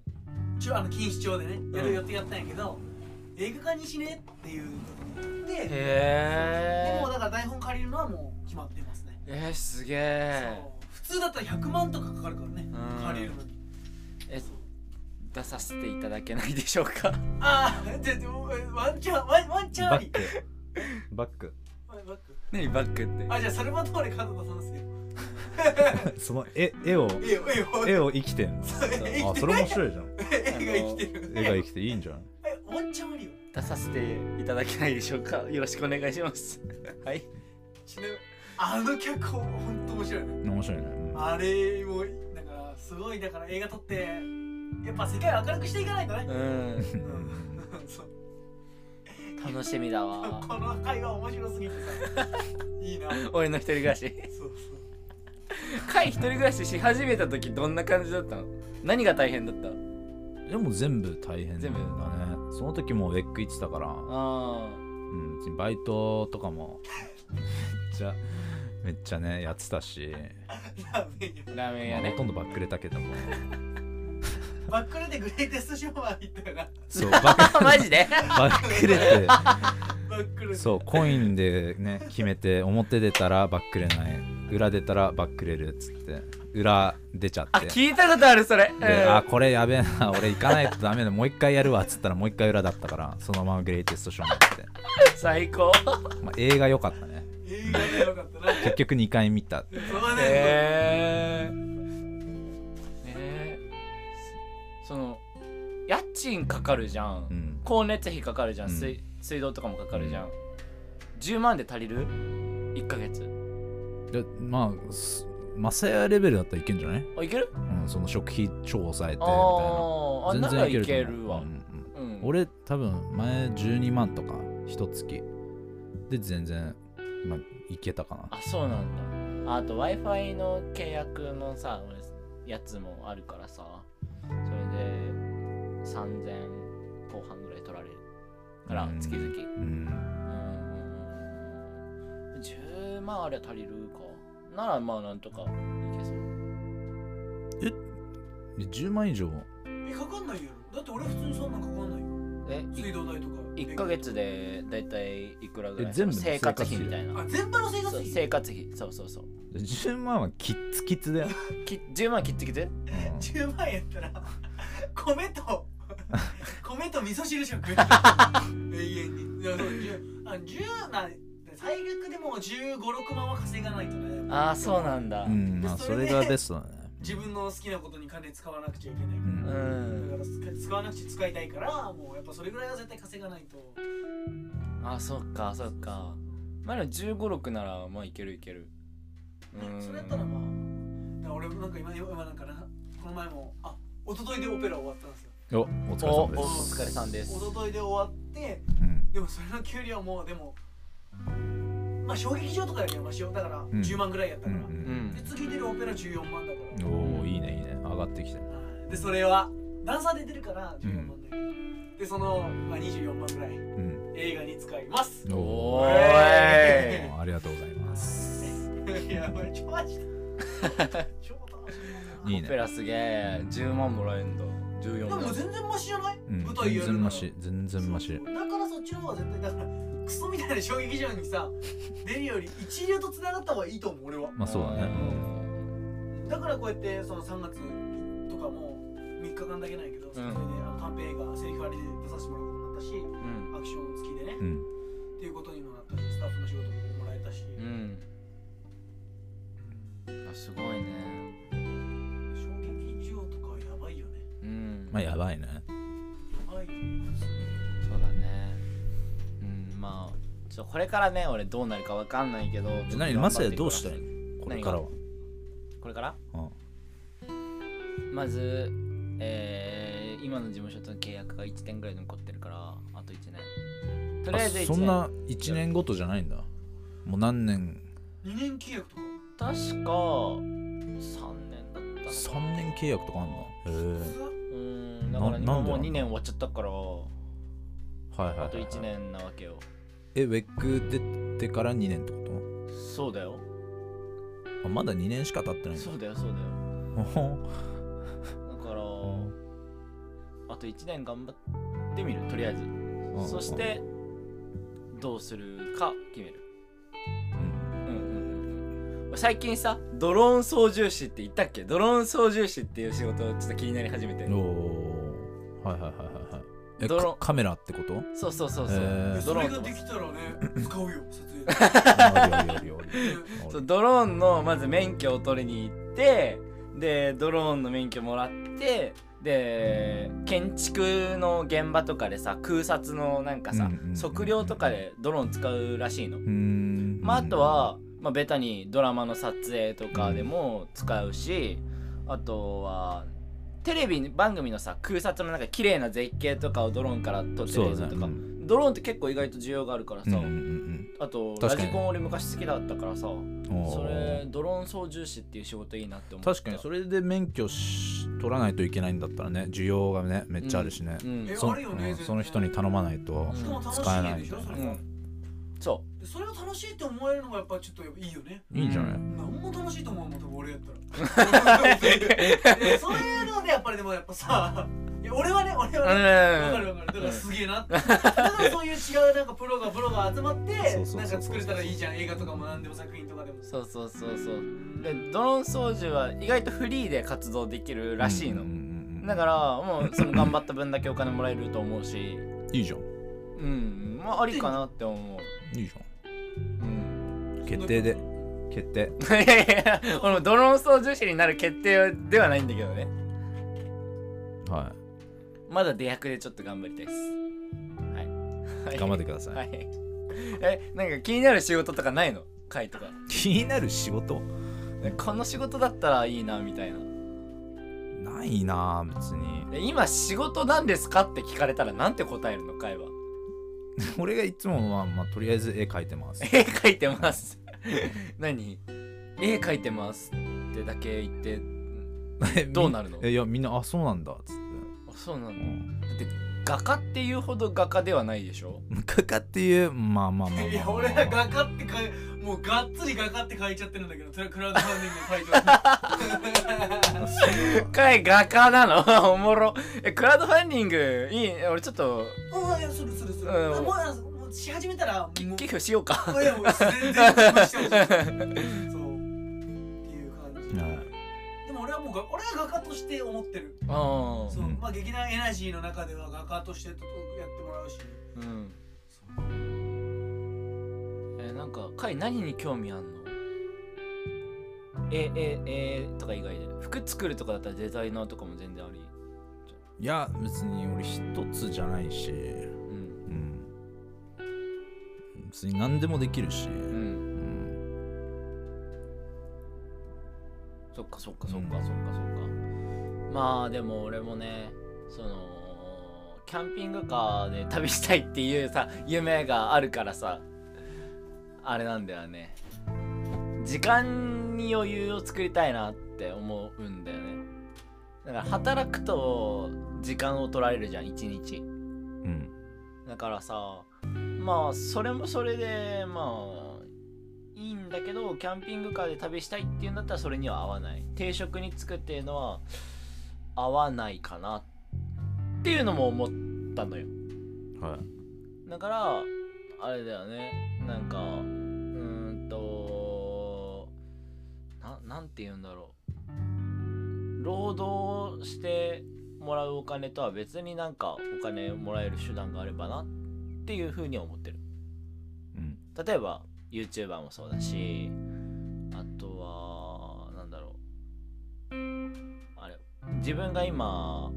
Speaker 3: ちょあの錦糸町でねやる
Speaker 1: うん
Speaker 3: 予定やったんやけど、映画化にしねっていうことでで
Speaker 1: へ
Speaker 3: もうだから台本借りるのはもう決まってますね、
Speaker 1: ええー、すげ
Speaker 3: そ
Speaker 1: え
Speaker 3: う普通だったら100万とかかかるからね
Speaker 1: うん
Speaker 3: 借りるのに
Speaker 1: え出させていただけないでしょうか
Speaker 3: ああじゃあでもえワンチャンワンワンチャンあ
Speaker 2: バッ
Speaker 3: り
Speaker 2: クバック
Speaker 3: バック
Speaker 1: 何バックって
Speaker 3: あじゃあサルバトーレカード出さんすよ
Speaker 2: その絵絵を
Speaker 3: ええよええよ
Speaker 2: 絵を生きてんの
Speaker 3: そうええ
Speaker 2: あそれ面白いじゃん
Speaker 3: 絵が生きてる
Speaker 2: 絵が生きていいんじゃん
Speaker 3: えワンチャンありよ
Speaker 1: 出させていただけないでしょうかよろしくお願いしますはい
Speaker 3: ちなみにあの脚本ほんと面白いね
Speaker 2: 面白いねうん
Speaker 3: あれもだからすごいだから映画撮ってやっぱ世界を明るくしていかないとね、
Speaker 1: うん
Speaker 3: うんそう
Speaker 1: 楽しみだわ
Speaker 3: この会話面白すぎてさいいなそう
Speaker 1: 俺の一人暮らし
Speaker 3: そう
Speaker 1: カイ一人暮らしし始めた時どんな感じだったの何が大変だった
Speaker 2: でも全部大変だ
Speaker 1: 全
Speaker 2: ね
Speaker 1: 部
Speaker 2: その時もウェック行ってたから
Speaker 1: あ
Speaker 2: うん、うちバイトとかもめっちゃめっちゃねやってたし、
Speaker 3: ラーメン
Speaker 1: ーラーメン
Speaker 2: ま
Speaker 1: 屋
Speaker 2: あほ
Speaker 1: ね
Speaker 2: とんどバックレたけども
Speaker 3: 屋バックルでグレイテストショーマン行ったよな
Speaker 2: そうバック
Speaker 1: マジで
Speaker 2: バックレて
Speaker 3: バックルで
Speaker 2: そうコインでね決めて表出たらバックレない裏出たらバックレるっつって裏出ちゃ
Speaker 1: あ
Speaker 2: って
Speaker 1: 聞いたことあるそれ、うん
Speaker 2: で、あこれやべえな俺行かないとダメだもう一回やるわっつったらもう一回裏だったからそのままグレイテストショーになっ
Speaker 1: 最高
Speaker 2: て、まあ、映画良かったね
Speaker 3: 映画でよかったな
Speaker 2: 結局2回見た
Speaker 3: そうだね、
Speaker 1: へえねその家賃かかるじゃん、
Speaker 2: うん
Speaker 1: 光熱費かかるじゃん、
Speaker 2: うん
Speaker 1: 水水道とかもかかるじゃん、10万で足りる1ヶ月
Speaker 2: でまあすマサヤレベルだったらいけんじゃない
Speaker 1: あいける
Speaker 2: うん、その食費超抑えてみたいな
Speaker 1: ああな
Speaker 2: 全
Speaker 1: ら
Speaker 2: 然いけ
Speaker 1: い
Speaker 2: ると
Speaker 1: け
Speaker 2: 思う
Speaker 1: るわ
Speaker 2: うんうん
Speaker 1: うん
Speaker 2: 俺多分前12万とか一月で全然まあいけたかな
Speaker 1: あそうなんだああと w i f i の契約のさ俺やつもあるからさそれで3000後半ぐらい取られるから
Speaker 2: うん
Speaker 1: 月々うん
Speaker 2: うん
Speaker 1: うんうん10万あれ足りるかならまあなんとかいけそう
Speaker 2: で10万以上
Speaker 3: えかかんないよだって俺普通にそんなんかかんないよ
Speaker 1: えい
Speaker 3: 水道代とか
Speaker 1: 1ヶ月でだいたいいくらぐらい
Speaker 2: え全部
Speaker 1: その生活費みたいな
Speaker 3: あ全部の生活
Speaker 1: そう
Speaker 3: 費
Speaker 1: 生活費そうそうそう
Speaker 2: 10万はキッツキツだよ、
Speaker 1: き10万切ってきて
Speaker 2: うん
Speaker 3: 10万やったら米と米と味噌汁食永遠にいやそう10あ10な最悪でも1 5 6万は稼がないとね
Speaker 1: ああそうなんだ、
Speaker 2: うんまあ
Speaker 3: でそ
Speaker 2: そ
Speaker 3: れ
Speaker 2: れ
Speaker 3: で
Speaker 2: がベストだね
Speaker 3: 自分の好きなことに金使わなくちゃいけないか
Speaker 2: う
Speaker 1: うん
Speaker 3: らだ
Speaker 1: ん
Speaker 3: から使わなくちゃ使いたいからもうやっぱそれぐらいは絶対稼がないと
Speaker 1: あそっかそっかまあでも1 5 6ならまあいけるいけるう
Speaker 3: ね
Speaker 1: ん
Speaker 3: それやったらまあだから俺もなんか今今なんかなこの前もあ一昨日でオペラ終わったんですよ
Speaker 2: おお疲
Speaker 1: おお
Speaker 2: れ様です
Speaker 1: 疲れさんです
Speaker 3: 一昨日で終わって
Speaker 2: うん
Speaker 3: でもそれの給料もでもまあ小劇場とかやけどまあしようだから
Speaker 2: ん
Speaker 3: 10万ぐらいやった
Speaker 2: う
Speaker 3: から、
Speaker 1: うんん
Speaker 3: で次出るオペラ14万だから
Speaker 2: う、んおおいいねいいね上がってきてる
Speaker 3: はいでそれはダンサーで出るから14万だけど、でその、まあ、24万ぐらい
Speaker 2: うん
Speaker 3: 映画に使います
Speaker 2: お
Speaker 1: お
Speaker 3: ー
Speaker 1: ー
Speaker 2: ありがとうございます
Speaker 3: い やこれ超マジだ 超楽しみだない
Speaker 2: い
Speaker 1: いオペ
Speaker 2: ね
Speaker 1: ラすげえ10万もらえるんだ14
Speaker 3: でも
Speaker 1: 万
Speaker 3: 全然マシじゃない、
Speaker 2: うん
Speaker 3: 舞台
Speaker 2: 全
Speaker 3: やるなら
Speaker 2: 然マシ全然マシ
Speaker 3: そうそうだからそっちの方が絶対だからクソみたいな衝撃場 にさ出るより一流と繋がった方がいいと思う俺は
Speaker 2: まあそうだねうん
Speaker 3: だからこうやってその3月とかも3日間だけないけど、それであの短編映画セリフありで出させてもらうことになったし
Speaker 1: うん
Speaker 3: アクション付きでね、
Speaker 2: う
Speaker 3: っ
Speaker 2: ん
Speaker 3: ていうことにもなったしスタッフの仕事ももらえたし、
Speaker 1: うん、うん、あすごいね
Speaker 3: 衝撃場とかはやばいよね
Speaker 1: うん
Speaker 2: まあやばいね
Speaker 3: やばいよね
Speaker 1: そうだねうんまあちょこれからね俺どうなるかわかんないけど
Speaker 2: え何マサヤどうした
Speaker 1: い
Speaker 2: いのこれからは
Speaker 1: これから
Speaker 2: うん
Speaker 1: まずえー、今の事務所との契約が1年ぐらい残ってるからあと1年とりあえず1
Speaker 2: あ
Speaker 1: 年
Speaker 2: そんな1年ごとじゃないんだもう何年
Speaker 3: 2年契約とか
Speaker 1: 確か3年だったの
Speaker 2: 3年契約とかあんのへ
Speaker 3: 普通
Speaker 1: うんだから
Speaker 2: なな
Speaker 1: 今
Speaker 2: んでな
Speaker 1: もうん
Speaker 2: だ
Speaker 1: 2年終わっちゃったからあ
Speaker 2: えはいはいはい
Speaker 1: と1年なわけよ
Speaker 2: えウェック出てから2年ってこ
Speaker 1: そうだよ
Speaker 2: とあまだ2年しか経ってないんだ
Speaker 1: そうだよそうだよ
Speaker 2: おほ
Speaker 1: だから、あと1年頑張ってみるとりあえず、
Speaker 2: ん
Speaker 1: そして、どうするか決める
Speaker 2: うん
Speaker 1: うんうんうん最近さドローン操縦士って言ったっけドローン操縦士っていう仕事ちょっと気になり始めて
Speaker 2: おおはいはいはいはいはいえ
Speaker 1: ドロ
Speaker 2: カカメラって こと
Speaker 1: そうそうそうそう、
Speaker 2: へー
Speaker 3: そ
Speaker 1: ドロー
Speaker 3: れ
Speaker 1: ン
Speaker 3: が
Speaker 1: とか
Speaker 3: で
Speaker 1: さ
Speaker 3: きたらね使うよ撮影
Speaker 2: あるよあるよあるよある
Speaker 1: そうドローンのまず免許を取りに行ってでドローンの免許もらってで建築の現場とかでさ空撮のなんかさ、
Speaker 2: うんうんうんうん
Speaker 1: 測量とかでドローン使うらしいの
Speaker 2: うーん
Speaker 1: まあ、あとは、まあ、ベタにドラマの撮影とかでも使うし、あとはテレビ番組のさ空撮のなんか綺麗な絶景とかをドローンから撮ってる
Speaker 2: そ
Speaker 1: 映
Speaker 2: う
Speaker 1: 像
Speaker 2: だ
Speaker 1: と
Speaker 2: ね
Speaker 1: か、
Speaker 2: うん
Speaker 1: ドローンって結構意外と需要があるからさ、
Speaker 2: うんうん
Speaker 1: あとラ
Speaker 2: 確かに
Speaker 1: ジコン俺昔好きだったからさ
Speaker 2: うんおー
Speaker 1: それドローン操縦士っていう仕事いいなって思った
Speaker 2: 確かにそれで免許し取らないといけないんだったらね需要がねめっちゃあるしね、
Speaker 1: うん
Speaker 3: え
Speaker 2: そ
Speaker 3: あるよね
Speaker 2: うん
Speaker 3: 全然
Speaker 2: その人に頼まないと
Speaker 1: うん
Speaker 3: しかも楽し
Speaker 2: 使え
Speaker 3: い
Speaker 2: ない
Speaker 3: ねで
Speaker 2: み
Speaker 3: しょ
Speaker 2: たい
Speaker 3: そ
Speaker 2: な
Speaker 3: れ
Speaker 1: う
Speaker 3: が、
Speaker 1: んそ
Speaker 3: でそれを楽しいって思えるのがやっぱちょっとやっぱいいよね
Speaker 2: いいんじゃない、
Speaker 3: 何も楽しいと思うもん多分俺やっ たらでそういうのでやっぱりでもやっぱさいや俺はね俺
Speaker 1: う
Speaker 3: はねわか
Speaker 1: う
Speaker 3: る
Speaker 1: ん
Speaker 3: わかるだからすげえなってだからそういう違うなんかプロがプロが集まって
Speaker 2: そうそうそうそう
Speaker 3: なんか作れたらいいじゃん映画とかも何でも作品とかでも
Speaker 1: そうそうそうそうでドローン操縦は意外とフリーで活動できるらしいの、
Speaker 2: うんうんうんうん
Speaker 1: だからもうその頑張った分だけお金もらえると思うし
Speaker 2: いいじゃん
Speaker 1: うんまあありかなって思う、
Speaker 2: いいじ
Speaker 1: うん、
Speaker 2: ゃん決定で決定
Speaker 1: いやいやいや俺もドローン操縦士になる決定ではないんだけどね
Speaker 2: は
Speaker 1: まだ出役でちょっと頑張りたいですはい、はい
Speaker 2: 頑張ってください、
Speaker 1: はいえなんか気になる仕事とかないの会とか
Speaker 2: 気になる仕事
Speaker 1: この仕事だったらいいなみたいな
Speaker 2: ないなぁ別に
Speaker 1: で今仕事なんですかって聞かれたらなんて答えるの会は
Speaker 2: 俺がいつもまあ、まあ、とりあえず絵描いてます
Speaker 1: 絵描いてます 何絵描いてますってだけ言ってどうなるの
Speaker 2: えいやみん なあそうなんだっつって、
Speaker 1: あそうなの
Speaker 2: うん、
Speaker 1: だって画家っていうほど画家ではないでしょ
Speaker 2: 画家っていうまあまあまあまあまあまあ
Speaker 3: いや俺は画家ってかもうがっつり画家って書いちゃってるんだけどそれはクラウドファンディングのタイ トル
Speaker 1: 深い画家なの おもろえクラウドファンディングいい俺ちょっと
Speaker 3: うんいやするするする
Speaker 1: うん
Speaker 3: もうあのもうし始めたらもう
Speaker 1: き寄付しようか
Speaker 3: いやもう全然気にしてほしい そうっていう感じ
Speaker 2: はい
Speaker 3: でも俺はもうが俺は画家として思ってる
Speaker 1: うん
Speaker 3: そう、
Speaker 2: うん
Speaker 3: まあ劇団エナジーの中では画家としてとやってもらうし
Speaker 1: うんえなんかカイ何に興味あんのえええとか以外で服服作るとかだったらデザイナーとかも全然あり
Speaker 2: いや別に俺一つじゃないし
Speaker 1: うん
Speaker 2: うん別に何でもできるし、
Speaker 1: う
Speaker 2: うんん、
Speaker 1: そっかそっかそっかそっかそっかまあでも俺もねそのキャンピングカーで旅したいっていうさ 夢があるからさあれなんだよね時間に余裕を作りたいなって思うんだよねだから働くと時間を取られるじゃん一日
Speaker 2: うん
Speaker 1: だからさまあそれもそれでまあいいんだけどキャンピングカーで旅したいっていうんだったらそれには合わない定食につくっていうのは合わないかなっていうのも思ったのよ
Speaker 2: はい
Speaker 1: だからあれだよねなんかうーんとななんて言うんだろう労働してもらうお金とは別になんかお金もらえる手段があればなっていうふうには思ってる
Speaker 2: うん
Speaker 1: 例えば YouTuber もそうだしあとはなんだろうあれ自分が今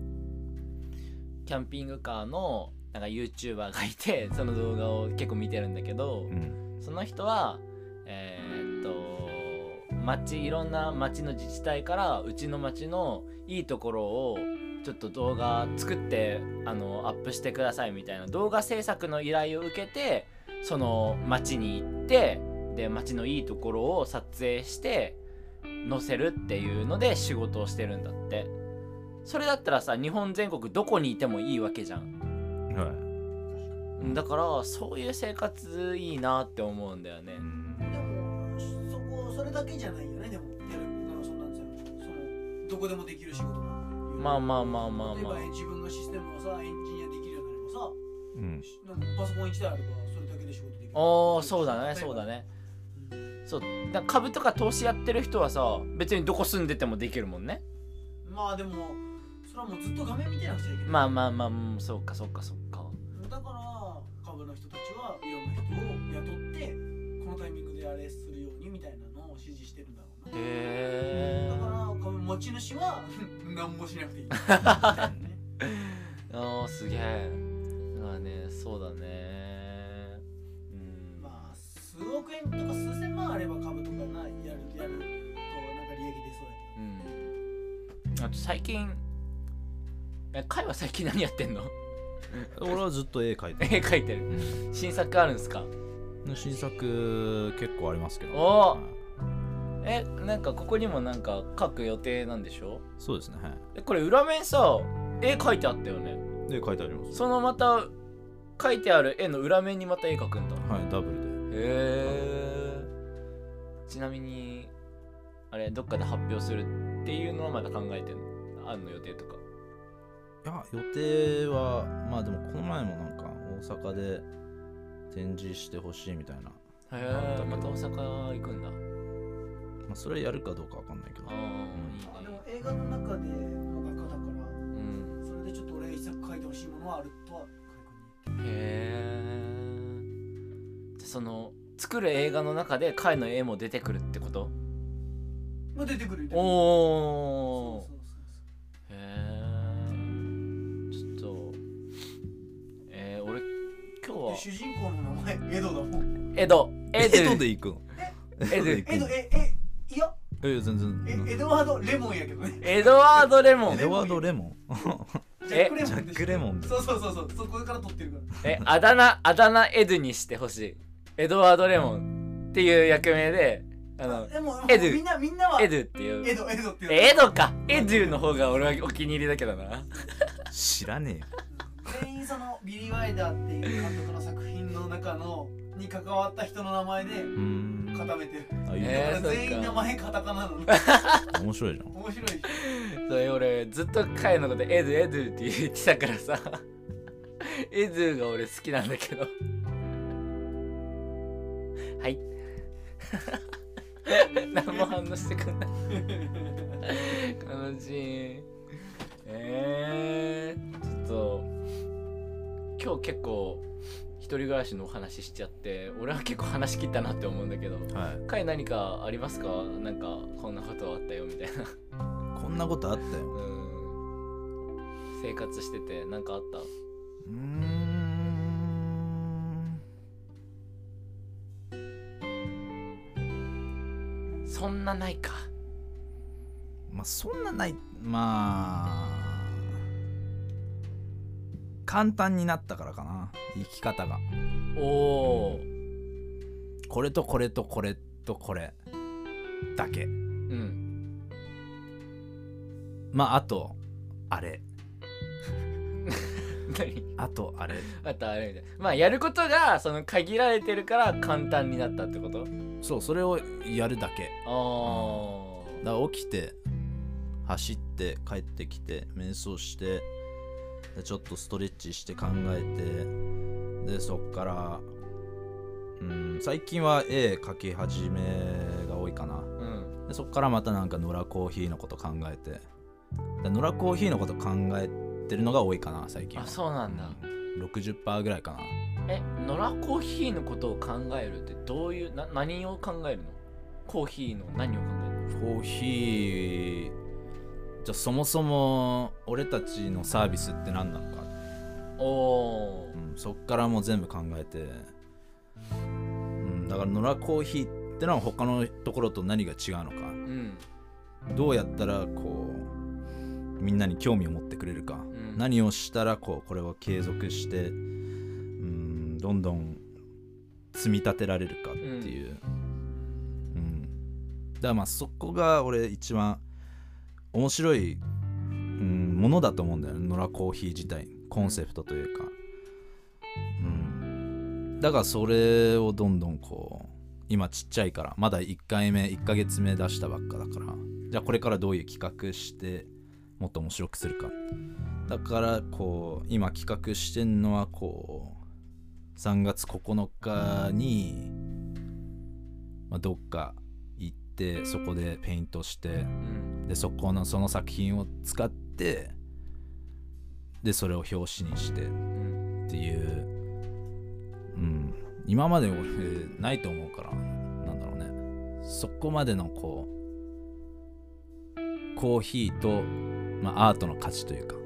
Speaker 1: キャンピングカーのなんか YouTuber がいてその動画を結構見てるんだけど
Speaker 2: うん
Speaker 1: その人はえーっと町いろんな町の自治体からうちの町のいいところをちょっと動画作ってあのアップしてくださいみたいな動画制作の依頼を受けてその町に行ってで町のいいところを撮影して載せるっていうので仕事をしてるんだってそれだったらさ日本全国どこにいてもいいわけじゃん
Speaker 2: は
Speaker 1: だからそういう生活いいなって思うんだよね
Speaker 2: い、うん
Speaker 3: でもそこそれだけじゃないよねでもやるあのそんなんじゃんそのどこでもできる仕事だ
Speaker 1: まあまあまあまあ
Speaker 3: 例え
Speaker 1: ま
Speaker 3: ば
Speaker 1: あ
Speaker 3: え自分のシステムをさエンジニアできるようになればさ
Speaker 2: うん
Speaker 3: なんかパソコン一台あればそれだけで仕事できる
Speaker 1: おーそうだねそうだねそうだから株とか投資やってる人はさ別にどこ住んでてもできるもんね
Speaker 3: まあでもそれはもうずっと画面見てなくちゃいけない、
Speaker 1: まあまあまあうんそうかそうかそうか
Speaker 3: だから株の人たちはいろんな人を雇ってこのタイミングであれするようにみたいなのを指示してるんだろうな
Speaker 1: へ
Speaker 3: だ
Speaker 1: え
Speaker 3: から株持ち主は 何もしなくていい
Speaker 1: あーすげえだからねそうだねうん
Speaker 3: まあ数億円とか数千万あれば株とかなやるやるとなんか利益出そうだけど
Speaker 1: うんあと最近え会は最近何やってんの
Speaker 2: 俺はずっと絵描いて
Speaker 1: 絵描いてる新作あるんすか
Speaker 2: る 新作結構ありますけど
Speaker 1: おー
Speaker 2: はい
Speaker 1: えなんかここにもなんか書く予定なんでしょ
Speaker 2: そうですねは
Speaker 1: えこれ裏面さ絵描いてあったよね
Speaker 2: いで描いてあります
Speaker 1: そのまた描いてある絵の裏面にまた絵描くんだ
Speaker 2: は
Speaker 1: へ
Speaker 2: いダブル
Speaker 1: えちなみにあれどっかで発表するっていうのはまだ考えてんのあんの予定とか
Speaker 2: でいや予定はまあでもこの前もなんか大阪で展示してほしいみたいな、ま
Speaker 1: へえまた大阪行くんだ
Speaker 2: あ、それやるかどうかわかんないけど
Speaker 1: ああ
Speaker 3: あ
Speaker 1: いい
Speaker 3: で
Speaker 1: ね
Speaker 3: も映画の中でもう画家だから
Speaker 1: うん
Speaker 3: それでちょっと俺一作書いてほしいものはあるとは
Speaker 1: へえその作る映画の中で貝の絵も出てくるってこと
Speaker 3: まあ出てくるみたいな
Speaker 1: おお
Speaker 3: そうそうそうそう
Speaker 1: へえちょっとえー、俺今
Speaker 3: で
Speaker 1: 日
Speaker 3: 主
Speaker 1: は
Speaker 3: 人公の名前エドだもん。
Speaker 1: エドエド
Speaker 2: 江戸で行くの
Speaker 1: エド
Speaker 2: 江戸
Speaker 3: エド
Speaker 2: で
Speaker 3: ええいや
Speaker 2: 行くのいやいや全
Speaker 3: え
Speaker 2: 然
Speaker 3: エドワードレモンやけどね。
Speaker 1: エドワード・レモ
Speaker 2: エ
Speaker 1: ン
Speaker 2: ドワード・レモ
Speaker 3: ジャックレモン
Speaker 2: ンジャ
Speaker 3: で
Speaker 2: ック・レモンで
Speaker 3: しょそうそうそうそうそこから撮ってるから。
Speaker 1: えあだ名あだ名エドにしてほしいエドワード・レモンっていう役名であの
Speaker 3: でももう
Speaker 1: エド
Speaker 3: みんなみんなは
Speaker 1: エ
Speaker 3: エド
Speaker 1: ドっていう
Speaker 3: エドって言う。
Speaker 1: えエドかエドゥの方が俺はお気に入りだけどな
Speaker 2: 知らねえよ
Speaker 3: 全員そのビリー・ワイダーっていう監督の作品の中のに関わった人の名前で
Speaker 2: うーん
Speaker 3: 固めてる。
Speaker 2: あいいね
Speaker 1: えー
Speaker 3: だから全員名前カタカナなの。面
Speaker 2: 面白いじゃん
Speaker 3: 白いでしょ。
Speaker 1: それ俺ずっと彼のことエドエドって言ってたからさエドが俺好きなんだけどはい 何も反応してくんない悲しいえー、ちょっと今日結構一人暮らしのお話ししちゃって俺は結構話し切ったなって思うんだけど
Speaker 2: はい
Speaker 1: 彼何かありますかなんかこんなことあったよみたいな
Speaker 2: こんんなことあったよ
Speaker 1: うん生活しててなんかあった
Speaker 2: うーん
Speaker 1: そんなないか
Speaker 2: まあそんなないまあ簡単になったからかな生き方が
Speaker 1: おお
Speaker 2: これとこれとこれとこれだけ
Speaker 1: うん
Speaker 2: まああとあれ
Speaker 1: 何
Speaker 2: あとあれ
Speaker 1: あとあれみたいなまあやることがその限られてるから簡単になったってこと
Speaker 2: そうそれをやるだけ
Speaker 1: ああ
Speaker 2: だから起きて走って帰ってきて瞑想してでちょっとストレッチして考えてでそっからうん最近は絵描き始めが多いかな
Speaker 1: うん
Speaker 2: でそっからまたなんか野良コーヒーのこと考えてで野良コーヒーのこと考えてるのが多いかな最近は
Speaker 1: あそうなんだ
Speaker 2: うん60%ぐらいかな
Speaker 1: え野良コーヒーのことを考えるってどういうな何を考えるのコーヒーの何を考えるの
Speaker 2: コーヒーじゃあそもそも俺たちのサービスって何なのか
Speaker 1: おお
Speaker 2: うんそっからもう全部考えて、うん、だから野良コーヒーってのは他のところと何が違うのか
Speaker 1: うん
Speaker 2: どうやったらこうみんなに興味を持ってくれるか、
Speaker 1: ん
Speaker 2: 何をしたらこうこれは継続して、うん、どんどん積み立てられるかっていう、うんだからまあそこが俺一番面白い、うん、ものだと思うんだよね野良コーヒー自体コンセプトというか、うん、だからそれをどんどんこう今ちっちゃいからまだ1回目1ヶ月目出したばっかだからじゃあこれからどういう企画してもっと面白くするかだからこう今企画してんのはこう3月9日に、まあ、どっか行ってそこでペイントして
Speaker 1: うん
Speaker 2: でそこのその作品を使ってでそれを表紙にして
Speaker 1: うん
Speaker 2: っていう、うん、今まで俺ないと思うからなんだろうねそこまでのこうコーヒーと、まあ、アートの価値というか、
Speaker 1: うん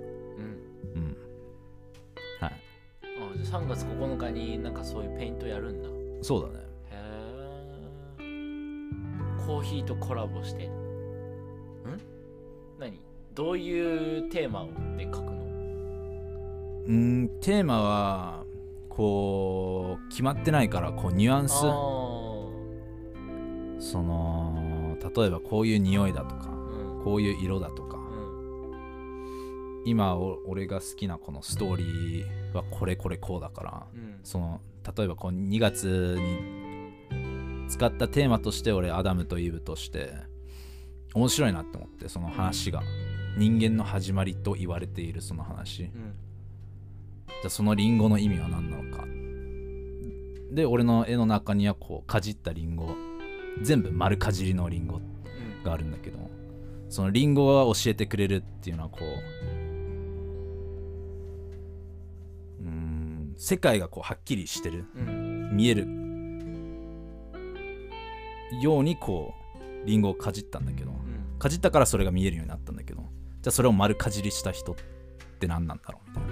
Speaker 2: うんはい、
Speaker 1: あじゃあ3月9日になんかそういうペイントやるんだ
Speaker 2: そうだね
Speaker 1: へえコーヒーとコラボしてん何どういうテーマをで書くの
Speaker 2: うんテーマはこう決まってないからこうニュアンス
Speaker 1: あ
Speaker 2: その例えばこういう匂いだとか
Speaker 1: あうん
Speaker 2: こういう色だとか
Speaker 1: うん
Speaker 2: 今お俺が好きなこのストーリーはこれこれこうだから
Speaker 1: うん
Speaker 2: その例えばこう2月に使ったテーマとして俺アダムとイブとして面白いなって思ってその話が人間の始まりと言われているその話じ
Speaker 1: うん
Speaker 2: ゃあそのリンゴの意味は何なのかで俺の絵の中にはこうかじったリンゴ全部丸かじりのリンゴ
Speaker 1: うん
Speaker 2: があるんだけどそのリンゴは教えてくれるっていうのはこううーん世界がこうはっきりしてる
Speaker 1: うん
Speaker 2: 見えるようにこうリンゴをかじったんだけど
Speaker 1: うん
Speaker 2: かじったからそれが見えるようになったんだけどじゃあそれを丸かじりした人って何なんだろうみたい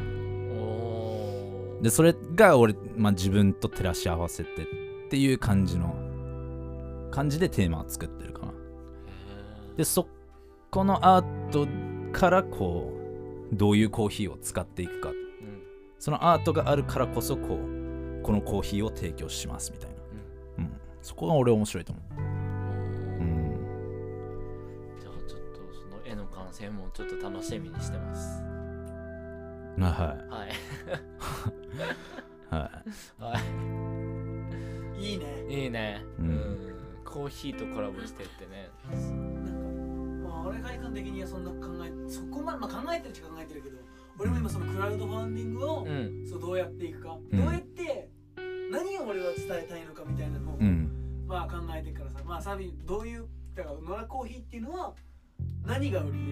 Speaker 2: な
Speaker 1: おー
Speaker 2: でそれが俺、まあ、自分と照らし合わせてっていう感じの感じでテーマを作ってるかな
Speaker 1: へ
Speaker 2: でそこのアートからこうどういうコーヒーを使っていくか
Speaker 1: ーうん
Speaker 2: そのアートがあるからこそこうこのコーヒーを提供しますみたいな、うんそこが俺面白いと思う、うん、
Speaker 1: じゃあちょっとその絵の完成もちょっと楽しみにしてます
Speaker 2: まあは
Speaker 1: はい
Speaker 2: いは
Speaker 1: はい
Speaker 3: いいね
Speaker 1: いいね、う
Speaker 2: うんん、
Speaker 1: コーヒーとコラボしてってね。
Speaker 3: なんかまあ俺が一般的にはそんな考えそこまで、まあ、考えてるっちゃ考えてるけど俺も今そのクラウドファンディングを、
Speaker 1: うん、
Speaker 3: そうどうやっていくか、
Speaker 2: うん
Speaker 3: どうやって何を俺は伝えたいのかみたいなのを、
Speaker 2: いうん
Speaker 3: まあ考えてるからさまあサビどういうだから野良コーヒーっていうのは何が売りで、
Speaker 2: う
Speaker 1: うん
Speaker 3: う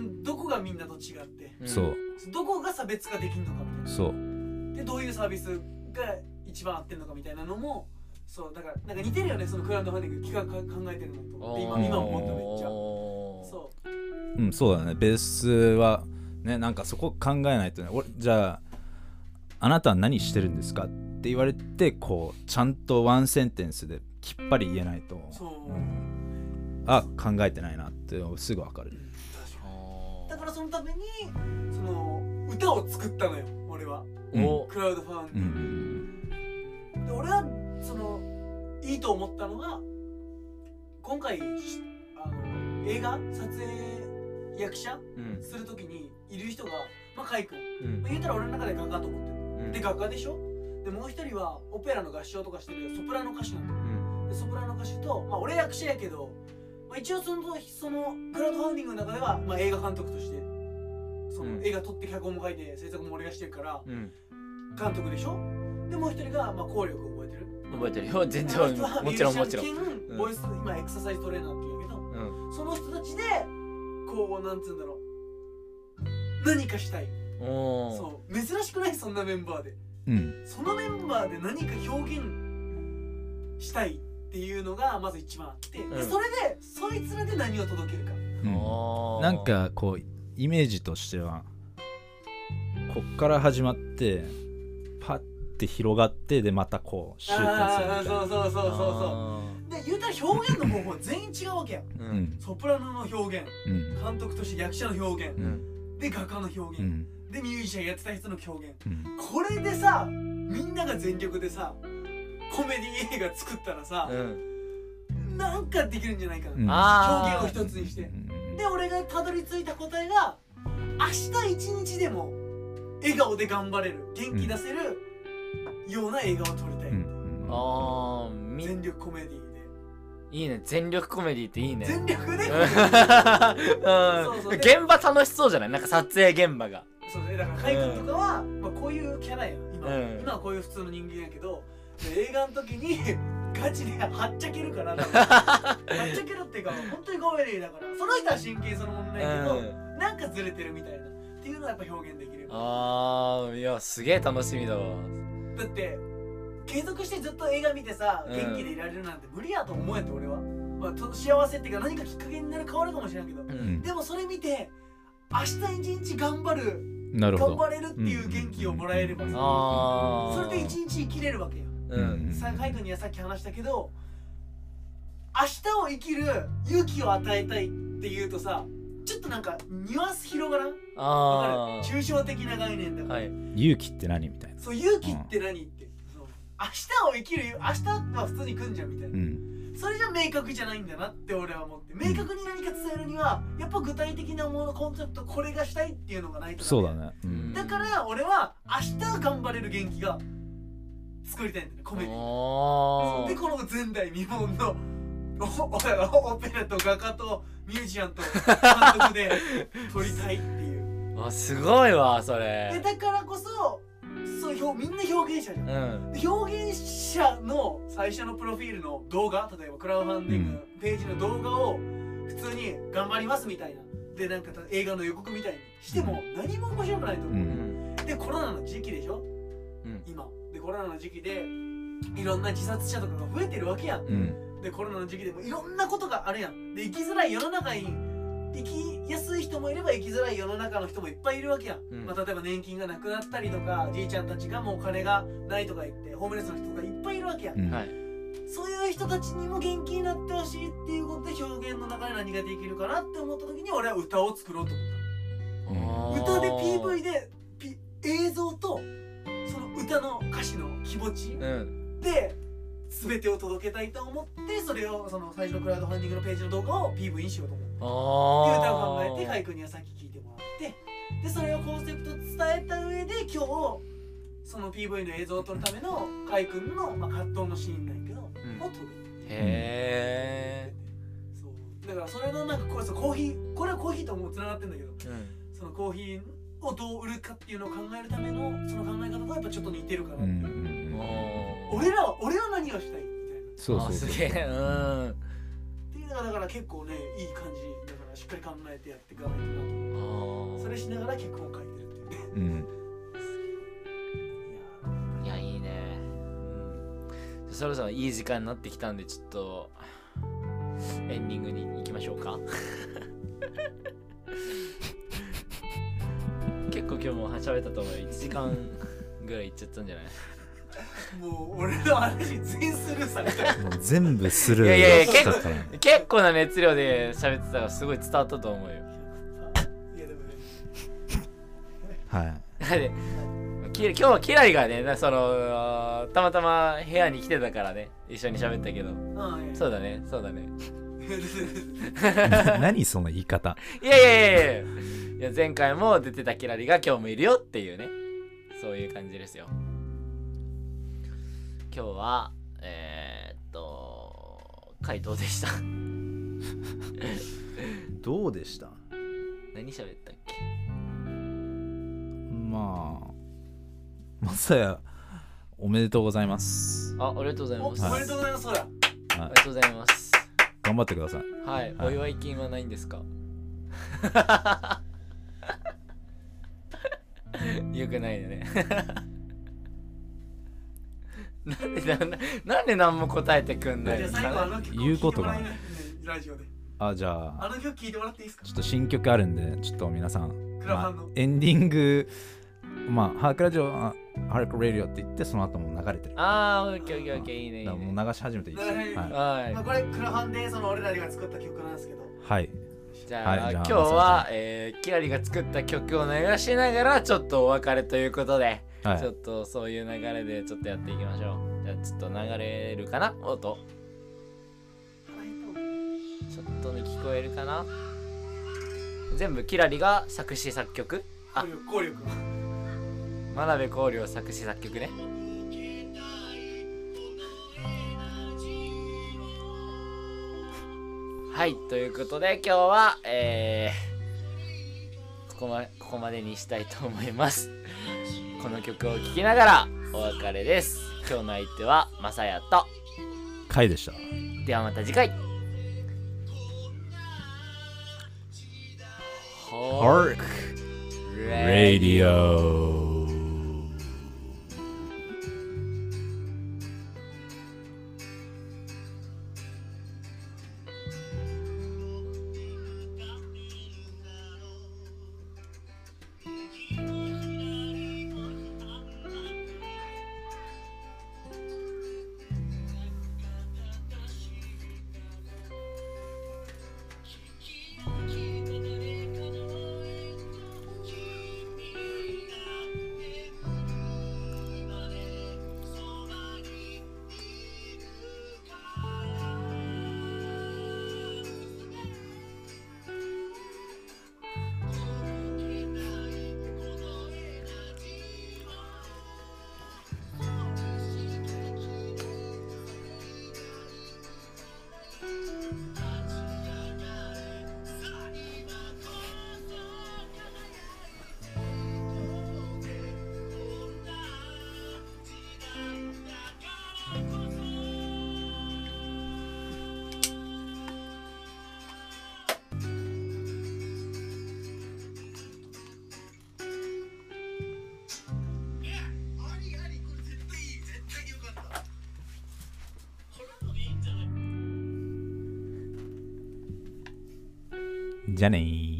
Speaker 3: ん、どこがみんなと違って
Speaker 2: そう
Speaker 3: どこが差別化できるのかみたい
Speaker 2: そう
Speaker 3: なでどういうサービスが一番合ってるのかみたいなのもそうだからなんか似てるよねそのクラウドファンディング企画考えてるのとって今今思っためっちゃ
Speaker 1: おー
Speaker 3: そ
Speaker 2: うんそうだねベースはねなんかそこ考えないとね俺じゃああなたは何してるんですかって言われてこうちゃんとワンセンテンスできっぱり言えないと
Speaker 3: そう、
Speaker 2: うんあ考えてないなってすぐ分かる
Speaker 3: 確かに
Speaker 1: お
Speaker 3: だからそのためにその歌を作ったのよ俺は
Speaker 2: うん
Speaker 1: お
Speaker 3: クラウドファン
Speaker 2: う
Speaker 3: ディング
Speaker 2: ん
Speaker 3: で俺はそのいいと思ったのが今回しあの映画撮影役者
Speaker 1: うん
Speaker 3: するときにいる人がまあ海君、
Speaker 1: うん
Speaker 3: まあ、言うたら俺の中で画家と思ってる、
Speaker 1: うん
Speaker 3: で画家でしょでもう一人はオペラの合唱とかしてるソプラノ歌手なんだよ
Speaker 1: うん
Speaker 3: でソプラノ歌手とまあ俺役者やけど、まあ、一応そのそのクラウドファンディングの中では、まあ、映画監督としてその、
Speaker 1: うん
Speaker 3: 映画撮って脚本も書いて制作も俺がしてるから
Speaker 1: うん
Speaker 3: 監督でしょでもう一人がまあ効力を覚えてる
Speaker 1: 覚えてるよ 全然 もちろんもちろん
Speaker 3: ミュージシャン兼
Speaker 1: うん
Speaker 3: ボイス、今エクササイズトレーナーって言うんやけど、
Speaker 1: うん
Speaker 3: その人たちで、こう、なんつうんだろう。何かしたい。
Speaker 1: おお
Speaker 3: そう。珍しくないそんなメンバーで。
Speaker 2: うん
Speaker 3: そのメンバーで何か表現したいっていうのが、まず一番あって、で
Speaker 1: うん
Speaker 3: それで、そいつらで何を届けるか。
Speaker 2: うんなんかこうイメージとしてはこっから始まってパッて広がってでまたこう集結するみ
Speaker 3: あ
Speaker 2: た
Speaker 3: あ、
Speaker 2: いな
Speaker 3: そうそうそうそうそ
Speaker 1: あ
Speaker 3: う。で、言うたら表現の方法は全員違うわけやん。
Speaker 1: ーう
Speaker 2: うんん
Speaker 3: ソプラノの表現、
Speaker 2: うん
Speaker 3: 監督として役者の表現、
Speaker 2: うん
Speaker 3: で、画家の表現、
Speaker 2: うん
Speaker 3: で、ミュージシャンやってた人の表現。
Speaker 2: うん
Speaker 3: これでさみんなが全力でさコメディ映画作ったらさ
Speaker 1: う、ん
Speaker 3: なんかできるんじゃないかな、
Speaker 2: うん
Speaker 1: あ
Speaker 3: 表
Speaker 1: ー
Speaker 3: 現を一つにして
Speaker 2: う、ん
Speaker 3: で俺がたどり着いた答えが明日一日でも笑顔で頑張れる元気出せるような映画を撮りたい、
Speaker 2: うんうん
Speaker 1: あーみ
Speaker 3: 全力コメディで、
Speaker 1: いいね全力コメディっていいね
Speaker 3: 全力
Speaker 1: う
Speaker 3: で、
Speaker 1: ん
Speaker 3: うそう
Speaker 1: 現場楽しそうじゃないなんか撮影現場が
Speaker 3: そうねだから海君とかは、まあ、こういうキャラやん今,、
Speaker 1: うん
Speaker 3: 今はこういう普通の人間やけど映画の時に ガチではっちゃけるか ら多分はっちゃけるっていうか本当にコメディだからその人は真剣そのものな
Speaker 1: う
Speaker 3: いけど、
Speaker 1: ん
Speaker 3: なんかずれてるみたいなっていうのはやっぱ表現できるだ
Speaker 1: あーいやすげえ楽しみだわ
Speaker 3: って継続してずっと映画見てさ
Speaker 1: うん
Speaker 3: 元気でいられるなんて無理やと思えて俺は、まあ、と幸せっていうか何かきっかけになる変わるかもしれんけど
Speaker 1: う
Speaker 2: うん
Speaker 3: でもそれ見て明日一日頑張る
Speaker 2: なるほ
Speaker 3: 頑
Speaker 2: ど
Speaker 3: 張れるっていう元気をもらえればさ、
Speaker 1: あ
Speaker 3: そ
Speaker 1: ー
Speaker 3: れで一日生きれるわけよ。
Speaker 1: う
Speaker 2: うん
Speaker 1: ん
Speaker 3: さ海君にはさっき話したけど明日を生きる勇気を与えたいっていうとさちょっとなんかニュアンス広がらんわ
Speaker 1: あ
Speaker 3: かる抽象的な概念だ
Speaker 1: あ
Speaker 3: から、
Speaker 1: はい
Speaker 2: 勇気って何みたいな
Speaker 3: そう勇気って何ってそう明日を生きる明日は普通に来んじゃんみたいな、
Speaker 2: うん
Speaker 3: それじゃ明確じゃないんだなって俺は思って明確に何か伝えるにはやっぱ具体的なものコンセプトこれがしたいっていうのがないとダメ
Speaker 2: そうだねうん
Speaker 3: だから俺は明日頑張れる元気が作りたいんだねコメディ
Speaker 1: お
Speaker 3: で
Speaker 1: ー
Speaker 3: この前代未聞のおおオペラと画家とミュージシャンと監督で撮りたいって いう
Speaker 1: あすごいわそ
Speaker 3: で
Speaker 1: れ
Speaker 3: だからこそそうひょみんな表現者じゃん
Speaker 1: うん
Speaker 3: で表現者の最初のプロフィールの動画例えばクラウドファンディングのページの動画を普通に頑張りますみたいなでなんかた映画の予告みたいにしても何も面白くないと思う、
Speaker 2: う
Speaker 1: うん
Speaker 3: でコロナの時期でしょ、
Speaker 1: うん
Speaker 3: 今でコロナの時期でいろんな自殺者とかが増えてるわけやん
Speaker 2: うん
Speaker 3: でコロナの時期でもいろんなことがあるやんで生きづらい世の中に生きやすい人もいれば生きづらい世の中の人もいっぱいいるわけやん、
Speaker 1: うん
Speaker 3: まあ、例えば年金がなくなったりとかじいちゃんたちがもうお金がないとか言ってホームレスの人がいっぱいいるわけやん、
Speaker 2: うん
Speaker 1: はい
Speaker 3: そういう人たちにも元気になってほしいっていうことで表現の中で何ができるかなって思った時に俺は歌を作ろうと思
Speaker 1: あ
Speaker 3: っ
Speaker 1: ー
Speaker 3: た歌で PV で、P、映像とその歌の歌詞の気持ち、
Speaker 1: うん
Speaker 3: で全てを届けたいと思ってそれをその最初のクラウドファンディングのページの動画を PV にしようと思ってっていう歌を
Speaker 1: あ
Speaker 3: 考えてカイ君にはさっき聞いてもらってでそれをコンセプト伝えた上で今日その PV の映像を撮るためのカイ君の、まあ、葛藤のシーンなんやけど、
Speaker 1: ん
Speaker 3: を撮る
Speaker 1: へ
Speaker 3: そうだからそれのなんかこれそうコーヒーこれはコーヒーともつながってんだけど
Speaker 1: えうん
Speaker 3: そのコーヒーをどう売るかっていうのを考えるためのその考え方とやっぱちょっと似てるかなって
Speaker 2: う
Speaker 3: いう、
Speaker 2: んうんうん
Speaker 1: おー
Speaker 3: 俺らは俺は何をしたいみたいな
Speaker 2: そうそう
Speaker 1: あ
Speaker 2: そ
Speaker 1: す
Speaker 2: う
Speaker 1: げえうん
Speaker 3: っていうのがだから結構ねいい感じだからしっかり考えてやっていかないとな
Speaker 1: あー
Speaker 3: それしながら結婚を書いてるっていうね
Speaker 2: うん
Speaker 1: いやいいね、うん、そろそろいい時間になってきたん でちょっとエンディングに行きましょうか今日も喋ったと思うよ1時間ぐらいいっちゃったんじゃない
Speaker 3: もう俺の話全スルーされたよ
Speaker 2: もう全部スル
Speaker 1: いやいやい
Speaker 2: ー
Speaker 1: や
Speaker 2: しちゃったね
Speaker 1: 結構な熱量で喋ってたからすごい伝わったと思うよ
Speaker 3: いやでもね
Speaker 2: はい
Speaker 1: だってき今日はキラリがねなそのたまたま部屋に来てたからね一緒に喋ったけど
Speaker 3: ああ
Speaker 1: そうだねそうだね
Speaker 2: 何その言い方
Speaker 1: いやいやいやいやいや前回も出てたキラリが今日もいるよっていうねそういう感じですよ今日はえー、っと回答でした
Speaker 2: どうでした
Speaker 1: 何喋ったっけ
Speaker 2: まあまさやおめでとうございます、
Speaker 1: あありがとうござい
Speaker 3: おお
Speaker 1: ます、
Speaker 3: めでとうございますそうだ
Speaker 2: は
Speaker 1: あ
Speaker 2: い
Speaker 1: りがとうございます
Speaker 2: 頑張ってください
Speaker 1: はい、
Speaker 2: はい
Speaker 1: お祝い金はないんですか よくないよね なんでなんななんで何も答えてくんない
Speaker 3: じゃあ
Speaker 1: の
Speaker 3: 最後あ
Speaker 1: か
Speaker 3: の曲
Speaker 2: 言うことが
Speaker 3: 聞いてもらえないラジオで
Speaker 2: あじゃ
Speaker 3: あ
Speaker 2: あ
Speaker 3: の曲聞いてもらっていいですか
Speaker 2: ちょっと新曲あるんでちょっと皆さん、
Speaker 3: クラファ
Speaker 2: ま
Speaker 3: ン
Speaker 2: あ
Speaker 3: の、
Speaker 2: エンディングまあハークラジオあハークラジオって言ってその後もう流れてる
Speaker 1: ああーオッケーオッケーオッケーいいねいい
Speaker 2: だから
Speaker 1: ね
Speaker 2: もう流し始めていいですよ
Speaker 3: は
Speaker 2: はい、
Speaker 3: い
Speaker 1: は
Speaker 3: まあ、これクラファンでその俺らが作った曲なんですけど
Speaker 2: はい、
Speaker 1: いじゃあ,、
Speaker 2: はいじゃあ
Speaker 1: 今日は、えーキラリが作った曲を流しながらちょっとお別れということで、
Speaker 2: はい
Speaker 1: ちょっとそういう流れでちょっとやっていきましょうじゃあちょっと流れるかな音ちょっとね聞こえるかな全部キラリが作詞作曲あ
Speaker 3: 効力は
Speaker 1: 真鍋光陵作詞作曲ねはいということで今日はえー、ここまここまでにしたいと思いますこの曲を聴きながらお別れです今日の相手はまさやと
Speaker 2: 回でした
Speaker 1: ではまた次回は
Speaker 2: ハーク
Speaker 1: ー
Speaker 2: ラディオじゃあねー